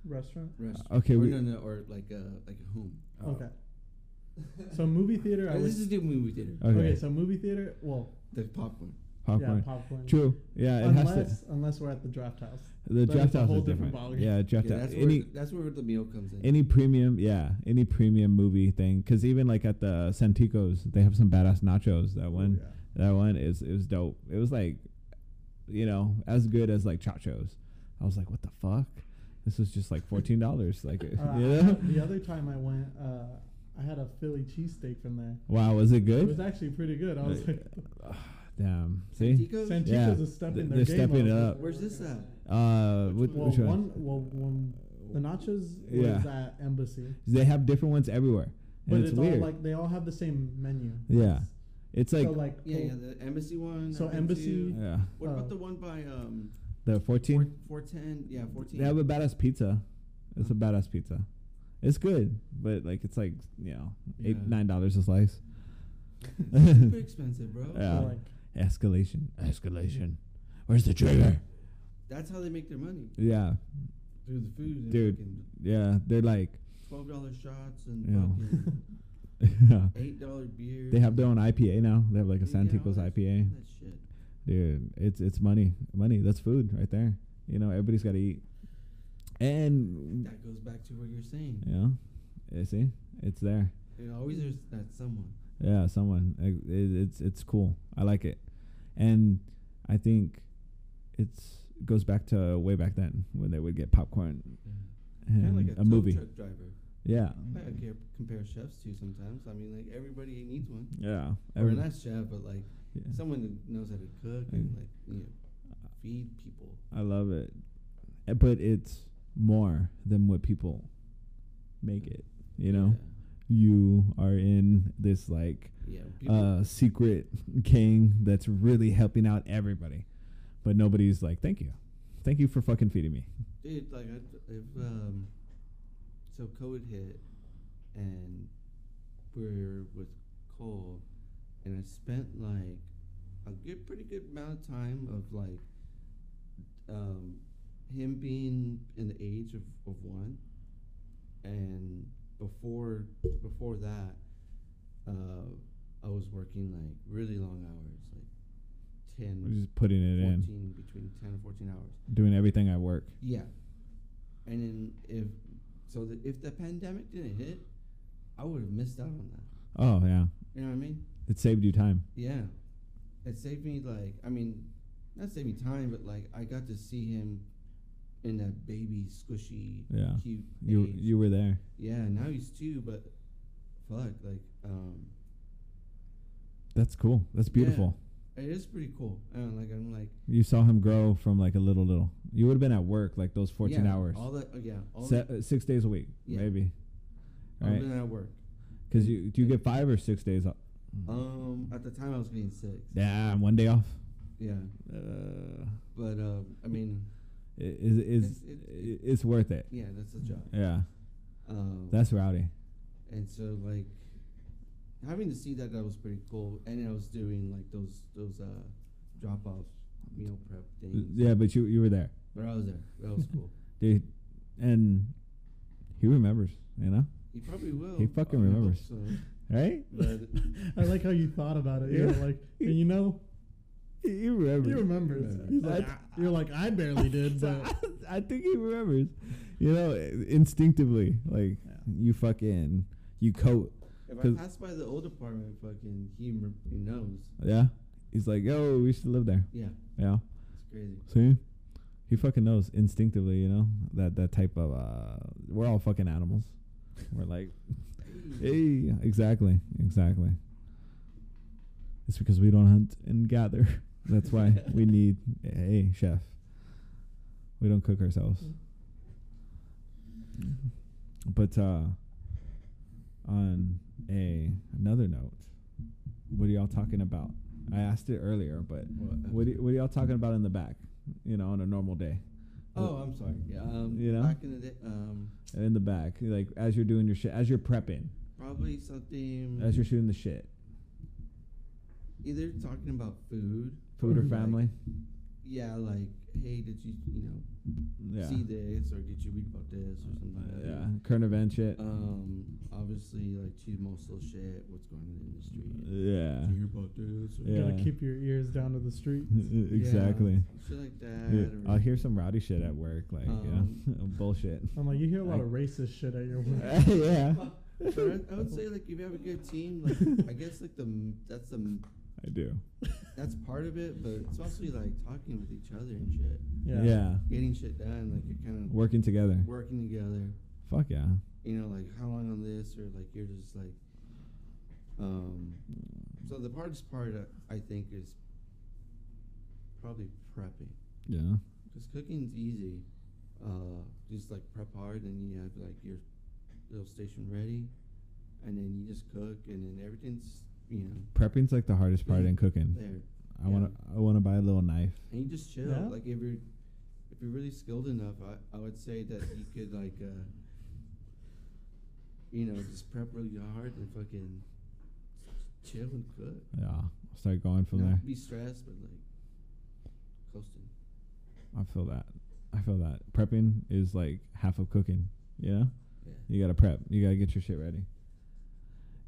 [SPEAKER 2] restaurant.
[SPEAKER 3] restaurant.
[SPEAKER 1] Okay,
[SPEAKER 3] or
[SPEAKER 1] we-
[SPEAKER 3] no, no, or like uh like at home.
[SPEAKER 1] Oh.
[SPEAKER 2] Okay. So movie theater, I
[SPEAKER 3] Uh,
[SPEAKER 2] would.
[SPEAKER 3] Let's just do movie theater.
[SPEAKER 1] Okay.
[SPEAKER 2] Okay. so movie theater. Well,
[SPEAKER 3] The popcorn.
[SPEAKER 1] Oh, Popcorn.
[SPEAKER 2] yeah, popcorn.
[SPEAKER 1] True. Yeah, it has
[SPEAKER 2] unless
[SPEAKER 1] to.
[SPEAKER 2] unless we're at the draft house.
[SPEAKER 1] The
[SPEAKER 2] But it's
[SPEAKER 1] draft
[SPEAKER 2] a
[SPEAKER 1] house
[SPEAKER 2] whole
[SPEAKER 1] is
[SPEAKER 2] different
[SPEAKER 1] different.
[SPEAKER 2] ballgame.
[SPEAKER 1] Yeah, draft
[SPEAKER 3] Yeah,
[SPEAKER 1] house.
[SPEAKER 3] that's
[SPEAKER 1] Any
[SPEAKER 3] where that's where the meal comes in.
[SPEAKER 1] any premium, yeah, any premium movie thing. Because even like at the Santicos, they have some badass nachos. That one.
[SPEAKER 2] Yeah.
[SPEAKER 1] That one is it was dope. It was like, you know, as good as like chachos. I was like, what the fuck? This was just like fourteen dollars. Like, (laughs) you
[SPEAKER 2] Uh,
[SPEAKER 1] know?
[SPEAKER 2] The other time I went, uh, I had a Philly cheesesteak from there.
[SPEAKER 1] (laughs) Wow, was it
[SPEAKER 2] It was
[SPEAKER 1] good?
[SPEAKER 2] actually pretty good. I was like,
[SPEAKER 1] (sighs) Damn. See,
[SPEAKER 2] (laughs)
[SPEAKER 3] Santico's?
[SPEAKER 2] Santico's
[SPEAKER 1] Yeah.
[SPEAKER 2] is stepping
[SPEAKER 1] They're
[SPEAKER 2] their game
[SPEAKER 1] stepping it
[SPEAKER 2] up.
[SPEAKER 1] up.
[SPEAKER 3] Where's this at?
[SPEAKER 1] uh, which,
[SPEAKER 2] Well,
[SPEAKER 1] which one?
[SPEAKER 2] one, well, one, the nachos
[SPEAKER 1] Yeah.
[SPEAKER 2] was at Embassy,
[SPEAKER 1] They have different ones everywhere,
[SPEAKER 2] but
[SPEAKER 1] and
[SPEAKER 2] it's,
[SPEAKER 1] it's, weird.
[SPEAKER 2] all like they all have the same menu.
[SPEAKER 1] Yeah.
[SPEAKER 2] It's-
[SPEAKER 1] it's like,
[SPEAKER 2] so like
[SPEAKER 3] Yeah,
[SPEAKER 2] Col-
[SPEAKER 3] yeah, the embassy one.
[SPEAKER 2] So
[SPEAKER 3] I've been
[SPEAKER 2] Embassy-
[SPEAKER 3] to.
[SPEAKER 1] yeah,
[SPEAKER 3] What
[SPEAKER 2] uh,
[SPEAKER 3] about the one by um
[SPEAKER 1] the
[SPEAKER 3] four
[SPEAKER 1] fourteen.
[SPEAKER 3] four ten? Yeah, fourteen.
[SPEAKER 1] They have a badass pizza. It's a
[SPEAKER 3] Mm.
[SPEAKER 1] badass pizza. It's good, but like it's like you know eight
[SPEAKER 3] Yeah.
[SPEAKER 1] nine dollars a
[SPEAKER 2] (laughs)
[SPEAKER 1] slice. (laughs)
[SPEAKER 3] It's super expensive, bro.
[SPEAKER 2] so
[SPEAKER 1] yeah.
[SPEAKER 2] oh, like
[SPEAKER 1] Escalation. Escalation. Where's the trigger?
[SPEAKER 3] That's how they make their money
[SPEAKER 1] Yeah.
[SPEAKER 3] through the food. And
[SPEAKER 1] Dude.
[SPEAKER 3] fucking
[SPEAKER 1] Yeah. They're
[SPEAKER 3] (laughs)
[SPEAKER 1] like
[SPEAKER 3] Twelve dollar shots and
[SPEAKER 1] Yeah.
[SPEAKER 3] fucking
[SPEAKER 1] they
[SPEAKER 3] eight
[SPEAKER 1] (laughs)
[SPEAKER 3] dollar beer.
[SPEAKER 1] have their own IPA now. They have like a
[SPEAKER 3] Yeah, all
[SPEAKER 1] Santico's
[SPEAKER 3] that-
[SPEAKER 1] IPA.
[SPEAKER 3] That shit.
[SPEAKER 1] Dude, it's it's money. Money. That's food right there. You know, everybody's gotta eat. And
[SPEAKER 3] That goes back to what you're saying.
[SPEAKER 1] you know, you see? It's there.
[SPEAKER 3] It always is that someone.
[SPEAKER 1] Yeah, someone. Like, It, it's it's cool. I like it, and I think it's goes back to way back then when they would get popcorn
[SPEAKER 3] Kinda
[SPEAKER 1] and
[SPEAKER 3] like
[SPEAKER 1] a,
[SPEAKER 3] tow
[SPEAKER 1] movie.
[SPEAKER 3] truck driver.
[SPEAKER 1] Yeah,
[SPEAKER 3] I could care- compare chefs to sometimes. I mean, like everybody needs one.
[SPEAKER 1] yeah.
[SPEAKER 3] Or
[SPEAKER 1] Every-
[SPEAKER 3] not chef, but like
[SPEAKER 1] yeah.
[SPEAKER 3] someone that knows how to cook and like you know, feed people.
[SPEAKER 1] I love it, Uh, but it's more than what people make it. You know, you are in this like
[SPEAKER 3] Yeah. yeah people,
[SPEAKER 1] uh, secret king that's really helping out everybody, but nobody's like, thank you, thank you for fucking feeding me.
[SPEAKER 3] dude, like I, if um, so COVID hit, and we're with Cole, and I spent like a good, pretty good amount of time of like um, him being in the age of, of one, and before before that, uh, I was working like really long hours, like
[SPEAKER 1] We're
[SPEAKER 3] 10,
[SPEAKER 1] just putting it in,
[SPEAKER 3] 14, between ten and fourteen hours.
[SPEAKER 1] doing everything I work.
[SPEAKER 3] Yeah, and then if so, the, if the pandemic didn't hit, I would have missed out on that.
[SPEAKER 1] Oh yeah,
[SPEAKER 3] You know what I mean?
[SPEAKER 1] it saved you time.
[SPEAKER 3] Yeah, it saved me like I mean, not saved me time, but like I got to see him in that baby squishy
[SPEAKER 1] Yeah.
[SPEAKER 3] cute
[SPEAKER 1] You
[SPEAKER 3] age.
[SPEAKER 1] you were there.
[SPEAKER 3] yeah now he's two, but fuck like um
[SPEAKER 1] That's cool. That's
[SPEAKER 3] Yeah.
[SPEAKER 1] beautiful.
[SPEAKER 3] it is pretty cool. And like I'm like
[SPEAKER 1] You saw him grow from like a little little. You would have been at work like those fourteen
[SPEAKER 3] yeah,
[SPEAKER 1] hours,
[SPEAKER 3] All that oh, yeah all
[SPEAKER 1] Se-
[SPEAKER 3] that
[SPEAKER 1] uh, six days a week,
[SPEAKER 3] Yeah. Um, uh,
[SPEAKER 1] maybe.
[SPEAKER 3] all
[SPEAKER 1] Right.
[SPEAKER 3] that work.
[SPEAKER 1] Because you do you get five or six days off?
[SPEAKER 3] Um, at the time I was getting six.
[SPEAKER 1] Damn, one day off.
[SPEAKER 3] Yeah,
[SPEAKER 1] Uh,
[SPEAKER 3] but um, I mean
[SPEAKER 1] i- is is
[SPEAKER 3] It's- it's-
[SPEAKER 1] i- it's worth it?
[SPEAKER 3] yeah, that's the job.
[SPEAKER 1] Yeah,
[SPEAKER 3] Um,
[SPEAKER 1] that's rowdy.
[SPEAKER 3] and so like having to see that that was pretty cool and i was doing like those those uh drop off meal prep things
[SPEAKER 1] Yeah, but you you were there,
[SPEAKER 3] but i was there that was cool
[SPEAKER 1] dude, and he remembers. You know,
[SPEAKER 3] he probably will
[SPEAKER 1] (laughs) He fucking
[SPEAKER 3] I hope
[SPEAKER 1] remembers.
[SPEAKER 3] so.
[SPEAKER 1] right?
[SPEAKER 3] but
[SPEAKER 1] (laughs)
[SPEAKER 2] I like how you thought about it. You're
[SPEAKER 1] Yeah.
[SPEAKER 2] like, and
[SPEAKER 1] (laughs)
[SPEAKER 2] you know,
[SPEAKER 1] He- He remembers.
[SPEAKER 2] he
[SPEAKER 1] (laughs)
[SPEAKER 2] remembers.
[SPEAKER 3] Yeah.
[SPEAKER 2] He's like,
[SPEAKER 1] That's-
[SPEAKER 2] I- you're like, I barely did,
[SPEAKER 1] So (laughs)
[SPEAKER 2] but
[SPEAKER 1] I, I think he remembers. You know, instinctively, like
[SPEAKER 2] Yeah.
[SPEAKER 1] you fucking you coat.
[SPEAKER 3] if i
[SPEAKER 1] 'Cause-
[SPEAKER 3] pass by the old apartment fucking he, rem- he knows
[SPEAKER 1] Yeah, he's like, yo, we should live there.
[SPEAKER 3] yeah
[SPEAKER 1] Yeah,
[SPEAKER 3] it's crazy
[SPEAKER 1] see, He fucking knows instinctively, you know that that type of. Uh, we're all fucking animals. We're like, hey, exactly, exactly. It's because we don't hunt and gather. (laughs) That's why we need a chef. We don't cook ourselves. But uh, on a another note, what are y'all talking about? I asked it earlier, but
[SPEAKER 3] What?
[SPEAKER 1] what are, what are y'all talking about in the back? You know, on a normal day,
[SPEAKER 3] Oh, I'm sorry. Yeah, um,
[SPEAKER 1] You know?
[SPEAKER 3] back in the day, um,
[SPEAKER 1] in the back, like as you're doing your shit, as you're prepping,
[SPEAKER 3] probably something.
[SPEAKER 1] as you're shooting the shit,
[SPEAKER 3] either talking about food.
[SPEAKER 1] food or
[SPEAKER 3] like,
[SPEAKER 1] family.
[SPEAKER 3] yeah, like hey, did you you know
[SPEAKER 1] Yeah,
[SPEAKER 3] see this or did you read about this or something? Like that.
[SPEAKER 1] yeah, current event shit.
[SPEAKER 3] Um, obviously, like cheese muscle shit. What's going on in the industry?
[SPEAKER 1] yeah,
[SPEAKER 3] Did you hear about this? Or
[SPEAKER 1] Yeah.
[SPEAKER 2] Gotta keep your ears down to
[SPEAKER 1] (laughs)
[SPEAKER 2] the street.
[SPEAKER 1] exactly.
[SPEAKER 3] Shit like that.
[SPEAKER 1] Yeah,
[SPEAKER 3] or-
[SPEAKER 1] I'll hear some rowdy shit at work, like
[SPEAKER 3] Um,
[SPEAKER 1] yeah, (laughs)
[SPEAKER 3] (laughs)
[SPEAKER 1] bullshit.
[SPEAKER 2] I'm like, you hear a lot
[SPEAKER 1] I-
[SPEAKER 2] of racist shit
[SPEAKER 1] (laughs)
[SPEAKER 2] at your work.
[SPEAKER 1] yeah,
[SPEAKER 3] but I, I would say like if you have a good team,
[SPEAKER 1] (laughs)
[SPEAKER 3] like I guess like the m- that's the m-
[SPEAKER 1] I do.
[SPEAKER 3] that's part of it, but it's also like talking with each other and shit,
[SPEAKER 1] Yeah.
[SPEAKER 2] Yeah.
[SPEAKER 3] getting shit done. Like you're kind of
[SPEAKER 1] working together.
[SPEAKER 3] working together.
[SPEAKER 1] Fuck yeah.
[SPEAKER 3] You know, like how long on this, or like you're just like. Um, so the hardest part uh, I think is probably prepping.
[SPEAKER 1] Yeah.
[SPEAKER 3] Because cooking's easy. Uh, just like prep hard, and you have like your little station ready, and then you just cook, and then everything's you know
[SPEAKER 1] Prepping's like the hardest part in cooking.
[SPEAKER 3] there,
[SPEAKER 1] I wanna I wanna buy a little knife.
[SPEAKER 3] and you just chill.
[SPEAKER 2] Yeah.
[SPEAKER 3] Like if you're if you're really skilled enough, I, I would say that you could like uh, you know just prep really hard and fucking chill and cook.
[SPEAKER 1] Yeah. I'll start going from
[SPEAKER 3] Not
[SPEAKER 1] there.
[SPEAKER 3] be stressed, but like coasting.
[SPEAKER 1] I feel that. I feel that. Prepping is like half of cooking, you know?
[SPEAKER 3] Yeah.
[SPEAKER 1] You gotta prep. You gotta get your shit ready.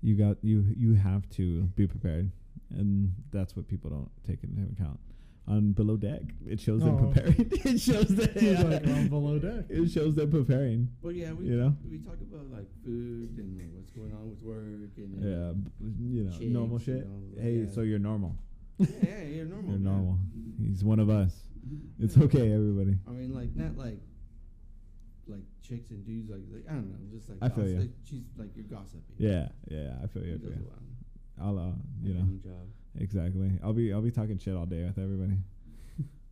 [SPEAKER 1] You got you you have to be prepared. And that's what people don't take into account. On below deck, it shows
[SPEAKER 2] Oh.
[SPEAKER 1] them preparing. (laughs) it shows that
[SPEAKER 2] He's like, "I'm below deck."
[SPEAKER 1] It shows them preparing.
[SPEAKER 3] Well, yeah, we
[SPEAKER 1] You know?
[SPEAKER 3] we talk about like food and like what's going on with work and
[SPEAKER 1] Yeah, b- you know, normal
[SPEAKER 3] Chicks and
[SPEAKER 1] shit.
[SPEAKER 3] all that,
[SPEAKER 1] Hey,
[SPEAKER 3] yeah.
[SPEAKER 1] so you're normal.
[SPEAKER 3] (laughs) yeah, you're normal.
[SPEAKER 1] You're
[SPEAKER 3] man. (laughs)
[SPEAKER 1] normal. He's one of us. It's okay, everybody.
[SPEAKER 3] I mean, like not like like chicks and dudes like, like I don't know, just like
[SPEAKER 1] I feel
[SPEAKER 3] gossip-
[SPEAKER 1] ya.
[SPEAKER 3] like, she's like you're gossiping.
[SPEAKER 1] Yeah, yeah, I feel you. I
[SPEAKER 3] It
[SPEAKER 1] feel
[SPEAKER 3] goes
[SPEAKER 1] you.
[SPEAKER 3] along.
[SPEAKER 1] I'll, uh, you
[SPEAKER 3] Like
[SPEAKER 1] know,
[SPEAKER 3] any job.
[SPEAKER 1] exactly. I'll be, I'll be talking shit all day with everybody,
[SPEAKER 3] (laughs)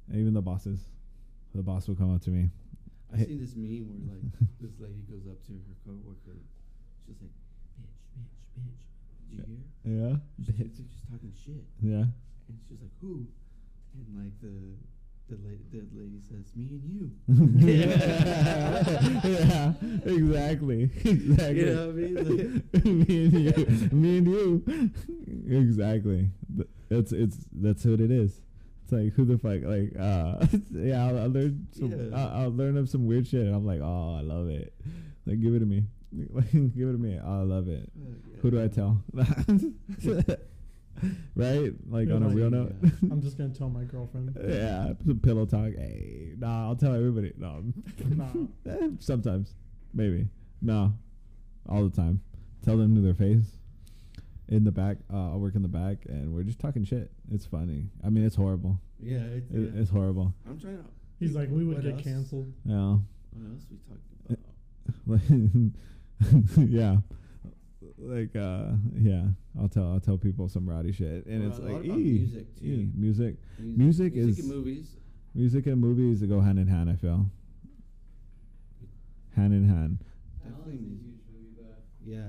[SPEAKER 1] and even the bosses. The boss will come up to me.
[SPEAKER 3] I've
[SPEAKER 1] Hey.
[SPEAKER 3] seen this meme
[SPEAKER 1] (laughs)
[SPEAKER 3] where like this lady goes up to her coworker, she's like, "Bitch, bitch, bitch, did
[SPEAKER 1] (laughs)
[SPEAKER 3] you hear?"
[SPEAKER 1] Yeah,
[SPEAKER 3] She's like, "They're just talking shit,
[SPEAKER 1] (laughs) yeah.
[SPEAKER 3] and she's like, "Who?" And like the the lady, the lady says, "Me and you."
[SPEAKER 1] yeah, exactly, exactly.
[SPEAKER 3] (laughs) You know what I
[SPEAKER 1] (laughs)
[SPEAKER 3] mean? Like-
[SPEAKER 1] me and you, me and you, exactly. Th- That's it's that's what it is. It's like who the fuck, like, uh, (laughs) yeah. I'll, I'll learn some,
[SPEAKER 3] Yeah.
[SPEAKER 1] I'll, I'll learn of some weird shit, and I'm like, oh, I love it. Like, give it to me, (laughs) like, give it to me. Oh, I love it.
[SPEAKER 3] Fuck
[SPEAKER 1] Who do
[SPEAKER 3] yeah.
[SPEAKER 1] I tell? (laughs) right? Like
[SPEAKER 2] You're
[SPEAKER 1] on a
[SPEAKER 2] like,
[SPEAKER 1] real note.
[SPEAKER 3] yeah.
[SPEAKER 2] I'm just gonna tell my girlfriend.
[SPEAKER 1] (laughs) Yeah, some pillow talk. Hey, nah, I'll tell everybody. No,
[SPEAKER 2] (laughs) Nah.
[SPEAKER 1] Eh, (laughs) sometimes, maybe. No, all the time. Tell them to their face. In the back, uh, I'll work in the back, and we're just talking shit. It's funny. I mean, it's horrible.
[SPEAKER 3] Yeah, it's,
[SPEAKER 1] It,
[SPEAKER 3] yeah.
[SPEAKER 1] It's horrible.
[SPEAKER 3] I'm trying to.
[SPEAKER 2] He's like, we would
[SPEAKER 3] What
[SPEAKER 2] get
[SPEAKER 3] else?
[SPEAKER 2] canceled.
[SPEAKER 1] Yeah,
[SPEAKER 3] What else we talked
[SPEAKER 1] Uh,
[SPEAKER 3] about?
[SPEAKER 1] (laughs) yeah. Like, uh, yeah. I'll tell. I'll tell people some rowdy shit, and
[SPEAKER 3] Well,
[SPEAKER 1] it's
[SPEAKER 3] a lot
[SPEAKER 1] like,
[SPEAKER 3] about
[SPEAKER 1] "Ee,
[SPEAKER 3] music,
[SPEAKER 1] ee,
[SPEAKER 3] too.
[SPEAKER 1] music, Music
[SPEAKER 3] Music,
[SPEAKER 1] is-
[SPEAKER 3] and movies.
[SPEAKER 1] music, and movies that go hand in hand. I feel. Hand in hand.
[SPEAKER 3] Definitely
[SPEAKER 4] Alan's a
[SPEAKER 3] music.
[SPEAKER 4] huge movie buff.
[SPEAKER 3] Yeah.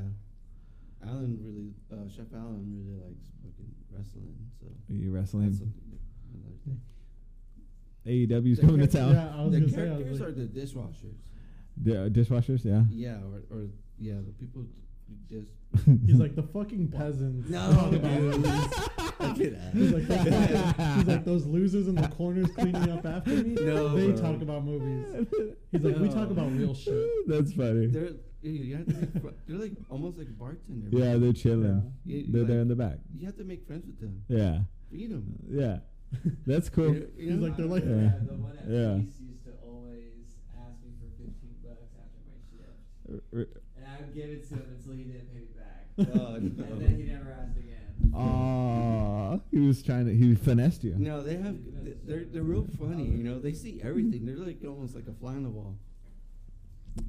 [SPEAKER 3] Alan really, uh, Chef Alan really likes fucking wrestling, so
[SPEAKER 1] Are you
[SPEAKER 3] that's
[SPEAKER 1] wrestling?
[SPEAKER 3] something that another thing.
[SPEAKER 1] AEW's
[SPEAKER 3] The
[SPEAKER 1] coming to town.
[SPEAKER 3] character-
[SPEAKER 2] Yeah, I was
[SPEAKER 3] the
[SPEAKER 2] gonna say, I
[SPEAKER 3] characters
[SPEAKER 2] was
[SPEAKER 3] are
[SPEAKER 2] like,
[SPEAKER 3] the dishwashers.
[SPEAKER 1] The uh, dishwashers, yeah.
[SPEAKER 3] Yeah, or, or yeah, the people just.
[SPEAKER 2] he's like the Oh, fucking peasants.
[SPEAKER 3] No,
[SPEAKER 2] Talk about
[SPEAKER 3] dude.
[SPEAKER 2] it.
[SPEAKER 3] Look at
[SPEAKER 2] He's like, those fucking- he's like
[SPEAKER 1] the
[SPEAKER 2] those losers in the corners cleaning up after me.
[SPEAKER 3] No,
[SPEAKER 2] they
[SPEAKER 3] bro.
[SPEAKER 2] talk about movies.
[SPEAKER 1] (laughs)
[SPEAKER 2] He's like, we talk
[SPEAKER 3] No.
[SPEAKER 2] about real shit.
[SPEAKER 1] That's funny.
[SPEAKER 3] They're you- you have to make fr- they're like almost like bartender.
[SPEAKER 1] yeah, they're chilling.
[SPEAKER 3] Yeah. You-
[SPEAKER 1] They're there
[SPEAKER 3] like-
[SPEAKER 1] in the back.
[SPEAKER 3] you have to make friends with them.
[SPEAKER 1] Yeah,
[SPEAKER 3] Feed them.
[SPEAKER 1] yeah. (laughs) That's cool.
[SPEAKER 2] He's like, they're like-
[SPEAKER 1] Yeah.
[SPEAKER 4] the one at
[SPEAKER 1] Yeah.
[SPEAKER 4] Chase used to always ask me for fifteen bucks after my shift,
[SPEAKER 1] R- r-
[SPEAKER 2] (laughs)
[SPEAKER 4] and I would give it to him until he didn't pay me back,
[SPEAKER 3] Oh,
[SPEAKER 4] and
[SPEAKER 3] no.
[SPEAKER 4] then he never asked again.
[SPEAKER 1] Um, Oh, he was trying to. He finessed you.
[SPEAKER 3] No, they have. th- They're they're real funny. You know, they see everything. They're like almost like a fly on the wall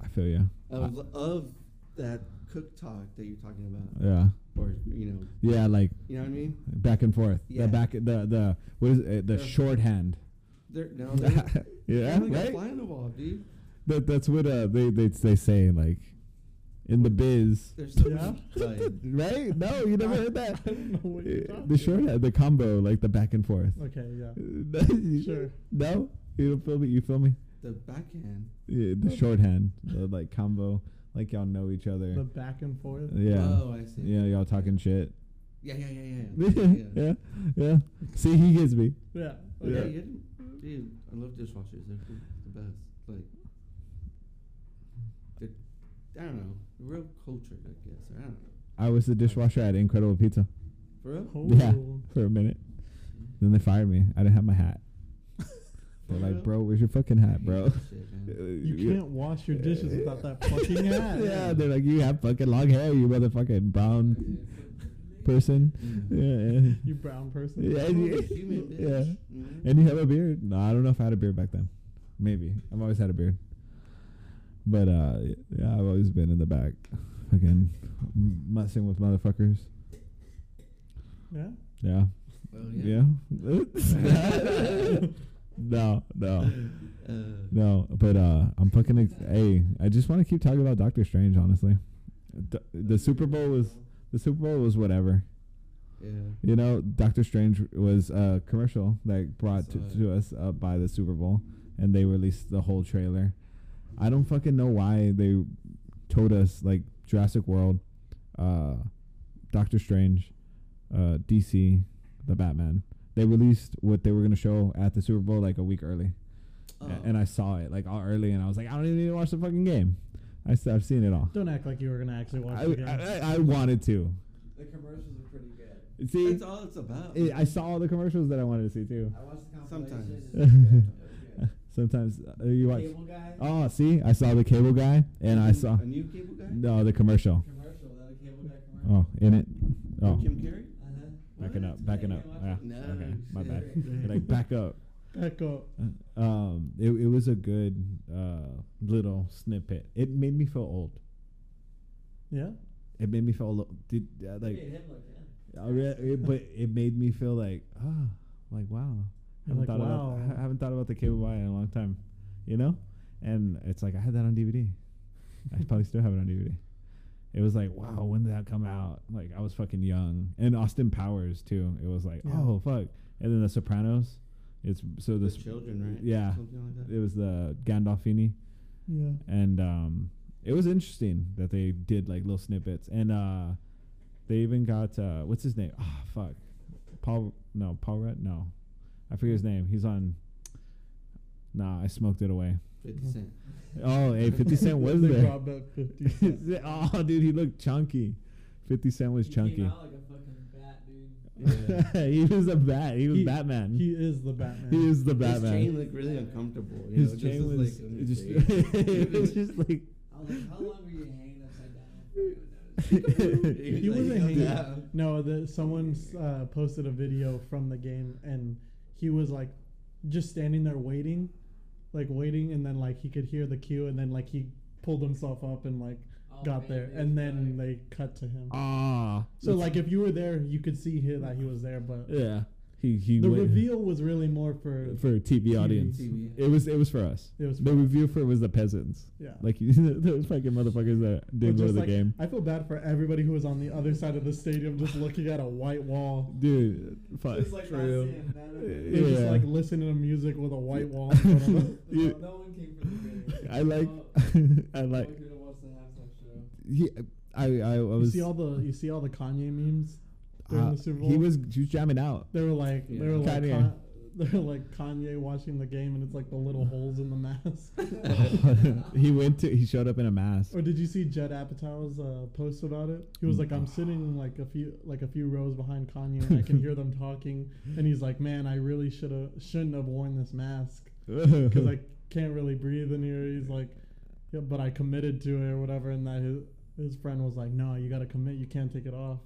[SPEAKER 1] I feel you.
[SPEAKER 3] of of that cook talk that you're talking about,
[SPEAKER 1] Yeah.
[SPEAKER 3] or you know,
[SPEAKER 1] Yeah, like
[SPEAKER 3] you know what I mean.
[SPEAKER 1] back and forth.
[SPEAKER 3] Yeah.
[SPEAKER 1] The back, the the what is it, the
[SPEAKER 3] Yeah.
[SPEAKER 1] shorthand.
[SPEAKER 3] They're
[SPEAKER 1] (laughs)
[SPEAKER 3] no, they're,
[SPEAKER 1] yeah,
[SPEAKER 3] they're like a
[SPEAKER 1] right.
[SPEAKER 3] fly on the wall, dude.
[SPEAKER 1] That, that's what uh, they they they say like in the biz. (laughs)
[SPEAKER 3] They're so
[SPEAKER 2] Yeah.
[SPEAKER 3] like,
[SPEAKER 1] right? No, you never heard that.
[SPEAKER 2] I don't know what you're
[SPEAKER 1] Uh,
[SPEAKER 2] talking
[SPEAKER 1] The shorthand,
[SPEAKER 2] about.
[SPEAKER 1] the combo, like the back and forth.
[SPEAKER 2] Okay, yeah.
[SPEAKER 1] You
[SPEAKER 2] Sure.
[SPEAKER 1] (laughs) No, you don't feel me. You feel me?
[SPEAKER 3] the backhand.
[SPEAKER 1] Yeah, the shorthand, the, like combo, like y'all know each other.
[SPEAKER 2] The back and forth.
[SPEAKER 1] yeah.
[SPEAKER 3] Oh, I see.
[SPEAKER 1] Yeah, y'all talking
[SPEAKER 2] (laughs)
[SPEAKER 1] shit.
[SPEAKER 3] Yeah,
[SPEAKER 1] (laughs)
[SPEAKER 3] yeah, yeah, yeah.
[SPEAKER 1] yeah. yeah, See, he gets me.
[SPEAKER 2] Yeah.
[SPEAKER 3] Oh, yeah,
[SPEAKER 1] Yeah.
[SPEAKER 2] Okay.
[SPEAKER 3] you didn't- dude, I love dishwashers. They're the the best. Like, they're, I don't know, real culture, I guess. I don't know.
[SPEAKER 1] I was the dishwasher at Incredible Pizza.
[SPEAKER 3] For real?
[SPEAKER 2] Oh.
[SPEAKER 1] Yeah, for a minute. Then they fired me. I didn't have my
[SPEAKER 2] (laughs)
[SPEAKER 1] hat. They're
[SPEAKER 3] For
[SPEAKER 1] like,
[SPEAKER 3] real?
[SPEAKER 1] bro, where's your fucking
[SPEAKER 3] I
[SPEAKER 1] hat,
[SPEAKER 3] hate
[SPEAKER 1] bro? Uh,
[SPEAKER 3] that
[SPEAKER 1] (laughs)
[SPEAKER 3] shit, man.
[SPEAKER 2] You can't wash your dishes without that fucking hat.
[SPEAKER 1] yeah, they're like, you have fucking long hair, you motherfucking
[SPEAKER 2] (laughs)
[SPEAKER 1] brown person. Yeah,
[SPEAKER 2] You brown person.
[SPEAKER 1] Yeah,
[SPEAKER 3] I'm
[SPEAKER 1] you-
[SPEAKER 3] a human,
[SPEAKER 1] (laughs) yeah.
[SPEAKER 3] bitch. Mhm.
[SPEAKER 1] and you have a beard. No, I don't know if I had a beard back then. Maybe I've always had a beard, but uh, yeah, I've always been in the back, fucking messing with motherfuckers.
[SPEAKER 2] Yeah.
[SPEAKER 1] Yeah,
[SPEAKER 3] Well,
[SPEAKER 1] yeah. (laughs) no, no.
[SPEAKER 3] (laughs) Uh,
[SPEAKER 1] No, but uh, I'm fucking. Ex- hey, I just want to keep talking about Doctor Strange. Honestly, D- the Super Bowl was the Super Bowl was whatever.
[SPEAKER 3] Yeah.
[SPEAKER 1] You know, Doctor Strange was a commercial that brought to,
[SPEAKER 3] Saw it.
[SPEAKER 1] to us uh, by the Super Bowl, and they released the whole trailer. I don't fucking know why they told us like Jurassic World, uh, Doctor Strange, uh, DC, the Batman. They released what they were gonna show at the Super Bowl like a week early. A-
[SPEAKER 3] Oh.
[SPEAKER 1] and I saw it like all early, and I was like, I don't even need to watch the fucking game. I s- I've seen it all.
[SPEAKER 2] Don't act like you were gonna actually watch
[SPEAKER 1] I,
[SPEAKER 2] the game.
[SPEAKER 1] I, I, I wanted to
[SPEAKER 4] The commercials are pretty good.
[SPEAKER 1] see.
[SPEAKER 3] That's all it's about.
[SPEAKER 1] it- I saw all the commercials that I wanted to see too. (laughs)
[SPEAKER 4] I watched the
[SPEAKER 3] Sometimes.
[SPEAKER 4] compilations. It was good. It was
[SPEAKER 1] Sometimes uh, you watch.
[SPEAKER 4] good. Cable guy.
[SPEAKER 1] Oh, see, I saw the cable guy, and I
[SPEAKER 3] A-
[SPEAKER 1] saw
[SPEAKER 3] a new cable guy.
[SPEAKER 1] no the commercial.
[SPEAKER 4] Commercial. That a cable guy commercial.
[SPEAKER 1] Oh, in it.
[SPEAKER 3] With
[SPEAKER 1] Oh,
[SPEAKER 3] Jim Carrey.
[SPEAKER 4] Uh-huh.
[SPEAKER 1] backing up, backing up. Yeah,
[SPEAKER 3] No,
[SPEAKER 1] okay, my bad.
[SPEAKER 4] shit.
[SPEAKER 1] They're like back up.
[SPEAKER 2] Echo.
[SPEAKER 1] Um, it it was a good uh little snippet. It made me feel old.
[SPEAKER 2] Yeah.
[SPEAKER 1] It made me feel lo- did uh,
[SPEAKER 4] They
[SPEAKER 1] like
[SPEAKER 4] made him look young.
[SPEAKER 1] I rea- it, but it made me feel like ah, like wow.
[SPEAKER 2] You're like,
[SPEAKER 1] thought
[SPEAKER 2] wow.
[SPEAKER 1] About, (laughs) I haven't thought about the cable guy in a long time, you know. And it's like I had that on DVD.
[SPEAKER 2] (laughs)
[SPEAKER 1] I probably still have it on DVD. It was like wow, when did that come out? Like I was fucking young. And Austin Powers too. It was like
[SPEAKER 2] Yeah.
[SPEAKER 1] oh fuck. And then The Sopranos. It's so
[SPEAKER 3] The
[SPEAKER 1] this
[SPEAKER 3] children, right?
[SPEAKER 1] Yeah.
[SPEAKER 3] Something like that.
[SPEAKER 1] It was the Gandolfini
[SPEAKER 2] Yeah.
[SPEAKER 1] and um, it was interesting that they did like little snippets, and uh, they even got uh, what's his name? Ah, fuck, Paul? No, Paul Rudd? No, I forget his name. He's on. Nah, I smoked it away.
[SPEAKER 3] Fifty Cent.
[SPEAKER 1] Oh,
[SPEAKER 2] (laughs)
[SPEAKER 1] hey, Fifty Cent was
[SPEAKER 2] They
[SPEAKER 1] there.
[SPEAKER 2] brought back 50
[SPEAKER 1] (laughs)
[SPEAKER 2] Cent.
[SPEAKER 1] oh, dude, he looked chunky. Fifty Cent was
[SPEAKER 4] He
[SPEAKER 1] chunky. (laughs)
[SPEAKER 4] Came out like a fucking bat, dude.
[SPEAKER 3] Yeah.
[SPEAKER 1] he was a bat. He was
[SPEAKER 2] He-
[SPEAKER 1] Batman.
[SPEAKER 2] He is the Batman.
[SPEAKER 1] He is the
[SPEAKER 3] His chain
[SPEAKER 1] Batman.
[SPEAKER 3] looked really uncomfortable. You
[SPEAKER 1] His
[SPEAKER 3] know,
[SPEAKER 1] chain
[SPEAKER 3] just
[SPEAKER 1] was
[SPEAKER 3] Like, on your
[SPEAKER 1] just, (laughs)
[SPEAKER 3] face.
[SPEAKER 1] it was just
[SPEAKER 3] (laughs)
[SPEAKER 1] like
[SPEAKER 4] I was like, how long were you hanging upside down? before anyone noticed?
[SPEAKER 1] (laughs) He
[SPEAKER 2] He
[SPEAKER 3] Like,
[SPEAKER 2] wasn't
[SPEAKER 3] you know,
[SPEAKER 2] hanging.
[SPEAKER 3] yeah.
[SPEAKER 2] No, the, someone uh, posted a video from the game, and he was like just standing there waiting, like waiting, and then like he could hear the cue, and then like he pulled himself up and like
[SPEAKER 4] Oh,
[SPEAKER 2] got
[SPEAKER 4] man,
[SPEAKER 2] there,
[SPEAKER 4] it
[SPEAKER 2] and
[SPEAKER 4] was
[SPEAKER 2] then
[SPEAKER 4] like-
[SPEAKER 2] they cut to him.
[SPEAKER 1] ah.
[SPEAKER 2] so like if you were there, you could see here that he was there, but
[SPEAKER 1] yeah, he he.
[SPEAKER 2] the
[SPEAKER 1] went-
[SPEAKER 2] reveal was really more for,
[SPEAKER 1] for TV, audience.
[SPEAKER 3] TV.
[SPEAKER 1] It was it was for us.
[SPEAKER 2] it was
[SPEAKER 1] The
[SPEAKER 2] for-
[SPEAKER 1] review for it was the peasants,
[SPEAKER 2] yeah.
[SPEAKER 1] like (laughs) those fucking motherfuckers that
[SPEAKER 2] But
[SPEAKER 1] didn't go to
[SPEAKER 2] just,
[SPEAKER 1] the
[SPEAKER 2] like,
[SPEAKER 1] game.
[SPEAKER 2] I feel bad for everybody who was on the other side of the stadium, just looking at a white wall.
[SPEAKER 1] Dude, fuck.
[SPEAKER 4] Just like not
[SPEAKER 3] True.
[SPEAKER 4] seeing none of it.
[SPEAKER 2] They were just
[SPEAKER 1] Yeah.
[SPEAKER 2] like listening to music with a white wall in front
[SPEAKER 1] (laughs)
[SPEAKER 2] of them.
[SPEAKER 1] You-
[SPEAKER 4] No, no one came for the game.
[SPEAKER 1] I like,
[SPEAKER 4] No-
[SPEAKER 1] (laughs) I
[SPEAKER 4] no
[SPEAKER 1] like.
[SPEAKER 4] one could have watched the halftime show.
[SPEAKER 1] He, I, I, I
[SPEAKER 2] You
[SPEAKER 1] was.
[SPEAKER 2] see all the you see all the Kanye memes during
[SPEAKER 1] uh,
[SPEAKER 2] the Super Bowl.
[SPEAKER 1] He was, he was jamming out. (laughs)
[SPEAKER 2] They were like they were
[SPEAKER 1] Yeah.
[SPEAKER 2] like
[SPEAKER 1] Kanye.
[SPEAKER 2] Con- they were like Kanye watching the game, and it's like the little holes in the mask.
[SPEAKER 1] (laughs) he went to. He showed up in a mask.
[SPEAKER 2] (laughs) or
[SPEAKER 1] (laughs)
[SPEAKER 2] did you see Judd Apatow's uh, post about it? He was like, "I'm sitting like a few like a few rows behind Kanye, and I can hear them talking." And he's like, "Man, I really should have shouldn't have worn this mask because
[SPEAKER 1] Mm-hmm.
[SPEAKER 2] I can't really breathe in here." He's like, yeah, "But I committed to it or whatever." And that his, his friend was like, "No, you got to commit. You can't take it off."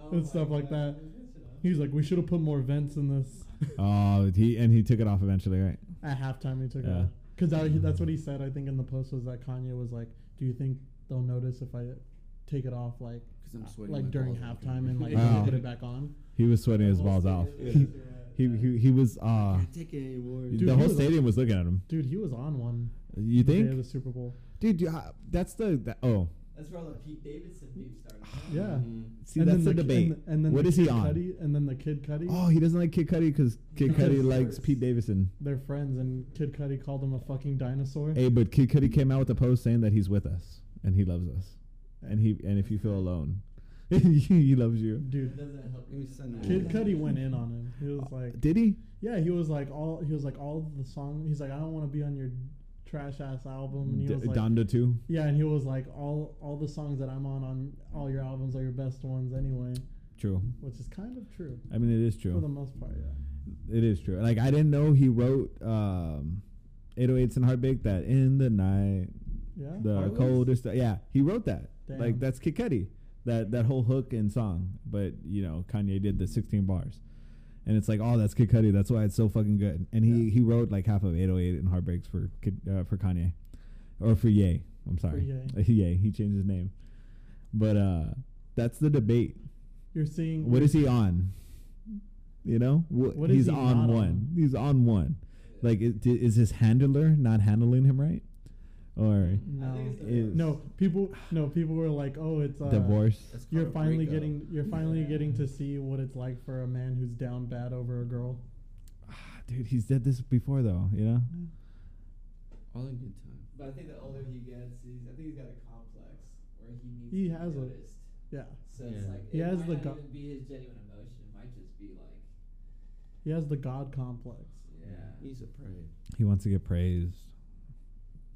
[SPEAKER 4] Oh
[SPEAKER 2] and
[SPEAKER 4] my
[SPEAKER 2] stuff like
[SPEAKER 4] gosh,
[SPEAKER 2] that.
[SPEAKER 4] that's enough.
[SPEAKER 2] He's like, we should have put more vents in this.
[SPEAKER 1] Oh, he and he took it off eventually, right?
[SPEAKER 2] (laughs) At halftime, he took it
[SPEAKER 1] Yeah.
[SPEAKER 2] off because that's what he said. I think in the post was that Kanye was like, "Do you think they'll notice if I take it off like
[SPEAKER 3] Because I'm
[SPEAKER 2] uh,
[SPEAKER 3] sweating. my
[SPEAKER 2] like during
[SPEAKER 3] balls off.
[SPEAKER 2] halftime and like
[SPEAKER 1] Wow.
[SPEAKER 2] put it back on?"
[SPEAKER 1] He was sweating his balls
[SPEAKER 4] Almost
[SPEAKER 1] off.
[SPEAKER 4] did
[SPEAKER 1] He
[SPEAKER 4] it.
[SPEAKER 1] he he, he was
[SPEAKER 3] I
[SPEAKER 1] uh
[SPEAKER 3] can't take it anymore.
[SPEAKER 2] Dude,
[SPEAKER 1] the
[SPEAKER 2] he
[SPEAKER 1] whole
[SPEAKER 2] was-
[SPEAKER 1] stadium was looking at him.
[SPEAKER 2] Dude, he was on one.
[SPEAKER 1] You
[SPEAKER 2] the day of
[SPEAKER 1] think,
[SPEAKER 2] the Super Bowl?
[SPEAKER 1] dude? you- uh, that's the that, oh
[SPEAKER 4] That's where all the Pete Davidson beef started.
[SPEAKER 2] Yeah.
[SPEAKER 3] Mhm.
[SPEAKER 1] see that's the,
[SPEAKER 2] ki-
[SPEAKER 1] debate.
[SPEAKER 2] And, and then
[SPEAKER 1] What
[SPEAKER 2] the
[SPEAKER 1] is he
[SPEAKER 2] Kid
[SPEAKER 1] on?
[SPEAKER 2] Cudi- and then the Kid Cudi.
[SPEAKER 1] Oh, he doesn't like Kid Cudi because Kid
[SPEAKER 2] Because
[SPEAKER 1] Cudi likes
[SPEAKER 4] first.
[SPEAKER 1] Pete Davidson.
[SPEAKER 2] They're friends, and Kid Cudi called him a fucking dinosaur.
[SPEAKER 1] Hey, but Kid Cudi came out with a post saying that he's with us and he loves us, and he and if you feel alone, (laughs) he loves you.
[SPEAKER 4] It
[SPEAKER 2] Dude,
[SPEAKER 4] doesn't help.
[SPEAKER 3] Let me send that.
[SPEAKER 2] Kid Cudi went in on him. He was like,
[SPEAKER 1] Did he?
[SPEAKER 2] Yeah, he was like all he was like all the song. He's like, I don't want to be on your trash ass album. And he
[SPEAKER 1] D-
[SPEAKER 2] was like,
[SPEAKER 1] Donda too.
[SPEAKER 2] yeah, and he was like, all all the songs that I'm on on all your albums are your best ones anyway,
[SPEAKER 1] True.
[SPEAKER 2] which is kind of true
[SPEAKER 1] I mean, it is
[SPEAKER 2] for the
[SPEAKER 1] true.
[SPEAKER 2] most part. Yeah,
[SPEAKER 1] It is true. Like I didn't know he wrote um, 808s and Heartbreak that in the night,
[SPEAKER 2] yeah.
[SPEAKER 1] the
[SPEAKER 2] Hardways?
[SPEAKER 1] coldest. Yeah, he wrote that. Like
[SPEAKER 2] Damn.
[SPEAKER 1] that's Kid Cudi. That that whole hook and song. But you know, Kanye did the 16 bars, and it's like, oh, that's Kid Cudi. That's why it's so fucking good. And he
[SPEAKER 2] Yeah.
[SPEAKER 1] he wrote like half of 808 and Heartbreaks for Kid, uh, for Kanye, or for Ye. I'm sorry,
[SPEAKER 2] Ye.
[SPEAKER 1] Uh, (laughs) Ye. He changed his name, but uh, that's the debate.
[SPEAKER 2] You're seeing
[SPEAKER 1] What is he on? You know, Wh-
[SPEAKER 2] What is
[SPEAKER 1] he's
[SPEAKER 2] he
[SPEAKER 1] on
[SPEAKER 2] not
[SPEAKER 1] one.
[SPEAKER 2] on?
[SPEAKER 1] He's on one. Like, is, is his handler not handling him right, or
[SPEAKER 4] I
[SPEAKER 2] No,
[SPEAKER 4] think it's the
[SPEAKER 1] Is-
[SPEAKER 4] worst.
[SPEAKER 2] no people, no people were like, oh, it's uh,
[SPEAKER 1] divorce?
[SPEAKER 3] That's called
[SPEAKER 2] You're
[SPEAKER 3] a
[SPEAKER 2] finally
[SPEAKER 3] breakup.
[SPEAKER 2] getting you're finally
[SPEAKER 4] Yeah.
[SPEAKER 2] getting to see what it's like for a man who's down bad over a girl.
[SPEAKER 1] Ah, Dude, he's did this before though. You know,
[SPEAKER 3] all in good time.
[SPEAKER 4] But I think the older he gets, he's, I think he's got a complex where he needs
[SPEAKER 2] He
[SPEAKER 4] to
[SPEAKER 2] has
[SPEAKER 4] be
[SPEAKER 2] a-
[SPEAKER 4] noticed.
[SPEAKER 2] Yeah,
[SPEAKER 4] So it's
[SPEAKER 3] Yeah.
[SPEAKER 4] like
[SPEAKER 2] He
[SPEAKER 4] it
[SPEAKER 2] has
[SPEAKER 4] might
[SPEAKER 2] the
[SPEAKER 4] not
[SPEAKER 2] go-
[SPEAKER 4] even be his genuine emotion. It might just be like,
[SPEAKER 2] he has the god complex.
[SPEAKER 4] yeah,
[SPEAKER 3] He's a prey.
[SPEAKER 1] he wants to get praised.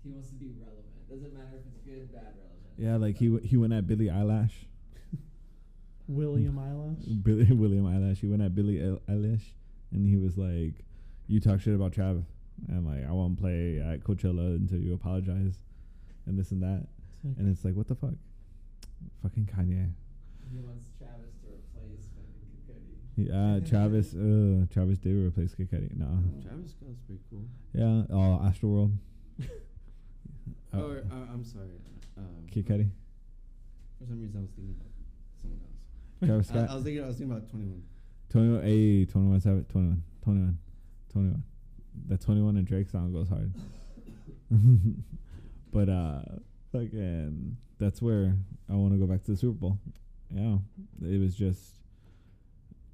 [SPEAKER 4] he wants to be relevant. Doesn't matter if it's good, bad, relevant.
[SPEAKER 1] Yeah, like he w- he went at Billy (laughs) Eyelash,
[SPEAKER 2] William Eyelash.
[SPEAKER 1] Billy William Eyelash. He went at Billy Eil- Eilish, and he was like, "You talk shit about Trav, and like I won't play at Coachella until you apologize, and this and that."
[SPEAKER 2] It's like-
[SPEAKER 1] And it's like, what the fuck, fucking Kanye.
[SPEAKER 4] He wants Travis to replace fucking Cody.
[SPEAKER 1] Yeah, Travis. Uh, Travis did replace Kid Cudi. No.
[SPEAKER 3] Travis Scott's pretty cool.
[SPEAKER 1] Yeah. Oh, Astroworld. Uh,
[SPEAKER 3] Or uh, I'm sorry. Um,
[SPEAKER 1] Kid Cudi.
[SPEAKER 3] For some reason, I was thinking about someone else.
[SPEAKER 1] Travis
[SPEAKER 3] I, I
[SPEAKER 1] Scott.
[SPEAKER 3] was thinking. I was thinking about 21.
[SPEAKER 1] 21, hey, 21, Savage- 21, 21, 21. That 21 and Drake song goes hard. (laughs) but, uh, fucking, that's where I want to go back to the Super Bowl. Yeah. It was just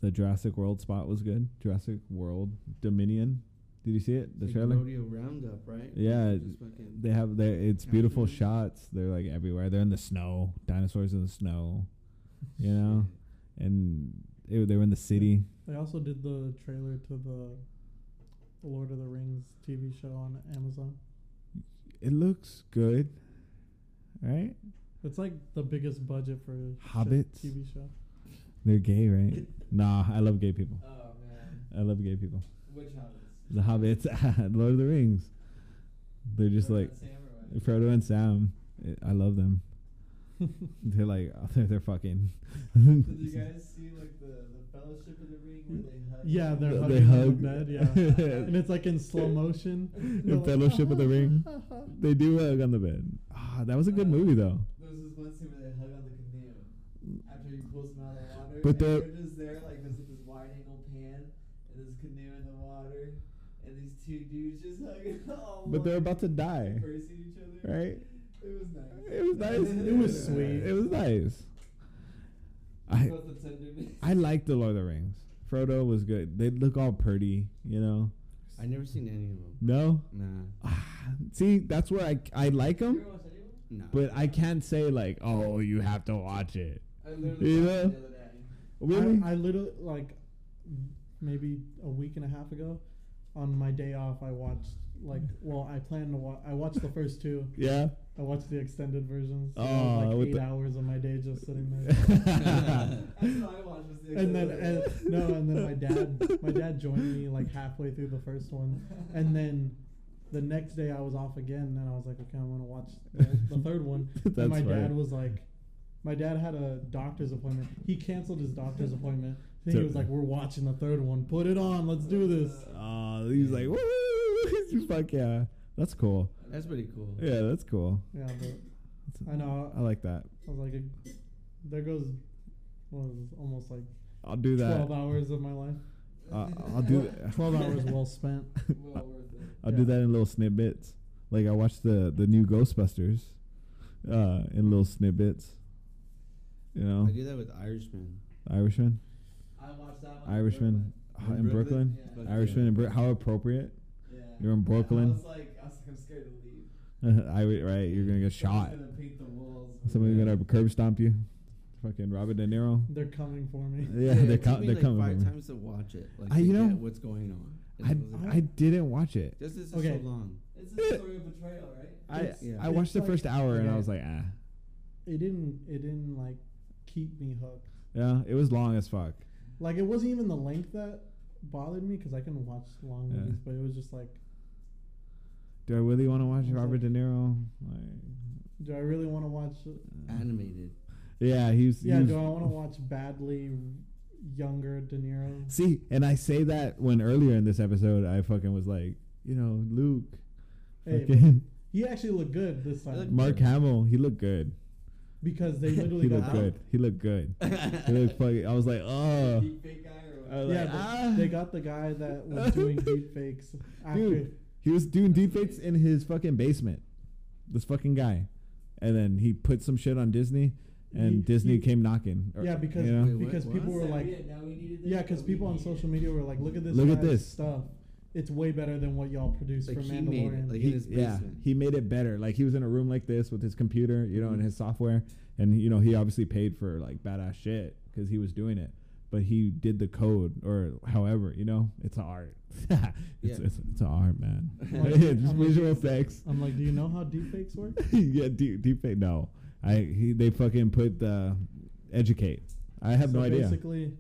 [SPEAKER 1] the Jurassic World spot was good. Jurassic World Dominion. Did you see it? The
[SPEAKER 3] Like
[SPEAKER 1] trailer?
[SPEAKER 3] Rodeo Roundup, right?
[SPEAKER 1] Yeah,
[SPEAKER 3] Just fucking-
[SPEAKER 1] They have their it's beautiful
[SPEAKER 3] Captain.
[SPEAKER 1] shots. They're like everywhere. They're in the snow. Dinosaurs in the snow. You know? And it, they were in the city.
[SPEAKER 2] They also did the trailer to the Lord of the Rings TV show on Amazon.
[SPEAKER 1] It looks good. Right?
[SPEAKER 2] It's like the biggest budget for a sh-
[SPEAKER 1] Hobbits?
[SPEAKER 2] TV show.
[SPEAKER 1] They're gay, right? nah, I love gay people.
[SPEAKER 4] Oh man,
[SPEAKER 1] I love gay people.
[SPEAKER 4] which hobbits?
[SPEAKER 1] The Hobbits, (laughs) Lord of the Rings. They're just
[SPEAKER 4] Frodo
[SPEAKER 1] like
[SPEAKER 4] and Sam or what?
[SPEAKER 1] Frodo and Sam. I I love them. they're like (laughs) they're, they're fucking. Did
[SPEAKER 4] Did you guys see like the, the Fellowship of the Ring where they hug?
[SPEAKER 2] Yeah, they're
[SPEAKER 1] They-
[SPEAKER 2] hugging
[SPEAKER 1] they
[SPEAKER 2] on the
[SPEAKER 1] hug.
[SPEAKER 2] bed. Yeah,
[SPEAKER 1] (laughs)
[SPEAKER 2] and it's like in slow motion. Uh-huh. They're like,
[SPEAKER 1] Fellowship
[SPEAKER 2] (laughs)
[SPEAKER 1] of the Ring. They do hug on the bed. Ah, that was a good movie though.
[SPEAKER 4] There was this one scene where they hug on the canoe after he pulls them out of the water.
[SPEAKER 1] But
[SPEAKER 4] and
[SPEAKER 1] they're-
[SPEAKER 4] they're just there, like there's like this wide angle pan and this canoe in the water, and these two dudes just hugging. (laughs) all
[SPEAKER 1] But they're
[SPEAKER 4] alone,
[SPEAKER 1] about to die,
[SPEAKER 4] Embracing each other.
[SPEAKER 1] right?
[SPEAKER 4] It was nice.
[SPEAKER 1] It was nice.
[SPEAKER 2] It
[SPEAKER 4] (laughs)
[SPEAKER 2] was sweet.
[SPEAKER 1] It was nice. I
[SPEAKER 4] Both the tenderness.
[SPEAKER 1] I liked the Lord of the Rings. Frodo was good. They look all pretty, you know.
[SPEAKER 3] I never seen any of them.
[SPEAKER 1] No,
[SPEAKER 3] Nah,
[SPEAKER 1] Ah, see, that's where I I like
[SPEAKER 4] You
[SPEAKER 1] them,
[SPEAKER 4] ever watch anyone?
[SPEAKER 3] nah.
[SPEAKER 1] but I can't say like, oh, you have to watch it.
[SPEAKER 4] I literally watched
[SPEAKER 1] Yeah.
[SPEAKER 4] it the
[SPEAKER 1] (laughs)
[SPEAKER 4] (laughs) other day.
[SPEAKER 1] Really?
[SPEAKER 2] I, I literally like maybe a week and a half ago, on my day off, I watched like well, I planned to watch. I watched the first two.
[SPEAKER 1] yeah.
[SPEAKER 2] I watched the extended
[SPEAKER 1] (laughs)
[SPEAKER 2] versions. So
[SPEAKER 1] Oh,
[SPEAKER 2] oh,
[SPEAKER 1] with
[SPEAKER 2] like eight
[SPEAKER 1] the-
[SPEAKER 2] hours of my day (laughs) just sitting
[SPEAKER 1] (laughs)
[SPEAKER 2] there.
[SPEAKER 4] That's all I watched was the
[SPEAKER 2] and then
[SPEAKER 4] Exorcist.
[SPEAKER 2] and, no, and then
[SPEAKER 1] (laughs)
[SPEAKER 2] my dad, my dad joined me like halfway through the first one, and then the next
[SPEAKER 1] (laughs)
[SPEAKER 2] day I was off again, and I was like, okay, I'm gonna watch the, the third one.
[SPEAKER 1] That's
[SPEAKER 2] and my
[SPEAKER 1] right.
[SPEAKER 2] dad was like, My dad had a doctor's appointment. He canceled his doctor's appointment. Then he
[SPEAKER 1] So-
[SPEAKER 2] was like, "We're watching the third one. Put it on. Let's do this."
[SPEAKER 1] Uh, he was like, (laughs) woo, fuck yeah, that's cool.
[SPEAKER 3] That's pretty cool.
[SPEAKER 1] Yeah, that's cool.
[SPEAKER 2] Yeah, but I know.
[SPEAKER 1] I like that.
[SPEAKER 2] I was like, a, there goes well, it was almost like
[SPEAKER 1] I'll do that.
[SPEAKER 2] twelve hours of my life.
[SPEAKER 1] Uh, I'll
[SPEAKER 4] (laughs)
[SPEAKER 1] do that.
[SPEAKER 2] (laughs) Twelve hours well
[SPEAKER 1] (laughs)
[SPEAKER 2] spent.
[SPEAKER 4] well worth it.
[SPEAKER 1] I'll do
[SPEAKER 2] Yeah.
[SPEAKER 1] that in little snippets. Like I watched the the new Ghostbusters, uh, in little snippets. You know,
[SPEAKER 3] I do that with Irishman.
[SPEAKER 1] Irishman,
[SPEAKER 4] I watched that one. in
[SPEAKER 1] Irishman uh, in Brooklyn,
[SPEAKER 4] Brooklyn?
[SPEAKER 3] Yeah.
[SPEAKER 1] Irishman in Bro- how appropriate. (laughs)
[SPEAKER 4] Brooklyn. Yeah.
[SPEAKER 1] You're in
[SPEAKER 4] And
[SPEAKER 1] Brooklyn.
[SPEAKER 4] I was like, I was like, I'm scared to leave.
[SPEAKER 1] I would- right, you're gonna get shot.
[SPEAKER 4] Someone's gonna paint the walls. with
[SPEAKER 1] Somebody's
[SPEAKER 4] that.
[SPEAKER 1] gonna curb stomp you. Fucking Robert De Niro.
[SPEAKER 2] They're coming for me.
[SPEAKER 1] Yeah,
[SPEAKER 3] it
[SPEAKER 1] they're,
[SPEAKER 3] took
[SPEAKER 1] com-
[SPEAKER 3] me
[SPEAKER 1] they're
[SPEAKER 3] like
[SPEAKER 1] coming.
[SPEAKER 3] Five
[SPEAKER 1] for me.
[SPEAKER 3] times to watch it. Like,
[SPEAKER 1] I-
[SPEAKER 3] to
[SPEAKER 1] you know,
[SPEAKER 3] get what's going on?
[SPEAKER 1] I
[SPEAKER 3] And was like,
[SPEAKER 1] I didn't watch it.
[SPEAKER 3] This is
[SPEAKER 2] Okay.
[SPEAKER 3] so long.
[SPEAKER 4] It's a story of betrayal, right?
[SPEAKER 1] I
[SPEAKER 2] It's-
[SPEAKER 3] yeah.
[SPEAKER 1] I
[SPEAKER 2] it's
[SPEAKER 1] watched the
[SPEAKER 2] like-
[SPEAKER 1] first hour and I
[SPEAKER 2] okay.
[SPEAKER 1] was like, ah,
[SPEAKER 2] It didn't. It didn't like keep me hooked.
[SPEAKER 1] yeah, it was long as fuck.
[SPEAKER 2] Like it wasn't even the length that bothered me because I can watch long
[SPEAKER 1] Yeah.
[SPEAKER 2] movies, but it was just like,
[SPEAKER 1] Do I really want to watch
[SPEAKER 2] I was
[SPEAKER 1] Robert
[SPEAKER 2] like-
[SPEAKER 1] De Niro? Like,
[SPEAKER 2] do I really want to watch?
[SPEAKER 1] (laughs)
[SPEAKER 3] Animated.
[SPEAKER 1] yeah, he's
[SPEAKER 2] Yeah,
[SPEAKER 1] He's,
[SPEAKER 2] do I want to watch badly younger De Niro?
[SPEAKER 1] See, and I say that when earlier in this episode I fucking was like, you know, Luke,
[SPEAKER 2] Hey,
[SPEAKER 1] fucking
[SPEAKER 2] he actually looked good this time
[SPEAKER 1] (laughs)
[SPEAKER 3] looked
[SPEAKER 1] Mark Hamill, he looked good.
[SPEAKER 2] because they
[SPEAKER 1] (laughs)
[SPEAKER 2] literally
[SPEAKER 1] He
[SPEAKER 2] got
[SPEAKER 1] looked
[SPEAKER 2] the-
[SPEAKER 1] good. He looked good. he
[SPEAKER 2] (laughs)
[SPEAKER 1] looked
[SPEAKER 3] (laughs)
[SPEAKER 1] fucking. I was like, oh,
[SPEAKER 4] Deep fake guy or
[SPEAKER 1] I was
[SPEAKER 4] what?
[SPEAKER 2] Yeah,
[SPEAKER 1] like,
[SPEAKER 2] but
[SPEAKER 1] ah.
[SPEAKER 2] they got the guy that was
[SPEAKER 3] (laughs)
[SPEAKER 2] doing deep fakes after.
[SPEAKER 1] Dude. He was doing deepfakes in his fucking basement. This fucking guy, and then he put some shit on Disney, and
[SPEAKER 2] He-
[SPEAKER 1] Disney
[SPEAKER 2] he-
[SPEAKER 1] came knocking. Or,
[SPEAKER 2] yeah, because
[SPEAKER 1] you know?
[SPEAKER 3] Wait, what?
[SPEAKER 2] because
[SPEAKER 3] What?
[SPEAKER 2] people were
[SPEAKER 4] Said,
[SPEAKER 2] like,
[SPEAKER 4] "We didn't know we needed this,
[SPEAKER 2] yeah, because
[SPEAKER 4] but we
[SPEAKER 2] people on
[SPEAKER 4] needed it."
[SPEAKER 2] social media were like, look at this,
[SPEAKER 1] Look at
[SPEAKER 2] guy's
[SPEAKER 1] this.
[SPEAKER 2] stuff. It's way better than what y'all produced
[SPEAKER 3] Like,
[SPEAKER 2] for
[SPEAKER 3] he made it,
[SPEAKER 2] Mandalorian.
[SPEAKER 3] like-
[SPEAKER 1] he,
[SPEAKER 3] in his
[SPEAKER 1] yeah,
[SPEAKER 3] basement.
[SPEAKER 1] he made it better. Like he was in a room like this with his computer, you know, and
[SPEAKER 2] Mm-hmm.
[SPEAKER 3] Mhm.
[SPEAKER 1] his software, and you know he obviously paid for like badass shit because he was doing it. But he did the code or however, you know, it's an art. (laughs) it's, it's it's an art,
[SPEAKER 2] (laughs)
[SPEAKER 1] man. (laughs)
[SPEAKER 2] Like,
[SPEAKER 1] it's
[SPEAKER 2] I'm like-
[SPEAKER 1] visual effects.
[SPEAKER 2] I'm like, do you know how deep fakes work?
[SPEAKER 1] (laughs) yeah, deep, deep fake. No, I he, they fucking put the educate. I have
[SPEAKER 2] So
[SPEAKER 1] no idea.
[SPEAKER 2] Basically,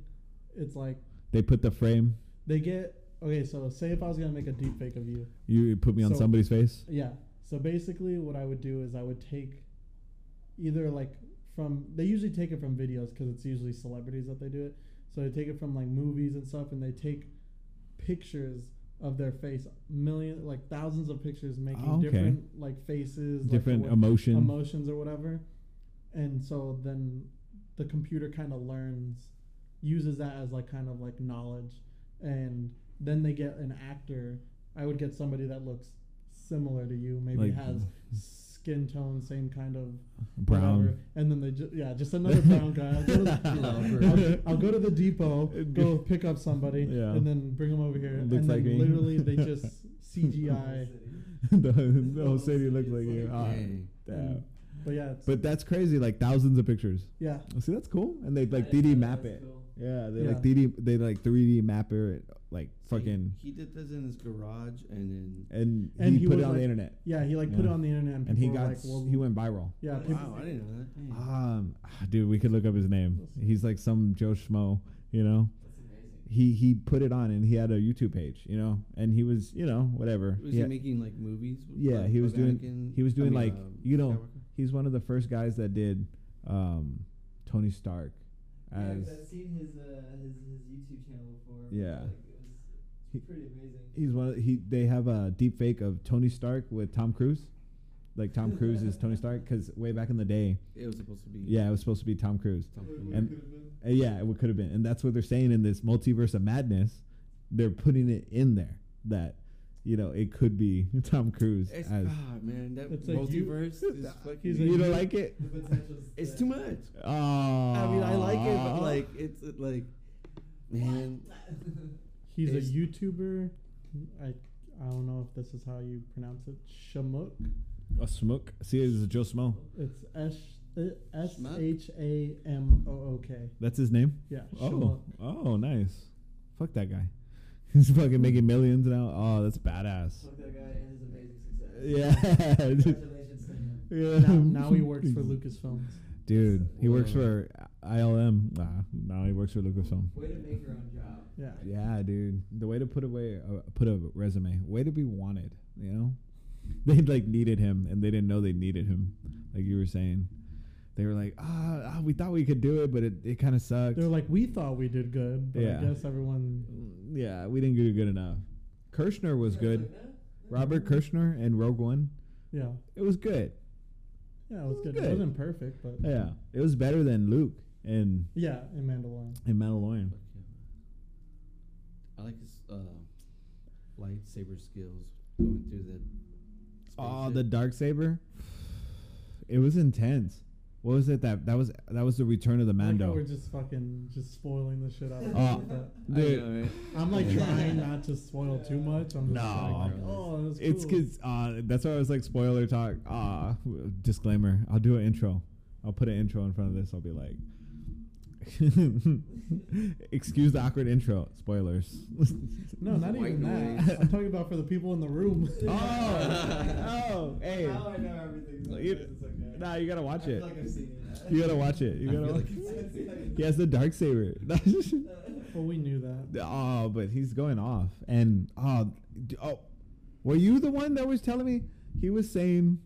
[SPEAKER 2] it's like
[SPEAKER 1] They put the frame.
[SPEAKER 2] they get okay. So say if I was gonna make a deep fake of you,
[SPEAKER 1] You put me on
[SPEAKER 2] So-
[SPEAKER 1] somebody's face.
[SPEAKER 2] yeah. So basically, what I would do is I would take either like from they usually take it from videos because it's usually celebrities that they do it. So they take it from like movies and stuff, and they take pictures of their face, million like thousands of pictures making
[SPEAKER 1] Oh, okay.
[SPEAKER 2] different like faces,
[SPEAKER 1] Different
[SPEAKER 2] like, what-
[SPEAKER 1] emotion.
[SPEAKER 2] emotions or whatever. And so then the computer kind of learns, uses that as like kind of like knowledge. And then they get an actor. I would get somebody that looks similar to you, maybe
[SPEAKER 1] Like-
[SPEAKER 2] has skin tone, same kind of
[SPEAKER 1] brown.
[SPEAKER 2] whatever. And then they just, yeah, just another brown guy. I'll go, to the, I'll, I'll go to
[SPEAKER 1] (laughs)
[SPEAKER 2] the depot, go pick up somebody,
[SPEAKER 1] Yeah.
[SPEAKER 2] and then bring them over
[SPEAKER 1] Looks
[SPEAKER 2] here. and then
[SPEAKER 1] like me.
[SPEAKER 2] literally
[SPEAKER 1] (laughs)
[SPEAKER 2] they just
[SPEAKER 4] Little
[SPEAKER 2] CGI.
[SPEAKER 4] city.
[SPEAKER 1] the, the whole city looked like you.
[SPEAKER 4] Like,
[SPEAKER 1] Ah,
[SPEAKER 3] dang.
[SPEAKER 1] damn.
[SPEAKER 2] But yeah, it's,
[SPEAKER 1] But that's crazy. Like thousands of pictures. Oh,
[SPEAKER 2] yeah.
[SPEAKER 1] See, that's cool. And they like
[SPEAKER 4] I
[SPEAKER 1] 3D
[SPEAKER 4] thought
[SPEAKER 1] map
[SPEAKER 4] that
[SPEAKER 1] it.
[SPEAKER 4] was cool.
[SPEAKER 1] Yeah, they
[SPEAKER 2] Yeah.
[SPEAKER 1] like 3D. They like 3D mapper it. Like fucking.
[SPEAKER 3] He, he did this in his garage, and then
[SPEAKER 1] And,
[SPEAKER 2] And
[SPEAKER 1] he,
[SPEAKER 2] he
[SPEAKER 1] put it
[SPEAKER 2] was,
[SPEAKER 1] on the
[SPEAKER 2] like-
[SPEAKER 1] internet,
[SPEAKER 2] Yeah, he like put it
[SPEAKER 1] Yeah.
[SPEAKER 2] on the internet, and,
[SPEAKER 1] and he
[SPEAKER 2] people were
[SPEAKER 1] got
[SPEAKER 2] like,
[SPEAKER 1] s-
[SPEAKER 2] well,
[SPEAKER 1] he went viral.
[SPEAKER 2] yeah,
[SPEAKER 4] Wow.
[SPEAKER 2] people,
[SPEAKER 3] wow, I didn't know that. Dang.
[SPEAKER 1] Um, ah, dude, we could look up his name. He's like some Joe Schmo, you know.
[SPEAKER 4] That's amazing.
[SPEAKER 1] He he put it on and he had a YouTube page, you know, and he was you know whatever.
[SPEAKER 3] was
[SPEAKER 1] Yeah.
[SPEAKER 3] he making like movies? with-
[SPEAKER 1] Yeah,
[SPEAKER 3] of-
[SPEAKER 1] he was
[SPEAKER 3] of
[SPEAKER 1] doing-
[SPEAKER 3] Anakin?
[SPEAKER 1] he was
[SPEAKER 3] I
[SPEAKER 1] doing,
[SPEAKER 3] mean,
[SPEAKER 1] like,
[SPEAKER 3] um,
[SPEAKER 1] you know,
[SPEAKER 3] Skywalker?
[SPEAKER 1] He's one of the first guys that did um, Tony Stark
[SPEAKER 4] Yeah, 'cause
[SPEAKER 1] as
[SPEAKER 4] I've seen his uh his his YouTube channel before. but,
[SPEAKER 1] Yeah.
[SPEAKER 4] Like, it was
[SPEAKER 1] He-
[SPEAKER 4] pretty amazing.
[SPEAKER 1] He's one. Of, he they have a deep fake of Tony Stark with Tom Cruise, like Tom Cruise is Tony Stark because way back in the day,
[SPEAKER 3] It was supposed to be.
[SPEAKER 1] yeah, it was supposed to be Tom Cruise.
[SPEAKER 3] something.
[SPEAKER 1] And- Uh, yeah, it could have been, and that's what they're saying in this multiverse of madness. They're putting it in there that you know it could be (laughs) Tom Cruise
[SPEAKER 3] it's,
[SPEAKER 1] (laughs) as.
[SPEAKER 3] ah, man, that
[SPEAKER 2] It's a you-
[SPEAKER 3] multiverse is fucking.
[SPEAKER 2] (laughs) he's a
[SPEAKER 1] you don't
[SPEAKER 2] you-
[SPEAKER 1] like it?
[SPEAKER 2] (laughs)
[SPEAKER 4] The potential's
[SPEAKER 3] it's
[SPEAKER 4] there.
[SPEAKER 3] too
[SPEAKER 4] (laughs)
[SPEAKER 3] much.
[SPEAKER 1] Oh,
[SPEAKER 3] I mean, I like it, but like, it's uh, like, man,
[SPEAKER 2] he's a
[SPEAKER 3] Is-
[SPEAKER 2] YouTuber. I I don't know if this is how you pronounce it. Shamook.
[SPEAKER 1] a smoke. See, it's Joe Smo.
[SPEAKER 2] It's S uh, S
[SPEAKER 3] Schmuck?
[SPEAKER 2] H A M O O K.
[SPEAKER 1] That's his name.
[SPEAKER 2] Yeah.
[SPEAKER 1] Oh,
[SPEAKER 2] Shamook.
[SPEAKER 1] oh, nice. Fuck that guy. (laughs) He's fucking making millions now. Oh, that's
[SPEAKER 2] (laughs)
[SPEAKER 1] badass.
[SPEAKER 4] Fuck that guy and his amazing success.
[SPEAKER 1] Yeah.
[SPEAKER 4] Congratulations to him.
[SPEAKER 1] Yeah.
[SPEAKER 2] Now, now he works
[SPEAKER 1] (laughs)
[SPEAKER 2] for Lucasfilms.
[SPEAKER 1] Dude, he works
[SPEAKER 3] Wow.
[SPEAKER 1] for ILM. Nah, now he works for Lucasfilm.
[SPEAKER 4] Way to make your own job.
[SPEAKER 2] Yeah.
[SPEAKER 1] Yeah, dude. The way to put away, uh, put a resume. Way to be wanted. (laughs) You know, they like needed him, and they didn't know they needed him. Like you were saying, they were like, ah, ah, we thought we could do it, but it, it kind of sucked.
[SPEAKER 2] They're like, we thought we did good, but
[SPEAKER 1] Yeah.
[SPEAKER 2] I guess everyone.
[SPEAKER 1] Mm, yeah, we didn't do good enough. Kirshner was good. Robert Kirshner and Rogue One.
[SPEAKER 2] Yeah.
[SPEAKER 1] It was good.
[SPEAKER 2] Yeah, it was good.
[SPEAKER 1] Good.
[SPEAKER 2] It wasn't perfect, but.
[SPEAKER 1] Yeah, it was better than Luke and
[SPEAKER 2] Yeah, in Mandalorian.
[SPEAKER 1] and Mandalorian.
[SPEAKER 3] Fuck yeah. I like his uh, lightsaber skills going through the.
[SPEAKER 1] Oh,
[SPEAKER 3] spaceship.
[SPEAKER 1] the dark saber. It was intense. What was it that that was that was the Return of the
[SPEAKER 2] I like how
[SPEAKER 1] Mando?
[SPEAKER 2] we're just fucking just spoiling the shit out of
[SPEAKER 1] Oh.
[SPEAKER 2] it, but
[SPEAKER 3] I
[SPEAKER 1] Dude.
[SPEAKER 3] know, right?
[SPEAKER 1] (laughs)
[SPEAKER 2] I'm like
[SPEAKER 3] Yeah.
[SPEAKER 2] trying not to spoil too much. I'm just like,
[SPEAKER 1] No.
[SPEAKER 2] oh, that's
[SPEAKER 1] It's
[SPEAKER 2] cool.
[SPEAKER 1] because uh, that's why I was like spoiler talk. Ah, disclaimer. I'll do an intro. I'll put an intro in front of this. I'll be like, (laughs) excuse the awkward intro. Spoilers.
[SPEAKER 2] (laughs) No, not
[SPEAKER 3] White
[SPEAKER 2] even
[SPEAKER 3] noise.
[SPEAKER 2] that. (laughs) I'm talking about for the people in the
[SPEAKER 3] (laughs)
[SPEAKER 2] room.
[SPEAKER 1] (laughs) Oh, oh, hey.
[SPEAKER 4] Now I know everything. so
[SPEAKER 1] You-
[SPEAKER 4] it's okay.
[SPEAKER 1] nah, you gotta watch
[SPEAKER 4] I feel
[SPEAKER 1] it.
[SPEAKER 4] like I've seen it.
[SPEAKER 1] You gotta watch it. You
[SPEAKER 3] I
[SPEAKER 1] gotta.
[SPEAKER 3] feel
[SPEAKER 1] Watch
[SPEAKER 3] like it's-
[SPEAKER 1] it. (laughs) He has the dark saber.
[SPEAKER 2] (laughs)
[SPEAKER 1] (laughs)
[SPEAKER 4] (laughs)
[SPEAKER 2] well, we knew that.
[SPEAKER 1] Oh, but he's going off. And oh, d- oh, were you the one that was telling me? He was saying,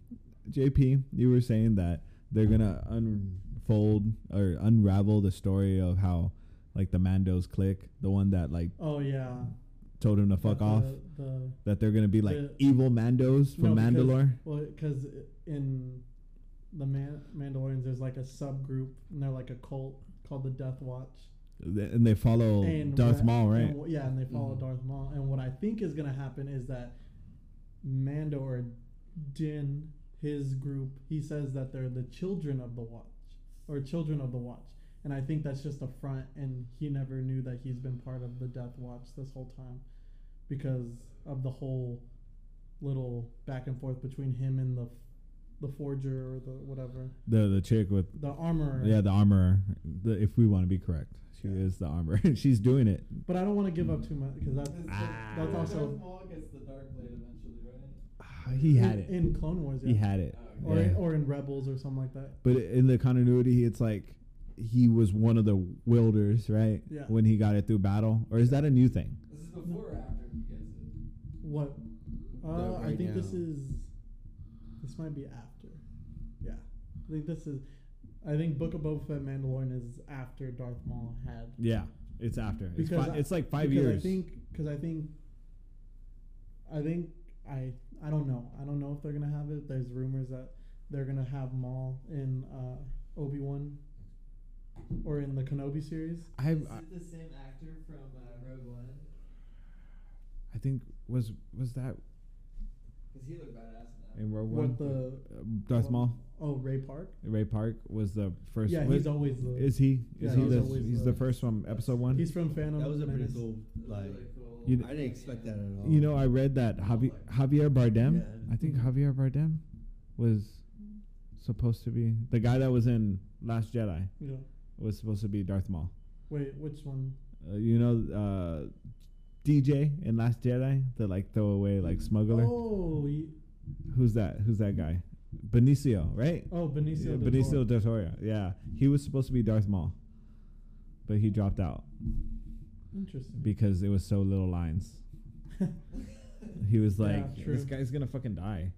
[SPEAKER 1] JP, you were saying that they're gonna unfold or unravel the story of how, like, the Mandos click, the one that like
[SPEAKER 2] Oh yeah.
[SPEAKER 1] told him to fuck
[SPEAKER 2] The-
[SPEAKER 1] off,
[SPEAKER 2] The,
[SPEAKER 1] that they're gonna be like
[SPEAKER 2] the-
[SPEAKER 1] evil Mandos from
[SPEAKER 2] No, because-
[SPEAKER 1] Mandalore.
[SPEAKER 2] well, because in the Man- Mandalorians, there's like a subgroup, and they're like a cult called the Death Watch.
[SPEAKER 1] Th- and they follow
[SPEAKER 2] and
[SPEAKER 1] Darth
[SPEAKER 2] what-
[SPEAKER 1] Maul, right? Mm-hmm.
[SPEAKER 2] and wh- yeah, and they follow
[SPEAKER 3] Mhm.
[SPEAKER 2] Darth Maul. And what I think is going to happen is that Mando or Din, his group, he says that they're the children of the Watch or children of the Watch. And I think that's just a front, and he never knew that he's been part of the Death Watch this whole time because of the whole little back and forth between him and the the forger or the whatever
[SPEAKER 1] the the chick with
[SPEAKER 2] the armor
[SPEAKER 1] yeah the armor. The, if we want to be correct, she
[SPEAKER 2] Yeah.
[SPEAKER 1] is the armor. (laughs) She's doing it.
[SPEAKER 2] but i don't want to give up too much because that's
[SPEAKER 4] It's
[SPEAKER 1] Mm. Ah.
[SPEAKER 4] the-
[SPEAKER 2] That's also-
[SPEAKER 4] Darth Maul gets the dark blade eventually, right?
[SPEAKER 1] Ah, He had it.
[SPEAKER 2] in clone wars yeah.
[SPEAKER 1] He had it.
[SPEAKER 2] or,
[SPEAKER 1] Yeah.
[SPEAKER 2] or in Rebels or something like that.
[SPEAKER 1] But in the continuity, it's like he was one of the wielders, right?
[SPEAKER 2] Yeah.
[SPEAKER 1] When he got it through battle, or is that a new thing?
[SPEAKER 4] This is before or after he gets it.
[SPEAKER 2] What? Uh,
[SPEAKER 3] That
[SPEAKER 2] I
[SPEAKER 3] right
[SPEAKER 2] think this
[SPEAKER 3] now.
[SPEAKER 2] is. This might be after. Yeah, I think this is. I think Book of Boba Fett Mandalorian is after Darth Maul had.
[SPEAKER 1] Yeah, it's after. It's,
[SPEAKER 2] Because
[SPEAKER 1] fi-
[SPEAKER 2] I-
[SPEAKER 1] it's like five
[SPEAKER 2] because
[SPEAKER 1] years.
[SPEAKER 2] I think because I think. I think I I don't know I don't know if they're gonna have it. There's rumors that they're gonna have Maul in uh, Obi Wan. Or in the Kenobi series.
[SPEAKER 1] I,
[SPEAKER 4] Is
[SPEAKER 1] I-
[SPEAKER 4] it the same actor from uh, Rogue One?
[SPEAKER 1] I think was was that
[SPEAKER 4] Because he looked badass in that.
[SPEAKER 1] in Rogue One?
[SPEAKER 2] What the
[SPEAKER 1] Uh, Darth Maul,
[SPEAKER 2] Oh, Ray Park.
[SPEAKER 1] Ray Park was the first.
[SPEAKER 2] yeah,
[SPEAKER 1] was-
[SPEAKER 2] he's always the.
[SPEAKER 1] is he?
[SPEAKER 2] yeah,
[SPEAKER 1] Is he
[SPEAKER 2] he's
[SPEAKER 1] the?
[SPEAKER 2] always
[SPEAKER 1] He's
[SPEAKER 2] the-
[SPEAKER 1] the first from Episode One.
[SPEAKER 2] He's from Phantom.
[SPEAKER 3] That was a pretty
[SPEAKER 2] Menace.
[SPEAKER 3] cool.
[SPEAKER 4] It was
[SPEAKER 3] Like,
[SPEAKER 4] really cool.
[SPEAKER 1] You
[SPEAKER 3] I didn't expect
[SPEAKER 4] (laughs)
[SPEAKER 3] that at all.
[SPEAKER 1] you know, I read that Javi, Javier Bardem.
[SPEAKER 3] Yeah.
[SPEAKER 1] I think Javier Bardem was supposed to be the guy that was in Last Jedi.
[SPEAKER 2] Yeah.
[SPEAKER 1] was supposed to be Darth Maul.
[SPEAKER 2] Wait, which one?
[SPEAKER 1] Uh, you know, uh, DJ in Last Jedi, the like throwaway like smuggler.
[SPEAKER 2] Oh, ye-
[SPEAKER 1] Who's that? Who's that guy? Benicio, right?
[SPEAKER 2] oh, Benicio.
[SPEAKER 1] Yeah,
[SPEAKER 2] del
[SPEAKER 1] Benicio
[SPEAKER 2] Toro.
[SPEAKER 1] del Toro. Yeah, he was supposed to be Darth Maul, but he dropped out
[SPEAKER 2] Interesting. (laughs)
[SPEAKER 1] because there was so little lines. He was
[SPEAKER 2] Yeah,
[SPEAKER 1] like,
[SPEAKER 2] true.
[SPEAKER 1] "This guy's gonna fucking die."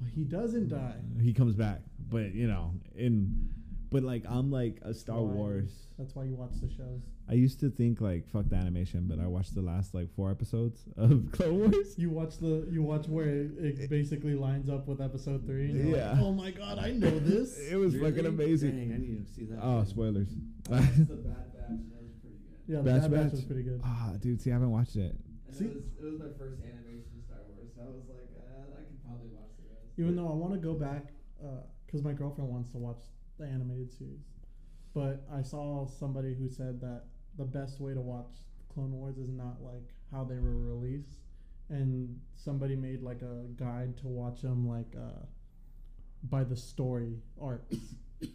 [SPEAKER 2] but he doesn't die.
[SPEAKER 1] Uh, He comes back, but you know, in but like I'm like a Star
[SPEAKER 2] Why?
[SPEAKER 1] Wars.
[SPEAKER 2] That's why you watch the shows.
[SPEAKER 1] I used to think like fuck the animation, but I watched the last like four episodes of (laughs) Clone Wars.
[SPEAKER 2] You watch the. You watch where it, it basically lines up with episode three. And you're
[SPEAKER 1] Yeah.
[SPEAKER 2] Like, oh my god, I know this.
[SPEAKER 1] (laughs) It was fucking
[SPEAKER 3] Really?
[SPEAKER 1] amazing.
[SPEAKER 3] Dang, I need to see that.
[SPEAKER 1] Oh,
[SPEAKER 3] again.
[SPEAKER 1] spoilers.
[SPEAKER 2] (laughs)
[SPEAKER 1] (laughs)
[SPEAKER 4] I watched the Bad Batch and that was pretty good.
[SPEAKER 2] yeah, the
[SPEAKER 1] Bad
[SPEAKER 2] Bad Batch
[SPEAKER 1] Batch.
[SPEAKER 2] was pretty good.
[SPEAKER 1] Ah, dude, see, I haven't watched it.
[SPEAKER 4] And
[SPEAKER 2] See-
[SPEAKER 4] it was it was my first animation Star Wars, so I was like, uh, I could probably watch the rest. Oh,
[SPEAKER 2] Even though I want to go back, because my girlfriend wants to watch the animated series, but I saw somebody who said that the best way to watch Clone Wars is not like how they were released, and somebody made like a guide to watch them like uh, by the story arcs.
[SPEAKER 1] (coughs)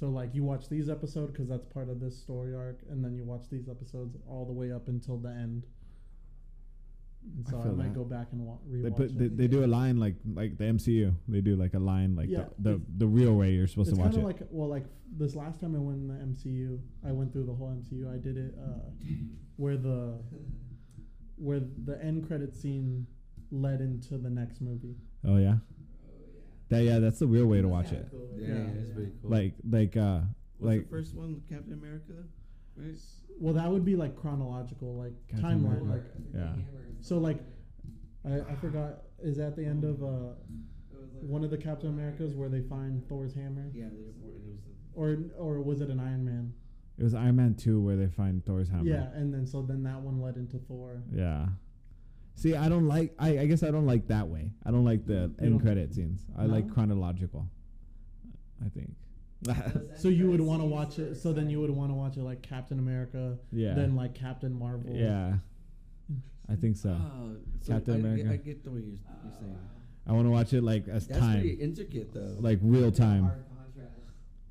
[SPEAKER 2] so like you watch these episodes because that's part of this story arc, and then you watch these episodes all the way up until the end. And
[SPEAKER 1] I
[SPEAKER 2] so I,
[SPEAKER 1] feel
[SPEAKER 2] might
[SPEAKER 1] that.
[SPEAKER 2] go back and wa- rewatch.
[SPEAKER 1] They put they,
[SPEAKER 2] them.
[SPEAKER 1] they do a line like like the MCU. They do like a line like
[SPEAKER 2] Yeah,
[SPEAKER 1] the, the
[SPEAKER 2] it's-
[SPEAKER 1] the real way you're supposed
[SPEAKER 2] it's
[SPEAKER 1] to watch it.
[SPEAKER 2] kinda like well, like this last time I went in the MCU, I went through the whole MCU. I did it uh, where the where the end credit scene led into the next movie.
[SPEAKER 1] oh yeah,
[SPEAKER 4] Oh yeah.
[SPEAKER 1] that yeah, that's the real way to
[SPEAKER 4] That's
[SPEAKER 1] watch
[SPEAKER 4] kinda
[SPEAKER 1] it.
[SPEAKER 4] cool,
[SPEAKER 3] Yeah,
[SPEAKER 2] Yeah.
[SPEAKER 3] yeah, it's pretty cool.
[SPEAKER 1] like like uh
[SPEAKER 3] was
[SPEAKER 1] like
[SPEAKER 3] the first one Captain America, right?
[SPEAKER 2] Well, that would be like chronological, like
[SPEAKER 1] Captain
[SPEAKER 2] timeline.
[SPEAKER 1] America.
[SPEAKER 2] Like
[SPEAKER 4] Or the
[SPEAKER 1] Yeah.
[SPEAKER 4] hammer is
[SPEAKER 2] So,
[SPEAKER 4] the
[SPEAKER 2] like,
[SPEAKER 4] hammer.
[SPEAKER 2] I, I forgot. Is that the end of uh,
[SPEAKER 4] It was like
[SPEAKER 2] one of the Captain Americas where they find Thor's hammer,
[SPEAKER 3] Yeah, they were, it was the,
[SPEAKER 2] or or was it an Iron Man?
[SPEAKER 1] it was Iron Man two where they find Thor's hammer.
[SPEAKER 2] Yeah, and then so then that one led into Thor.
[SPEAKER 1] Yeah. See, I don't like. I, I guess I don't like that way. I don't like the
[SPEAKER 2] don't-
[SPEAKER 1] end credit scenes. I like
[SPEAKER 2] No?
[SPEAKER 1] chronological. I
[SPEAKER 2] (laughs)
[SPEAKER 1] think.
[SPEAKER 4] Those
[SPEAKER 2] So you would
[SPEAKER 4] end
[SPEAKER 2] want to
[SPEAKER 4] credit
[SPEAKER 2] watch
[SPEAKER 4] scenes
[SPEAKER 2] it.
[SPEAKER 4] are
[SPEAKER 2] So then you would
[SPEAKER 4] exciting.
[SPEAKER 2] want to watch it like Captain America,
[SPEAKER 1] yeah.
[SPEAKER 2] then like Captain Marvel.
[SPEAKER 1] yeah. I think so.
[SPEAKER 3] Ah, so
[SPEAKER 1] Captain
[SPEAKER 3] I, get-
[SPEAKER 1] America.
[SPEAKER 3] I get the way you're, you're saying.
[SPEAKER 1] I want to watch it like as
[SPEAKER 3] That's pretty
[SPEAKER 1] time,
[SPEAKER 3] intricate though.
[SPEAKER 1] like Uh, real
[SPEAKER 4] It's a
[SPEAKER 1] time.
[SPEAKER 4] hard contrast.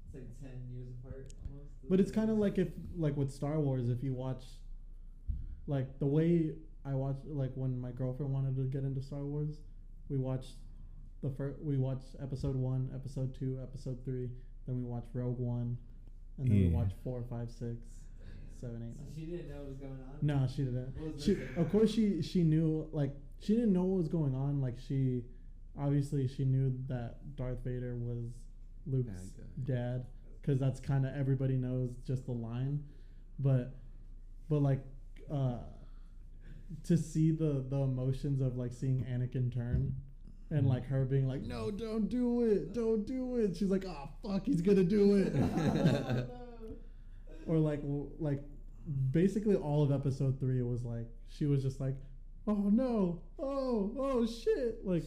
[SPEAKER 4] It's like 10 years apart almost.
[SPEAKER 2] But it's kind of like if like with Star Wars, if you watch, like the way I watched, like when my girlfriend wanted to get into Star Wars, we watched the first, we watched Episode One, Episode Two, Episode Three, then we watched Rogue One, and then we
[SPEAKER 1] Yeah.
[SPEAKER 2] watched Four, Five, Six, Seven, Eight,
[SPEAKER 4] So
[SPEAKER 2] Nine.
[SPEAKER 4] she didn't know what was going on. (laughs)
[SPEAKER 2] No, she didn't.
[SPEAKER 4] What was
[SPEAKER 2] She,
[SPEAKER 4] missing?
[SPEAKER 2] of course, she she knew like she didn't know what was going on. Like she, obviously, she knew that Darth Vader was Luke's
[SPEAKER 3] Bad guy.
[SPEAKER 2] dad, because that's kind of everybody knows just the line, but, but like, uh, to see the the emotions of like seeing Anakin turn. And like her being like, no, don't do it, don't do it. She's like, oh fuck, he's gonna do
[SPEAKER 4] Oh, (laughs)
[SPEAKER 2] it. or like w- like basically all of episode three it was like she was just like oh no oh oh shit like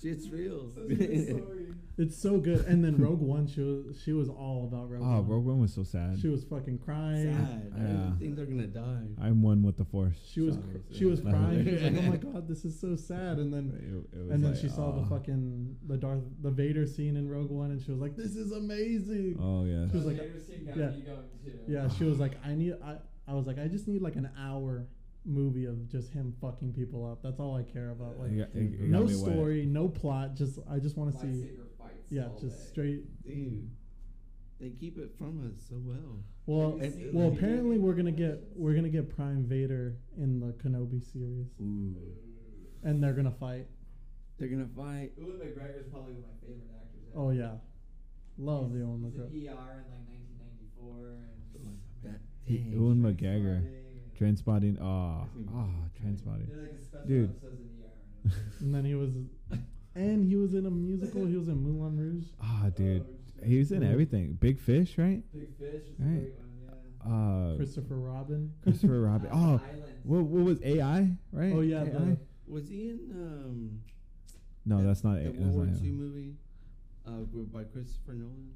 [SPEAKER 3] Shit's (laughs) real.
[SPEAKER 4] Such a good story.
[SPEAKER 2] it's so good and
[SPEAKER 1] (laughs)
[SPEAKER 2] then rogue one she was she was all about rogue
[SPEAKER 1] Oh,
[SPEAKER 2] One.
[SPEAKER 1] Rogue One was so sad.
[SPEAKER 2] she was fucking crying
[SPEAKER 3] Sad.
[SPEAKER 1] Yeah.
[SPEAKER 3] I think they're gonna die.
[SPEAKER 1] I'm one with the Force.
[SPEAKER 2] she was
[SPEAKER 3] Sorry,
[SPEAKER 2] she was
[SPEAKER 1] yeah. (laughs)
[SPEAKER 2] crying she was like oh my god this is so sad and
[SPEAKER 1] It-
[SPEAKER 2] then
[SPEAKER 1] it was
[SPEAKER 2] and then
[SPEAKER 1] like, oh. "Ah."
[SPEAKER 2] she saw the
[SPEAKER 1] "Aw."
[SPEAKER 2] fucking the Darth the Vader scene in Rogue One and she was like this is amazing
[SPEAKER 1] Oh yeah.
[SPEAKER 2] She was
[SPEAKER 4] So
[SPEAKER 2] like-
[SPEAKER 4] later she got
[SPEAKER 2] yeah.
[SPEAKER 4] me going too.
[SPEAKER 2] Yeah, she was like, I need. I, I was like, I just need like an hour movie of just him fucking people up. That's all I care about. Like,
[SPEAKER 1] It got- it- it got
[SPEAKER 2] no
[SPEAKER 1] me wet.
[SPEAKER 2] story, no plot. Just I just want to see.
[SPEAKER 4] Lightsaber fights
[SPEAKER 2] Yeah,
[SPEAKER 4] all
[SPEAKER 2] just
[SPEAKER 4] day.
[SPEAKER 2] straight.
[SPEAKER 3] Dude, they keep it from us so well.
[SPEAKER 2] Well,
[SPEAKER 4] Have you
[SPEAKER 3] and-
[SPEAKER 4] seen
[SPEAKER 2] well,
[SPEAKER 4] the
[SPEAKER 2] apparently we're gonna
[SPEAKER 4] animations?
[SPEAKER 2] get we're gonna get Prime Vader in the Kenobi series,
[SPEAKER 3] Ooh,
[SPEAKER 2] and they're gonna fight.
[SPEAKER 3] they're gonna fight.
[SPEAKER 4] Ewan McGregor's probably one of my favorite actors. ever.
[SPEAKER 2] Oh yeah, love
[SPEAKER 4] He's-
[SPEAKER 2] the Owen
[SPEAKER 4] he's
[SPEAKER 2] McGregor.
[SPEAKER 4] in ER in like 1994 and.
[SPEAKER 3] That
[SPEAKER 1] He-
[SPEAKER 3] dang.
[SPEAKER 1] Ewan McGregor. Transpotting.
[SPEAKER 4] Transpotting and-
[SPEAKER 1] Oh, oh, transpotting.
[SPEAKER 4] They're like a special
[SPEAKER 1] Dude.
[SPEAKER 4] episodes in
[SPEAKER 1] (laughs)
[SPEAKER 4] ER.
[SPEAKER 2] And
[SPEAKER 4] and everything.
[SPEAKER 2] then he was, and he was in a musical. He was in Moulin Rouge.
[SPEAKER 1] (laughs) Ah, dude.
[SPEAKER 4] Oh,
[SPEAKER 1] He was in
[SPEAKER 2] Yeah.
[SPEAKER 1] everything. Big Fish, right?
[SPEAKER 4] Big Fish is
[SPEAKER 1] Right.
[SPEAKER 4] a great one, yeah.
[SPEAKER 1] Uh,
[SPEAKER 2] Christopher Robin.
[SPEAKER 1] Christopher Robin.
[SPEAKER 4] Uh,
[SPEAKER 1] Oh,
[SPEAKER 4] Islands.
[SPEAKER 1] what, what was AI? Right?
[SPEAKER 2] (laughs) Oh yeah,
[SPEAKER 1] AI?
[SPEAKER 2] the,
[SPEAKER 3] Was he in um?
[SPEAKER 1] no,
[SPEAKER 3] that-
[SPEAKER 1] that's not
[SPEAKER 3] The
[SPEAKER 1] it.
[SPEAKER 3] World
[SPEAKER 1] That's
[SPEAKER 3] War
[SPEAKER 1] not
[SPEAKER 3] II
[SPEAKER 1] it.
[SPEAKER 3] movie, uh, gr- by Christopher Nolan.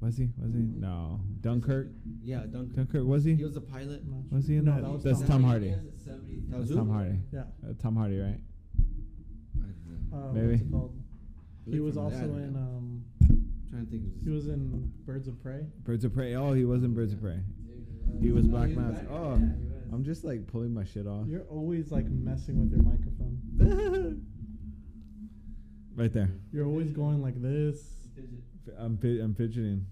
[SPEAKER 1] Was he? Was he? No. Dunkirk.
[SPEAKER 3] Yeah, Dunkirk.
[SPEAKER 1] Dunkirk. Was he?
[SPEAKER 3] He was a pilot.
[SPEAKER 1] Was he in
[SPEAKER 2] No,
[SPEAKER 1] that?
[SPEAKER 2] that was
[SPEAKER 1] that's
[SPEAKER 2] Tom
[SPEAKER 1] Tom
[SPEAKER 4] Hardy
[SPEAKER 1] Hardy.
[SPEAKER 4] has it so many
[SPEAKER 3] That
[SPEAKER 4] times.
[SPEAKER 1] That's Tom Hardy.
[SPEAKER 2] yeah.
[SPEAKER 1] Uh, Tom Hardy, right?
[SPEAKER 3] I don't
[SPEAKER 2] Uh,
[SPEAKER 3] know.
[SPEAKER 2] What's
[SPEAKER 1] Maybe.
[SPEAKER 2] it called? He
[SPEAKER 3] Look
[SPEAKER 2] was
[SPEAKER 3] from
[SPEAKER 2] also
[SPEAKER 3] that,
[SPEAKER 2] in.
[SPEAKER 3] man.
[SPEAKER 2] Um,
[SPEAKER 3] trying to think. of his-
[SPEAKER 2] He was in Birds of Prey.
[SPEAKER 1] Birds of Prey. Oh, he was in Birds of Prey.
[SPEAKER 4] Dude,
[SPEAKER 1] He was
[SPEAKER 4] Oh,
[SPEAKER 1] Black
[SPEAKER 4] he was
[SPEAKER 1] Mask.
[SPEAKER 4] Black-
[SPEAKER 1] Oh,
[SPEAKER 4] yeah, he was.
[SPEAKER 1] I'm just like pulling my shit off.
[SPEAKER 2] You're always like messing with your microphone.
[SPEAKER 1] right there.
[SPEAKER 2] You're always going like this.
[SPEAKER 4] Fidget.
[SPEAKER 1] F- I'm fi- I'm fidgeting.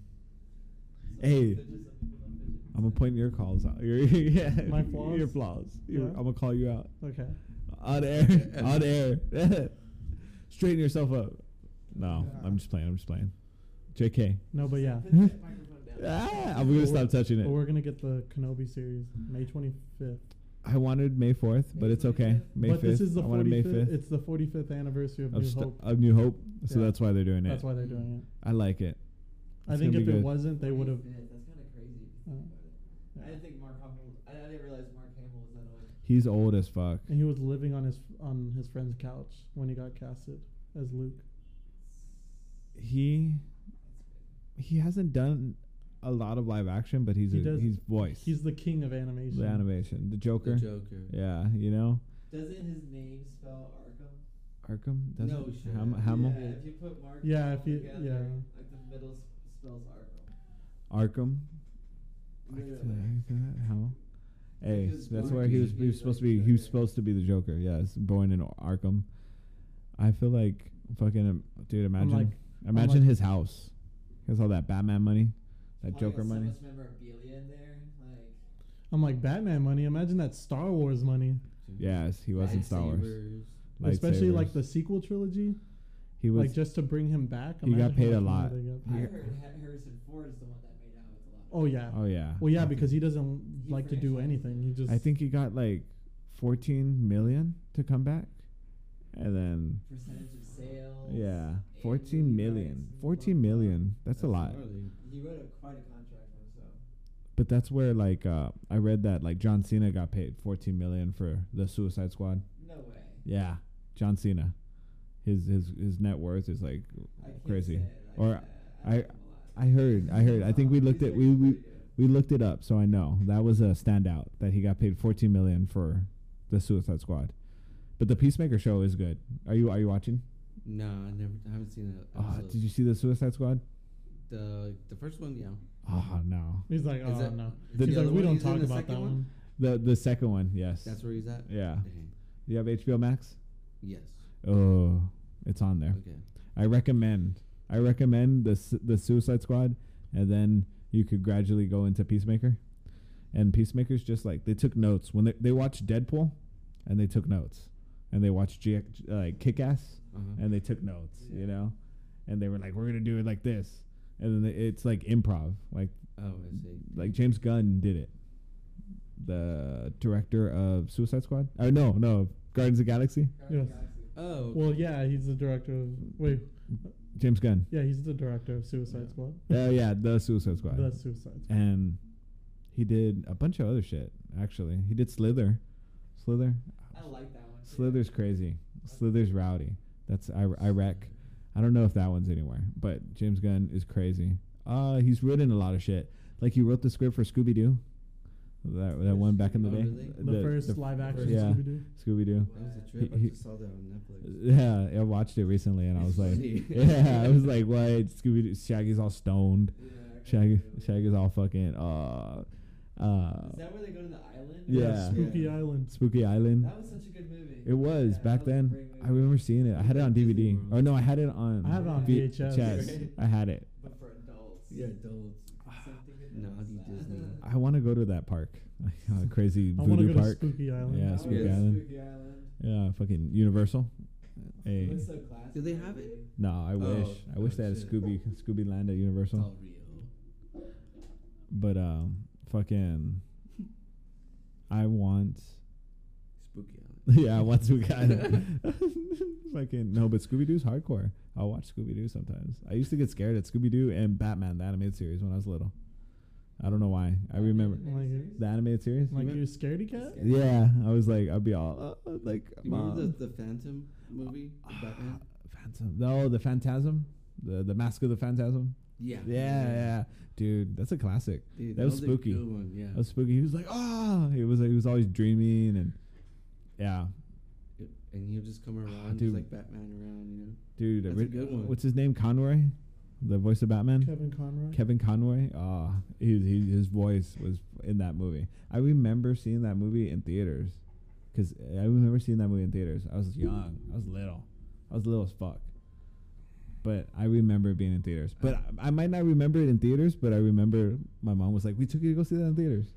[SPEAKER 4] Some
[SPEAKER 1] Hey.
[SPEAKER 4] people fidget, some people don't fidget.
[SPEAKER 1] I'm gonna point your calls out. (laughs) Your, yeah,
[SPEAKER 2] My flaws?
[SPEAKER 1] Your flaws. You-
[SPEAKER 2] Yeah.
[SPEAKER 1] I'm gonna call you out
[SPEAKER 2] Okay.
[SPEAKER 1] on
[SPEAKER 2] (laughs)
[SPEAKER 1] air. on air. (laughs) Straighten yourself up. No, I'm just playing. I'm just playing. Jk.
[SPEAKER 2] No, but yeah.
[SPEAKER 4] Put
[SPEAKER 1] (laughs)
[SPEAKER 4] that microphone down.
[SPEAKER 1] Ah, I'm gonna stop touching
[SPEAKER 2] But
[SPEAKER 1] it.
[SPEAKER 2] we're gonna get the Kenobi series May 25th.
[SPEAKER 1] I wanted May 4th, but it's okay. May
[SPEAKER 2] but
[SPEAKER 1] 5th.
[SPEAKER 2] this is the
[SPEAKER 1] I wanted
[SPEAKER 2] 45th.
[SPEAKER 1] May 5th.
[SPEAKER 2] It's the 45th anniversary of,
[SPEAKER 1] of,
[SPEAKER 2] New
[SPEAKER 1] st-
[SPEAKER 2] Hope.
[SPEAKER 1] of New Hope. So
[SPEAKER 2] Yeah.
[SPEAKER 1] that's why they're doing it.
[SPEAKER 2] That's why they're doing
[SPEAKER 1] I like it.
[SPEAKER 2] it. I
[SPEAKER 1] It's
[SPEAKER 2] think
[SPEAKER 1] gonna
[SPEAKER 2] if
[SPEAKER 1] be
[SPEAKER 2] it
[SPEAKER 1] good.
[SPEAKER 2] wasn't, they would have.
[SPEAKER 4] 45th, That's kind of crazy. if you think
[SPEAKER 2] Uh,
[SPEAKER 4] about it. I didn't think Mark Hamill. I, I didn't realize Mark Hamill was that old.
[SPEAKER 1] He's old as fuck.
[SPEAKER 2] And he was living on his on his friend's couch when he got casted as Luke.
[SPEAKER 1] He he hasn't done a lot of live action, but he's
[SPEAKER 2] He
[SPEAKER 1] a,
[SPEAKER 2] does-
[SPEAKER 1] he's voice.
[SPEAKER 2] He's the king of animation.
[SPEAKER 1] the animation, the Joker.
[SPEAKER 3] The Joker.
[SPEAKER 1] Yeah, you know
[SPEAKER 4] Doesn't his name spell Arkham?
[SPEAKER 1] Arkham. Doesn't
[SPEAKER 3] No shit.
[SPEAKER 1] Ham- Hamill.
[SPEAKER 4] Yeah, if you put Mark.
[SPEAKER 2] Yeah,
[SPEAKER 4] Hamill
[SPEAKER 2] if you-
[SPEAKER 4] together,
[SPEAKER 2] yeah.
[SPEAKER 4] Like the middle s- spells Arkham.
[SPEAKER 1] Arkham.
[SPEAKER 4] Literally.
[SPEAKER 1] Hamill. Hey,
[SPEAKER 4] Because
[SPEAKER 1] that's
[SPEAKER 4] Mark
[SPEAKER 1] where he was.
[SPEAKER 4] should
[SPEAKER 1] He
[SPEAKER 4] be
[SPEAKER 1] was
[SPEAKER 4] the
[SPEAKER 1] supposed to be. He was
[SPEAKER 4] Joker.
[SPEAKER 1] supposed to be the Joker. Yes, born in Arkham. I feel like fucking um, dude. Imagine,
[SPEAKER 2] like- I'm
[SPEAKER 1] imagine
[SPEAKER 2] like- Oh,
[SPEAKER 1] his house. He has all that Batman money, that
[SPEAKER 4] Probably
[SPEAKER 1] Joker
[SPEAKER 4] got
[SPEAKER 1] money.
[SPEAKER 4] Oh, So much memorabilia in there. Like,
[SPEAKER 2] I'm like Batman money. Imagine that Star Wars money,
[SPEAKER 1] Yes, he was in Star Wars.
[SPEAKER 3] Lightsabers.
[SPEAKER 2] especially like
[SPEAKER 1] Lightsabers.
[SPEAKER 2] the sequel trilogy.
[SPEAKER 1] He was
[SPEAKER 2] like just to bring him back.
[SPEAKER 1] He got
[SPEAKER 2] imagine how
[SPEAKER 1] paid a
[SPEAKER 2] much money
[SPEAKER 1] lot.
[SPEAKER 2] they got
[SPEAKER 4] I
[SPEAKER 2] paid.
[SPEAKER 1] Yeah.
[SPEAKER 4] heard Ha- Harrison Ford is the one that made out with a lot.
[SPEAKER 2] Oh yeah.
[SPEAKER 1] oh yeah.
[SPEAKER 2] Well,
[SPEAKER 1] I
[SPEAKER 3] (laughs)
[SPEAKER 2] yeah,
[SPEAKER 1] think-
[SPEAKER 2] because he doesn't
[SPEAKER 4] He
[SPEAKER 2] like to do
[SPEAKER 4] franchised
[SPEAKER 2] anything. He
[SPEAKER 4] him.
[SPEAKER 2] just
[SPEAKER 1] I think he got like 14 million to come back. And then
[SPEAKER 4] Percentage of
[SPEAKER 2] Oh.
[SPEAKER 4] sales.
[SPEAKER 1] yeah,
[SPEAKER 4] and
[SPEAKER 1] 14
[SPEAKER 4] movie
[SPEAKER 1] million.
[SPEAKER 4] rights and
[SPEAKER 1] 14
[SPEAKER 4] blah, blah, blah.
[SPEAKER 1] million. That's a lot.
[SPEAKER 3] gnarly.
[SPEAKER 4] He wrote a, quite a contract for himself.
[SPEAKER 1] But that's where like uh I read that like John Cena got paid 14 million for the Suicide Squad.
[SPEAKER 4] No way.
[SPEAKER 1] Yeah, John Cena. His his his net worth is like
[SPEAKER 4] I can't
[SPEAKER 1] crazy.
[SPEAKER 4] Say it like
[SPEAKER 1] Or
[SPEAKER 4] that.
[SPEAKER 1] I-
[SPEAKER 4] don't know
[SPEAKER 1] I heard, I heard. I think we looked at we we we looked it up, so I know that was a standout that he got paid 14 million for the Suicide Squad. But the Peacemaker show is good. Are you are you watching?
[SPEAKER 3] Nah, I never. I haven't seen that.
[SPEAKER 1] Oh,
[SPEAKER 3] episode.
[SPEAKER 1] did you see the Suicide Squad?
[SPEAKER 3] the the first one? Yeah.
[SPEAKER 1] Oh no,
[SPEAKER 2] he's like,
[SPEAKER 3] Is
[SPEAKER 2] oh
[SPEAKER 3] that-
[SPEAKER 2] no.
[SPEAKER 3] is
[SPEAKER 1] The-
[SPEAKER 2] he's
[SPEAKER 3] the
[SPEAKER 2] like,
[SPEAKER 3] other
[SPEAKER 2] we
[SPEAKER 3] one
[SPEAKER 2] don't
[SPEAKER 3] he's in
[SPEAKER 2] talk
[SPEAKER 3] the
[SPEAKER 2] about
[SPEAKER 3] second
[SPEAKER 2] that
[SPEAKER 3] one?
[SPEAKER 2] one.
[SPEAKER 1] the the second one. Yes,
[SPEAKER 3] That's where he's at.
[SPEAKER 1] yeah.
[SPEAKER 3] Dang.
[SPEAKER 1] Do you have HBO Max?
[SPEAKER 3] Yes.
[SPEAKER 1] Oh, it's on there.
[SPEAKER 3] Okay.
[SPEAKER 1] I recommend. I recommend the Su- the Suicide Squad, and then you could gradually go into Peacemaker. And Peacemaker's just like they took notes when they they watched Deadpool, and they took notes, and they watched G- like Kick Ass,
[SPEAKER 3] Uh-huh.
[SPEAKER 1] and they took notes, you
[SPEAKER 4] Yeah.
[SPEAKER 1] know, and they were like, we're gonna do it like this, and then it's like improv, like
[SPEAKER 3] Oh, I see.
[SPEAKER 1] like James Gunn did it, the director of Suicide Squad. Oh no, no Guardians of the Galaxy.
[SPEAKER 2] Yes.
[SPEAKER 3] Oh.
[SPEAKER 2] Well, yeah, he's the director of. Wait,
[SPEAKER 1] James Gunn.
[SPEAKER 2] yeah, he's the director of Suicide
[SPEAKER 3] Yeah.
[SPEAKER 2] Squad.
[SPEAKER 1] Oh yeah, the Suicide Squad.
[SPEAKER 2] The Suicide Squad.
[SPEAKER 1] and he did a bunch of other shit. Actually, he did Slither, Slither,
[SPEAKER 4] I like that one. too.
[SPEAKER 1] Slither's crazy, Slither's rowdy. That's I I wreck. I don't know if that one's anywhere, but James Gunn is crazy. Uh, he's written a lot of shit. Like he wrote the script for Scooby Doo, that that one back in the
[SPEAKER 3] Oh,
[SPEAKER 1] day.
[SPEAKER 3] really?
[SPEAKER 2] The, first live action
[SPEAKER 3] first-
[SPEAKER 1] yeah.
[SPEAKER 2] Scooby Doo.
[SPEAKER 1] Scooby
[SPEAKER 4] (laughs)
[SPEAKER 1] Doo.
[SPEAKER 3] That was a
[SPEAKER 4] He-
[SPEAKER 3] trip. I
[SPEAKER 1] he-
[SPEAKER 3] just saw that on Netflix.
[SPEAKER 1] (laughs) Yeah, I watched it recently and I was like, (laughs) yeah, I was like, what? Scooby Doo, Shaggy's all stoned.
[SPEAKER 4] Yeah, I can't
[SPEAKER 1] Shaggy,
[SPEAKER 4] remember.
[SPEAKER 1] Shaggy's all fucking uh, uh,
[SPEAKER 4] Is that where they go to the island?
[SPEAKER 1] Yeah.
[SPEAKER 2] Spooky
[SPEAKER 3] Yeah.
[SPEAKER 2] Island.
[SPEAKER 1] Spooky Island.
[SPEAKER 4] That was such a good movie.
[SPEAKER 1] It was
[SPEAKER 4] Yeah,
[SPEAKER 1] back
[SPEAKER 4] that was a
[SPEAKER 1] then.
[SPEAKER 4] great
[SPEAKER 1] I
[SPEAKER 4] movie.
[SPEAKER 1] remember seeing it. I had it on
[SPEAKER 3] Disney
[SPEAKER 1] DVD.
[SPEAKER 3] World.
[SPEAKER 1] Oh no, I had it on.
[SPEAKER 2] I have it on
[SPEAKER 1] V-
[SPEAKER 2] VHS.
[SPEAKER 1] VHS. I had it.
[SPEAKER 4] But for adults.
[SPEAKER 3] Yeah, adults.
[SPEAKER 4] Something that
[SPEAKER 3] Naughty
[SPEAKER 4] does that.
[SPEAKER 3] Disney.
[SPEAKER 1] I want to go to that park, (laughs) Uh, crazy
[SPEAKER 2] I want to
[SPEAKER 1] voodoo
[SPEAKER 2] go to
[SPEAKER 1] park.
[SPEAKER 2] Spooky Island.
[SPEAKER 1] Yeah,
[SPEAKER 4] I
[SPEAKER 1] Spooky
[SPEAKER 4] wanna go to
[SPEAKER 1] Island.
[SPEAKER 4] Spooky Island.
[SPEAKER 1] yeah, fucking Universal.
[SPEAKER 4] It
[SPEAKER 1] Hey,
[SPEAKER 4] looks so classic.
[SPEAKER 3] Do they
[SPEAKER 4] that
[SPEAKER 3] have it?
[SPEAKER 4] movie.
[SPEAKER 1] no, I
[SPEAKER 3] Oh,
[SPEAKER 1] wish. I wish
[SPEAKER 3] oh,
[SPEAKER 1] they had a
[SPEAKER 3] shit. Oh.
[SPEAKER 1] Scooby Scooby Land at
[SPEAKER 3] It's all
[SPEAKER 1] Universal.
[SPEAKER 3] real.
[SPEAKER 1] But um, fucking, I want.
[SPEAKER 3] Spooky
[SPEAKER 1] (laughs)
[SPEAKER 3] Island.
[SPEAKER 1] yeah, I want Spooky Island. fucking no, but Scooby Doo's hardcore. I'll watch Scooby Doo sometimes. I used to get scared at Scooby Doo and Batman the animated series when I was little. I don't know why. I remember.
[SPEAKER 2] Like,
[SPEAKER 1] The animated series?
[SPEAKER 2] Like
[SPEAKER 3] Remem-
[SPEAKER 2] you scaredy cat?
[SPEAKER 4] Scaredy
[SPEAKER 1] yeah, I was like, I'd be all uh, uh, like, Ah,
[SPEAKER 3] You remember
[SPEAKER 1] Mom.
[SPEAKER 3] the, the Phantom movie? The Batman?
[SPEAKER 1] (sighs) Phantom? No, the Phantasm, the the Mask of the Phantasm.
[SPEAKER 3] Yeah.
[SPEAKER 1] Yeah, yeah, dude, that's a classic.
[SPEAKER 3] Dude,
[SPEAKER 1] That was
[SPEAKER 3] a
[SPEAKER 1] spooky.
[SPEAKER 3] Good one, yeah.
[SPEAKER 1] That was spooky. He was like, ah, he was he was always dreaming and yeah,
[SPEAKER 3] It- and he'll just come around,
[SPEAKER 1] Ah, dude.
[SPEAKER 3] just like Batman around, you know.
[SPEAKER 1] dude.
[SPEAKER 3] That's a
[SPEAKER 1] ori-
[SPEAKER 3] good one.
[SPEAKER 1] What's his name? Conroy, the voice of Batman.
[SPEAKER 2] Kevin Conroy.
[SPEAKER 1] Kevin Conroy. Ah, his his his voice was in that movie. I remember seeing that movie in theaters, cause I remember seeing that movie in theaters. I was young. I was little. I was little as fuck. But I remember it being in theaters. But I, I might not remember it in theaters, but I remember my mom was like, "We took you to go see that in theaters,"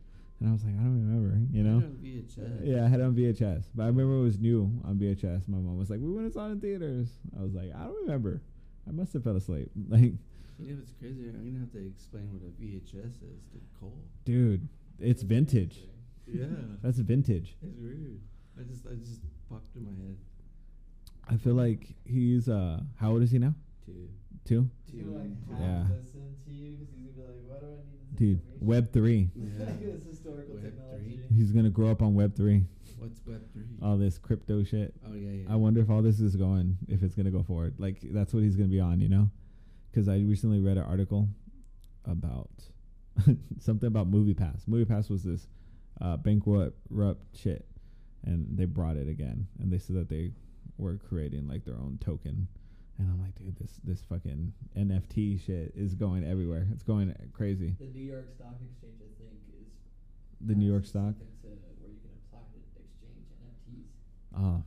[SPEAKER 1] and I was like, "I don't remember," you know.
[SPEAKER 3] Put it on VHS.
[SPEAKER 1] Yeah, I had it on VHS, but I remember it was new on VHS. My mom was like, "We went and saw it in theaters." I was like, "I don't remember. I must have fell asleep." (laughs) Like,
[SPEAKER 3] You know
[SPEAKER 1] (laughs)
[SPEAKER 3] what's crazy? I'm gonna have to explain what a VHS is to Cole.
[SPEAKER 1] dude, it's vintage.
[SPEAKER 3] Yeah. (laughs)
[SPEAKER 1] That's vintage.
[SPEAKER 3] it's weird. I just I just popped in my head.
[SPEAKER 1] I feel like he's uh how old is he now?
[SPEAKER 3] Two.
[SPEAKER 1] Two?
[SPEAKER 4] He's gonna, like,
[SPEAKER 3] Dude.
[SPEAKER 4] half
[SPEAKER 1] Yeah.
[SPEAKER 4] listen to you 'cause he's gonna be like, why do I need this
[SPEAKER 1] Dude,
[SPEAKER 4] information?"
[SPEAKER 1] web three.
[SPEAKER 4] (laughs) Like,
[SPEAKER 3] Yeah.
[SPEAKER 4] it's historical
[SPEAKER 3] Web
[SPEAKER 4] technology.
[SPEAKER 1] He's gonna grow up on web three.
[SPEAKER 3] (laughs) What's web three?
[SPEAKER 1] All this crypto shit.
[SPEAKER 3] Oh yeah, yeah.
[SPEAKER 1] Oh, I wonder if all this is going, if it's gonna go forward. Like that's what he's gonna be on, you know? Because I recently read an article about (laughs) something about Movie Pass. Movie Pass was this uh, bankrupt shit, and they brought it again, and they said that they were creating like their own token. And I'm like, dude, this this fucking NFT shit is going everywhere. It's going crazy.
[SPEAKER 4] The New York Stock Exchange, I think, is
[SPEAKER 1] The New York
[SPEAKER 4] passing
[SPEAKER 1] stock.
[SPEAKER 4] something to where you can apply to exchange NFTs.
[SPEAKER 1] Uh,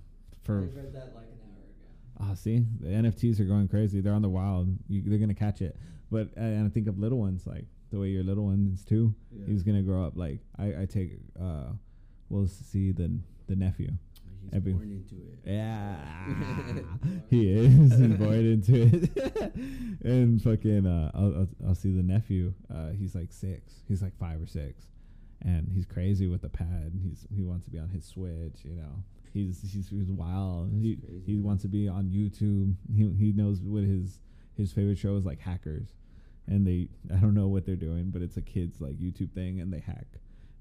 [SPEAKER 1] for
[SPEAKER 4] I read that like an hour ago.
[SPEAKER 1] Ah, see, the NFTs are going crazy. They're on the wild. You, they're gonna catch it. But and I think of little ones like the way your little ones too.
[SPEAKER 3] Yeah.
[SPEAKER 1] He's gonna grow up like I. I take. uh We'll see the the nephew.
[SPEAKER 3] He's
[SPEAKER 1] Every-
[SPEAKER 3] born into it.
[SPEAKER 1] Yeah,
[SPEAKER 3] (laughs)
[SPEAKER 1] (laughs) he is he's born into it, (laughs) and fucking uh, I'll, I'll I'll see the nephew. Uh, he's like six. He's like five or six, and he's crazy with the pad. He's he wants to be on his Switch. You know, he's he's, he's wild.
[SPEAKER 3] That's
[SPEAKER 1] he
[SPEAKER 3] crazy,
[SPEAKER 1] he
[SPEAKER 3] man.
[SPEAKER 1] wants to be on YouTube. He he knows what his his favorite show is like hackers, and they I don't know what they're doing, but it's a kids like YouTube thing, and they hack,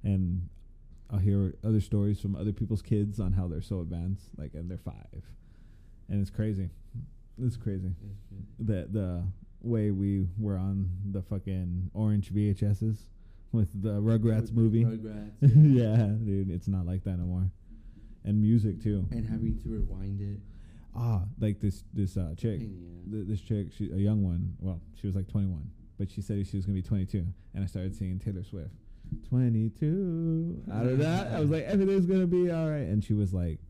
[SPEAKER 1] and I'll hear other stories from other people's kids on how they're so advanced, like and they're five, and it's crazy. It's crazy
[SPEAKER 3] That's crazy.
[SPEAKER 1] the the way we were on the fucking orange VHSs with the Rugrats
[SPEAKER 3] Rug-
[SPEAKER 1] movie. (laughs)
[SPEAKER 3] Rugrats. Yeah.
[SPEAKER 1] yeah, dude, it's not like that anymore. And music too.
[SPEAKER 3] and having to rewind it.
[SPEAKER 1] Ah, like this this uh, chick,
[SPEAKER 3] Pain in the ass.
[SPEAKER 1] th- this chick, she a young one. Well, she was like 21, but she said she was gonna be 22, and I started singing Taylor Swift. 22. Out of that, I was like, everything's gonna be all right. And she was like,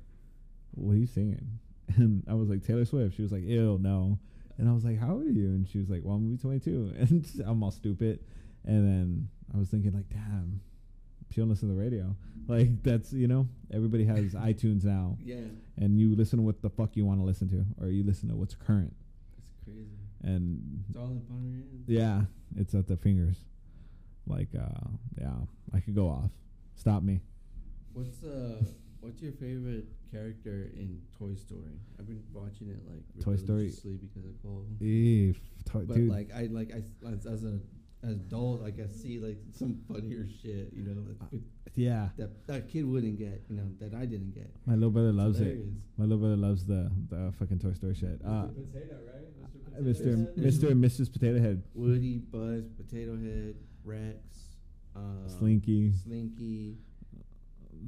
[SPEAKER 1] "What are you singing?" (laughs) And I was like, "Taylor Swift." She was like, "Ew, no." And I was like, "How old are you?" And she was like, "Well, I'm gonna be 22." (laughs) And I'm all stupid. And then I was thinking, like, damn, she don't listen to the radio. Like that's you know, everybody has iTunes now
[SPEAKER 3] Yeah,
[SPEAKER 1] and you listen to what the fuck you want to listen to, or you listen to what's current.
[SPEAKER 3] that's crazy.
[SPEAKER 1] And
[SPEAKER 3] It's all up on your hands.
[SPEAKER 1] yeah, it's at the fingers. Like, uh, yeah, I could go off. Stop me.
[SPEAKER 3] What's uh, what's your favorite character in Toy Story? I've been watching it like
[SPEAKER 1] Toy Story-
[SPEAKER 3] religiously because of Cole.
[SPEAKER 1] Eef, to-
[SPEAKER 3] But
[SPEAKER 1] dude,
[SPEAKER 3] like I like I s- as, as a as adult like I see like some funnier shit you know that,
[SPEAKER 1] yeah,
[SPEAKER 3] that that kid wouldn't get you know that I didn't get.
[SPEAKER 1] my little brother
[SPEAKER 3] It's
[SPEAKER 1] loves it.
[SPEAKER 3] hilarious.
[SPEAKER 1] My little brother loves the the fucking Toy Story shit. Uh,
[SPEAKER 4] Mr. Potato, right?
[SPEAKER 1] Mr.
[SPEAKER 4] Mr. Potato Head?
[SPEAKER 1] Mr. and Mrs. Potato Head,
[SPEAKER 3] Woody, Buzz, Potato Head, Rex, uh,
[SPEAKER 1] Slinky,
[SPEAKER 3] Slinky,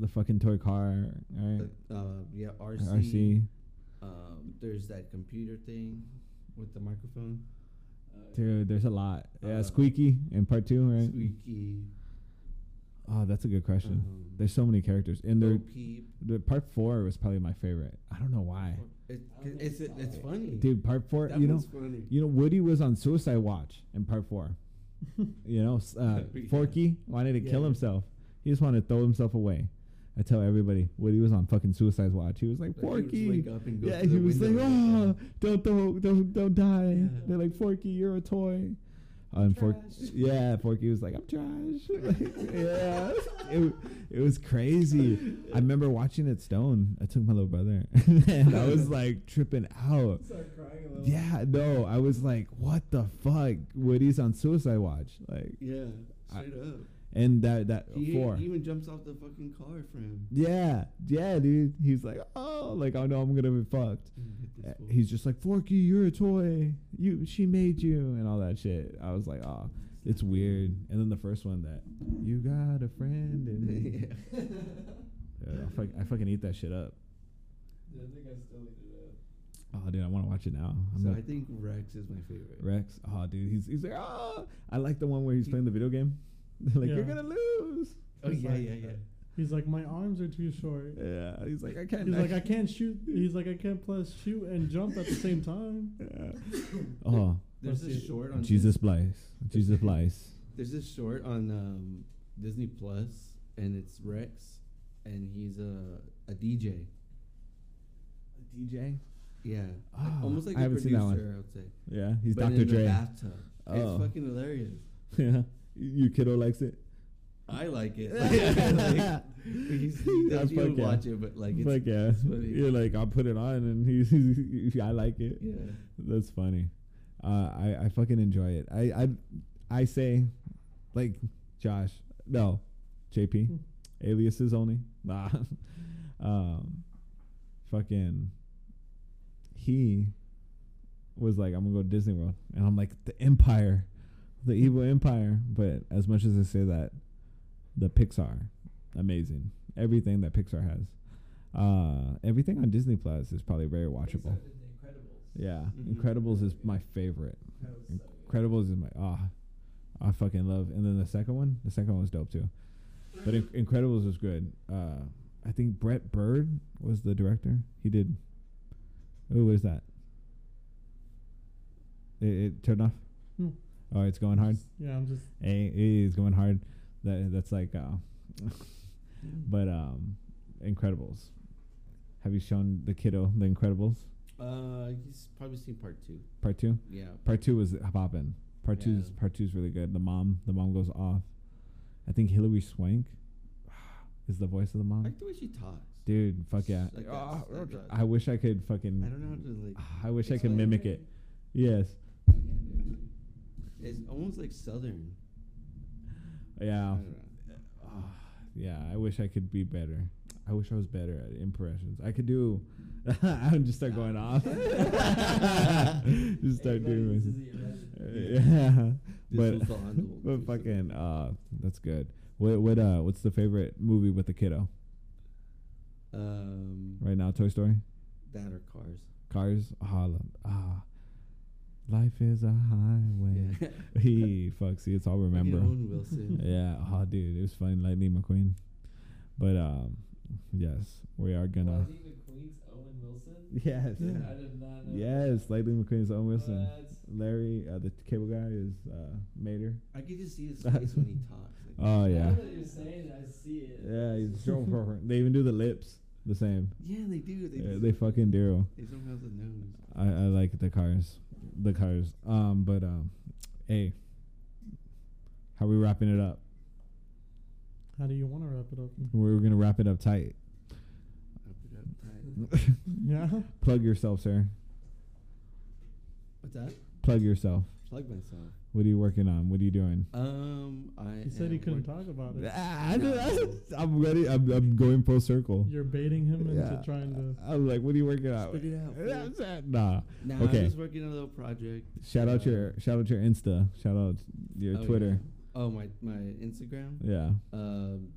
[SPEAKER 1] the fucking toy car, right?
[SPEAKER 3] uh, uh, yeah, RC.
[SPEAKER 1] RC,
[SPEAKER 3] Um, there's that computer thing with the microphone.
[SPEAKER 4] Uh,
[SPEAKER 1] dude, there's a lot. Yeah,
[SPEAKER 3] Uh,
[SPEAKER 1] Squeaky in part two, right?
[SPEAKER 3] Squeaky.
[SPEAKER 1] Oh, that's a good question.
[SPEAKER 3] Um,
[SPEAKER 1] There's so many characters, and they're
[SPEAKER 3] Bo Peep.
[SPEAKER 1] The part four was probably my favorite. I don't know why,
[SPEAKER 3] It,
[SPEAKER 4] I don't
[SPEAKER 3] it's
[SPEAKER 4] think
[SPEAKER 3] it's
[SPEAKER 4] so.
[SPEAKER 3] funny.
[SPEAKER 1] dude. Part four,
[SPEAKER 3] that
[SPEAKER 1] you know,
[SPEAKER 3] one's funny.
[SPEAKER 1] you know, Woody was on suicide watch in part four.
[SPEAKER 2] (laughs)
[SPEAKER 1] you know, s- uh,
[SPEAKER 3] (laughs) Yeah.
[SPEAKER 1] Forky wanted to kill
[SPEAKER 3] Yeah.
[SPEAKER 1] himself. He just wanted to throw himself away. I tell everybody, Woody was on fucking suicide watch. He was like,
[SPEAKER 3] Like, he would just
[SPEAKER 1] Forky.
[SPEAKER 3] wake up and go
[SPEAKER 1] Yeah,
[SPEAKER 3] to the
[SPEAKER 1] he was like,
[SPEAKER 3] window
[SPEAKER 1] oh,
[SPEAKER 3] and-
[SPEAKER 1] don't, don't, don't, don't die.
[SPEAKER 3] Yeah.
[SPEAKER 1] They're like, Forky, you're a toy. And Fork,
[SPEAKER 3] Trash.
[SPEAKER 1] (laughs) yeah, Forky was like, I'm trash. (laughs) yeah, it, it was crazy. I remember watching it Stone. I took my little brother, (laughs) and I was like tripping
[SPEAKER 3] (laughs)
[SPEAKER 1] out.
[SPEAKER 4] Start crying a little.
[SPEAKER 1] Yeah, no, I was like, what the fuck? Woody's on suicide watch, like,
[SPEAKER 3] yeah,
[SPEAKER 1] I-
[SPEAKER 3] straight up.
[SPEAKER 1] and that that
[SPEAKER 3] He,
[SPEAKER 1] four.
[SPEAKER 3] he even jumps off the fucking car for him.
[SPEAKER 1] Yeah, yeah, dude. He's like, oh, like I know I'm gonna be fucked.
[SPEAKER 3] Hit this
[SPEAKER 1] Uh,
[SPEAKER 3] fool.
[SPEAKER 1] He's just like, Forky, you're a toy. You, she made you, and all that shit. I was like, oh, it's weird. And then the first one that you got a friend
[SPEAKER 3] (laughs)
[SPEAKER 1] in me.
[SPEAKER 3] Yeah.
[SPEAKER 4] Oh. (laughs)
[SPEAKER 1] Dude, I, fuck, I fucking eat that shit up.
[SPEAKER 4] Dude, I think I still need uh, it up.
[SPEAKER 1] Oh, dude, I want to watch it now. I'm
[SPEAKER 3] So
[SPEAKER 1] like,
[SPEAKER 3] I think Rex is my favorite.
[SPEAKER 1] Rex. Oh, dude, he's he's like, oh, I like the one where he's playing the video game. (laughs) like you're
[SPEAKER 2] Yeah.
[SPEAKER 1] gonna lose.
[SPEAKER 3] Oh
[SPEAKER 2] He's
[SPEAKER 3] yeah,
[SPEAKER 2] like-
[SPEAKER 3] yeah, yeah.
[SPEAKER 2] He's like, my arms are too short.
[SPEAKER 1] Yeah, he's like, I can't.
[SPEAKER 2] He's like, I can't shoot. He's like, I can't plus shoot and jump at the same time.
[SPEAKER 1] (laughs) Yeah. Oh,
[SPEAKER 2] Let's
[SPEAKER 3] There's this
[SPEAKER 2] see.
[SPEAKER 3] short on
[SPEAKER 1] Jesus Blice. Jesus
[SPEAKER 3] (laughs)
[SPEAKER 1] Blice.
[SPEAKER 3] There's this short on um, Disney Plus, and it's Rex, and he's a a DJ.
[SPEAKER 1] DJ.
[SPEAKER 3] Yeah, like-
[SPEAKER 1] Ah,
[SPEAKER 3] almost like
[SPEAKER 1] I
[SPEAKER 3] a
[SPEAKER 1] haven't seen that
[SPEAKER 3] producer.
[SPEAKER 1] one.
[SPEAKER 3] I would say.
[SPEAKER 1] Yeah, he's
[SPEAKER 3] but
[SPEAKER 1] Dr.
[SPEAKER 3] in The
[SPEAKER 1] Dre.
[SPEAKER 3] bathtub.
[SPEAKER 1] Oh.
[SPEAKER 3] It's fucking hilarious.
[SPEAKER 1] (laughs) Yeah, your kiddo likes it.
[SPEAKER 3] I like
[SPEAKER 1] (laughs)
[SPEAKER 3] it. like, he's, he
[SPEAKER 1] Yeah,
[SPEAKER 3] doesn't even
[SPEAKER 1] fuck yeah.
[SPEAKER 3] watch it, but like it's
[SPEAKER 1] Like yeah,
[SPEAKER 3] it's funny.
[SPEAKER 1] you're like I'll put it on, and he's, he's I like it.
[SPEAKER 3] yeah.
[SPEAKER 1] That's funny. Uh, I I fucking enjoy it. I I I say, like Josh, no, JP, aliases only. (laughs) Nah, um, fucking. He was like, I'm gonna go to Disney World, and I'm like the Empire, the evil Empire. But as much as I say that, the Pixar, amazing. Everything that Pixar has, uh, everything on Disney Plus is probably very watchable.
[SPEAKER 4] Pixar did The Incredibles.
[SPEAKER 1] Yeah,
[SPEAKER 3] Mhm.
[SPEAKER 1] Incredibles is my favorite.
[SPEAKER 4] That was so good.
[SPEAKER 1] Incredibles is my ah, I fucking love. And then the second one, the second one was dope too. But In- Incredibles was good. Uh, I think Brett Bird was the director. He did. Oh, what is that? It, it turned off.
[SPEAKER 2] Hmm.
[SPEAKER 1] Oh, it's going hard.
[SPEAKER 2] Yeah, I'm just.
[SPEAKER 1] Hey, it's going hard. That that's like, uh, but um, Incredibles. Have you shown the kiddo The Incredibles
[SPEAKER 3] Uh, he's probably seen part two.
[SPEAKER 1] Part Two?
[SPEAKER 3] Yeah.
[SPEAKER 1] Part Two was popping. Part
[SPEAKER 3] Yeah.
[SPEAKER 1] Two's Part Two's really good. The mom, the mom goes off. I think Hilary Swank (sighs) is the voice of the
[SPEAKER 3] I
[SPEAKER 1] mom.
[SPEAKER 3] like the way she talks. Oh,
[SPEAKER 1] Dude, fuck yeah.
[SPEAKER 3] Like that,
[SPEAKER 1] Ah,
[SPEAKER 3] like that.
[SPEAKER 1] I wish I could fucking.
[SPEAKER 3] I don't know how to like.
[SPEAKER 1] (sighs) I wish I could
[SPEAKER 3] explain
[SPEAKER 1] mimic it. Yes.
[SPEAKER 3] I can't do it. It's almost like southern. I
[SPEAKER 1] Yeah.
[SPEAKER 3] don't know.
[SPEAKER 1] Ah, yeah. I wish I could be better. I wish I was better at impressions. I could do. (laughs) I would just start going (laughs) off. just start doing.
[SPEAKER 4] Everybody
[SPEAKER 1] this. Uh,
[SPEAKER 4] uses the impression.
[SPEAKER 1] yeah.
[SPEAKER 3] This
[SPEAKER 1] But,
[SPEAKER 3] was the handle.
[SPEAKER 1] but fucking uh, that's good. What what uh, what's the favorite movie with the kiddo
[SPEAKER 3] Um,
[SPEAKER 1] right now? Toy Story,
[SPEAKER 3] that or cars.
[SPEAKER 1] Cars, Holland. Ah, life is a highway.
[SPEAKER 3] Yeah.
[SPEAKER 1] Oh, (laughs) he fuck see it's all remember
[SPEAKER 3] Fucking Owen Wilson.
[SPEAKER 1] (laughs) yeah oh dude it was fun lightning mcqueen but um yes we are gonna
[SPEAKER 4] Lightning McQueen's Owen Wilson.
[SPEAKER 1] (laughs) yes
[SPEAKER 4] I did not know.
[SPEAKER 1] yes lightning mcqueen's owen wilson
[SPEAKER 4] That's-
[SPEAKER 1] larry uh, the cable guy is uh mater
[SPEAKER 3] I could just see his face when he talks.
[SPEAKER 1] (laughs)
[SPEAKER 3] Like,
[SPEAKER 1] oh yeah
[SPEAKER 4] I know what you're saying. I see it.
[SPEAKER 1] yeah he's they even do the lips the same
[SPEAKER 3] yeah, they do. They,
[SPEAKER 1] Yeah,
[SPEAKER 3] do.
[SPEAKER 1] they fucking do
[SPEAKER 3] They don't have the nose.
[SPEAKER 1] I, I like the cars, the cars. Um, but um, hey, how we wrapping it up?
[SPEAKER 2] How do you want to wrap it up?
[SPEAKER 1] We're gonna wrap it up tight. (laughs)
[SPEAKER 3] Up it up tight.
[SPEAKER 2] Yeah.
[SPEAKER 1] Plug yourself, sir.
[SPEAKER 3] What's that?
[SPEAKER 1] Plug yourself.
[SPEAKER 3] Plug myself.
[SPEAKER 1] What are you working on? What are you doing?
[SPEAKER 3] Um,
[SPEAKER 2] (laughs)
[SPEAKER 3] I.
[SPEAKER 2] He said he
[SPEAKER 3] am
[SPEAKER 2] couldn't
[SPEAKER 3] work-
[SPEAKER 2] talk about it.
[SPEAKER 1] Ah, I don't- I- I'm ready. I'm, I'm going full circle.
[SPEAKER 2] You're baiting him into
[SPEAKER 1] Yeah.
[SPEAKER 2] trying to.
[SPEAKER 1] I'm like, what are you working on?
[SPEAKER 3] Spit it out, fool.
[SPEAKER 1] That's it. Nah.
[SPEAKER 3] Nah,
[SPEAKER 1] Okay.
[SPEAKER 3] I'm just working on a little project.
[SPEAKER 1] Shout out
[SPEAKER 3] Uh,
[SPEAKER 1] your shout out your Insta. Shout out your
[SPEAKER 3] oh, yeah.
[SPEAKER 1] Twitter.
[SPEAKER 3] Oh my my Instagram.
[SPEAKER 1] Yeah.
[SPEAKER 3] Um,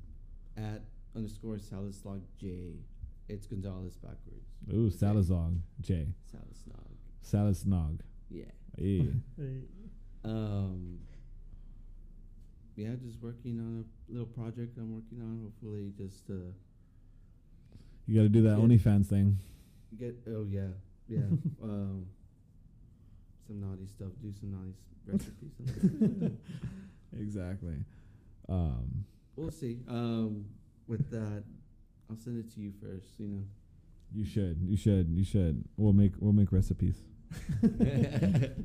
[SPEAKER 3] at underscore Salislog J. It's Gonzalez backwards.
[SPEAKER 1] Ooh, Salazog J.
[SPEAKER 3] Salislog.
[SPEAKER 1] Salasnog.
[SPEAKER 3] Yeah.
[SPEAKER 1] Yeah.
[SPEAKER 3] (laughs)
[SPEAKER 2] Hey,
[SPEAKER 3] Um. Yeah, just working on a little project I'm working on. Hopefully, just uh,
[SPEAKER 1] You got to do that
[SPEAKER 3] Yeah.
[SPEAKER 1] OnlyFans thing.
[SPEAKER 3] get. Oh yeah,
[SPEAKER 2] (laughs)
[SPEAKER 3] yeah. um, some naughty stuff. Do some naughty s- recipes.
[SPEAKER 2] (laughs)
[SPEAKER 3] something.
[SPEAKER 1] Exactly. Um,
[SPEAKER 3] we'll see. Um, with that, I'll send it to you first.
[SPEAKER 2] (laughs)
[SPEAKER 3] You know.
[SPEAKER 1] you should. You should. You should. We'll make we'll make recipes.
[SPEAKER 3] that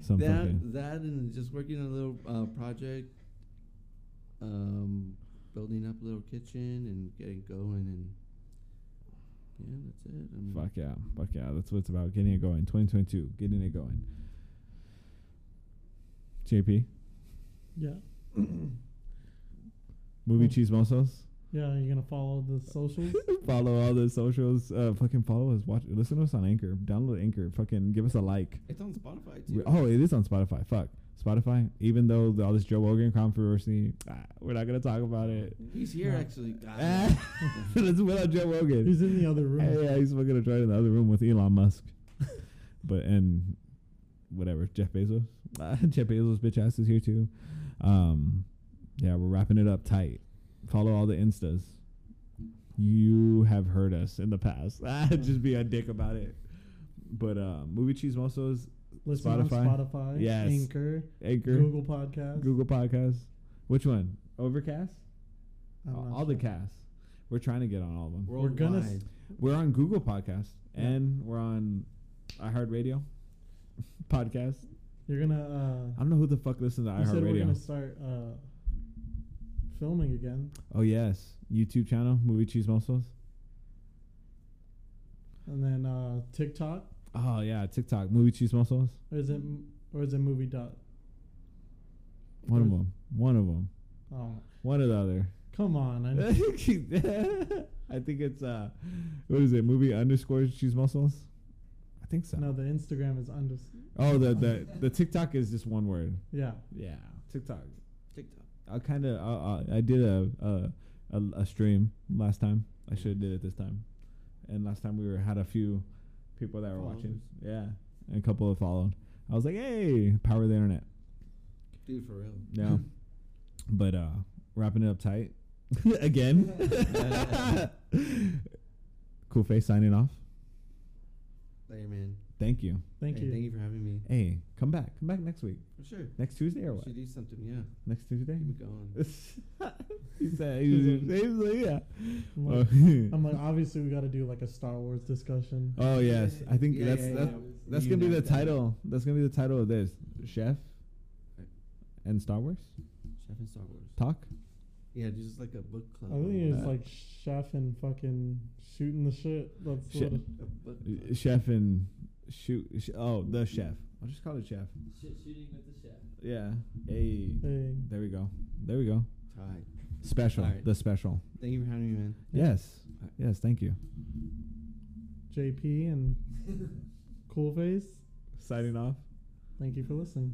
[SPEAKER 1] Some fucking
[SPEAKER 3] that and just working on a little uh, project. Um, building up a little kitchen and getting going and. Yeah, that's it. I'm
[SPEAKER 1] fuck yeah, fuck yeah. That's what it's about. Getting it going. 2022. Getting it going. JP,
[SPEAKER 2] yeah.
[SPEAKER 1] movie
[SPEAKER 2] Oh.
[SPEAKER 1] chismosos.
[SPEAKER 2] Yeah. Are you gonna follow the
[SPEAKER 1] (laughs)
[SPEAKER 2] socials?
[SPEAKER 1] Follow all the socials. Uh, fucking follow us. Watch. Listen to us on Anchor. Download Anchor. Fucking give us a like.
[SPEAKER 3] It's on Spotify
[SPEAKER 1] We-
[SPEAKER 3] too.
[SPEAKER 1] Oh, it is on Spotify. Fuck Spotify. Even though the, all this Joe Rogan controversy, ah, we're not gonna talk about it.
[SPEAKER 3] he's here
[SPEAKER 2] No. (laughs)
[SPEAKER 3] actually. God,
[SPEAKER 1] Ah, (laughs) Let's win on Joe Rogan.
[SPEAKER 2] He's in the other
[SPEAKER 1] Yeah,
[SPEAKER 2] room.
[SPEAKER 1] yeah, he's fucking trying in the other room with Elon Musk, (laughs) but and whatever Jeff Bezos, (laughs) Ah, Jeff Bezos bitch ass is here too. Um, yeah, we're wrapping it up tight. Follow all the instas. You have heard us in the past. (laughs) Ah, Just be a dick about it. But uh, movie cheese mossos,
[SPEAKER 2] Listen on
[SPEAKER 1] Spotify.
[SPEAKER 2] Spotify.
[SPEAKER 1] Yes.
[SPEAKER 2] Anchor.
[SPEAKER 1] Anchor, Google,
[SPEAKER 2] Google Podcast.
[SPEAKER 1] Podcasts. Which one? Overcast.
[SPEAKER 2] I'm
[SPEAKER 1] All
[SPEAKER 2] not
[SPEAKER 1] all the
[SPEAKER 2] sure.
[SPEAKER 1] casts. We're trying to get on all of them.
[SPEAKER 2] We're gonna s-
[SPEAKER 3] Worldwide.
[SPEAKER 1] We're on Google Podcast
[SPEAKER 2] Yeah.
[SPEAKER 1] and we're on iHeartRadio (laughs) podcast.
[SPEAKER 2] You're gonna.
[SPEAKER 1] I
[SPEAKER 2] Uh,
[SPEAKER 1] don't know who the fuck listens to
[SPEAKER 2] you said we're gonna
[SPEAKER 1] iHeartRadio.
[SPEAKER 2] start uh, filming again.
[SPEAKER 1] Oh yes, YouTube channel Movie Cheese Muscles.
[SPEAKER 2] And then uh, TikTok,
[SPEAKER 1] Oh yeah, TikTok Movie Cheese Muscles.
[SPEAKER 2] or is it, m- or is it movie dot?
[SPEAKER 1] One of
[SPEAKER 2] There's-
[SPEAKER 1] them. One of them.
[SPEAKER 2] Oh,
[SPEAKER 1] One or the other.
[SPEAKER 2] come
[SPEAKER 1] (laughs)
[SPEAKER 2] on! I,
[SPEAKER 1] I think it's uh, what is it? Movie underscore cheese muscles. I think so.
[SPEAKER 2] no, the Instagram is under.
[SPEAKER 1] Oh, the the the TikTok is just one word.
[SPEAKER 2] Yeah,
[SPEAKER 1] Yeah, TikTok.
[SPEAKER 3] TikTok.
[SPEAKER 1] I kind of I, I I did a, a a a stream last time. I should have did it this time. And last time we were had a few people that were watching. Yeah, and a couple that followed. I was like, hey, power of the internet.
[SPEAKER 3] Dude, for real. (laughs)
[SPEAKER 1] Yeah, but uh, wrapping it up tight (laughs) again.
[SPEAKER 3] (laughs)
[SPEAKER 2] (laughs)
[SPEAKER 1] cool face signing off.
[SPEAKER 3] Later, man.
[SPEAKER 1] Thank you.
[SPEAKER 2] thank
[SPEAKER 3] Hey,
[SPEAKER 2] you.
[SPEAKER 3] Thank you for having me.
[SPEAKER 1] Hey, come back. Come back next week.
[SPEAKER 3] For sure.
[SPEAKER 1] Next Tuesday or
[SPEAKER 3] We
[SPEAKER 1] what?
[SPEAKER 3] should do something. Yeah.
[SPEAKER 1] Next Tuesday.
[SPEAKER 3] Keep it going.
[SPEAKER 1] (laughs) He said, he was,
[SPEAKER 2] Isn't-
[SPEAKER 1] he was like, yeah.
[SPEAKER 2] I'm
[SPEAKER 1] Oh, (laughs)
[SPEAKER 2] like, I'm like, obviously we got to do like a Star Wars discussion.
[SPEAKER 1] oh yes, I think
[SPEAKER 3] Yeah,
[SPEAKER 1] that's
[SPEAKER 3] yeah,
[SPEAKER 1] that's,
[SPEAKER 3] yeah.
[SPEAKER 1] that's
[SPEAKER 3] You
[SPEAKER 1] gonna be
[SPEAKER 3] know
[SPEAKER 1] the
[SPEAKER 3] that.
[SPEAKER 1] title. That's gonna be the title of this, Chef, and Star Wars
[SPEAKER 3] Chef and Star Wars.
[SPEAKER 1] talk.
[SPEAKER 3] Yeah, just like a book club.
[SPEAKER 2] I think it's
[SPEAKER 1] Uh,
[SPEAKER 2] like chef and fucking shooting the shit. That's
[SPEAKER 1] Shit.
[SPEAKER 2] what it-
[SPEAKER 3] a book
[SPEAKER 1] Uh,
[SPEAKER 3] club.
[SPEAKER 1] Chef and shoot. Sh- oh, the chef. I'll just call it chef.
[SPEAKER 4] Shit shooting with the chef.
[SPEAKER 1] Yeah. Hey.
[SPEAKER 2] hey.
[SPEAKER 1] There we go. There we go.
[SPEAKER 3] Tied.
[SPEAKER 1] Special.
[SPEAKER 3] Alright.
[SPEAKER 1] The special.
[SPEAKER 3] Thank you for having me, man.
[SPEAKER 1] Yes.
[SPEAKER 3] Alright.
[SPEAKER 1] Yes. Thank you.
[SPEAKER 2] JP and
[SPEAKER 4] (laughs)
[SPEAKER 2] Coolface.
[SPEAKER 1] Signing off.
[SPEAKER 2] Thank you for listening.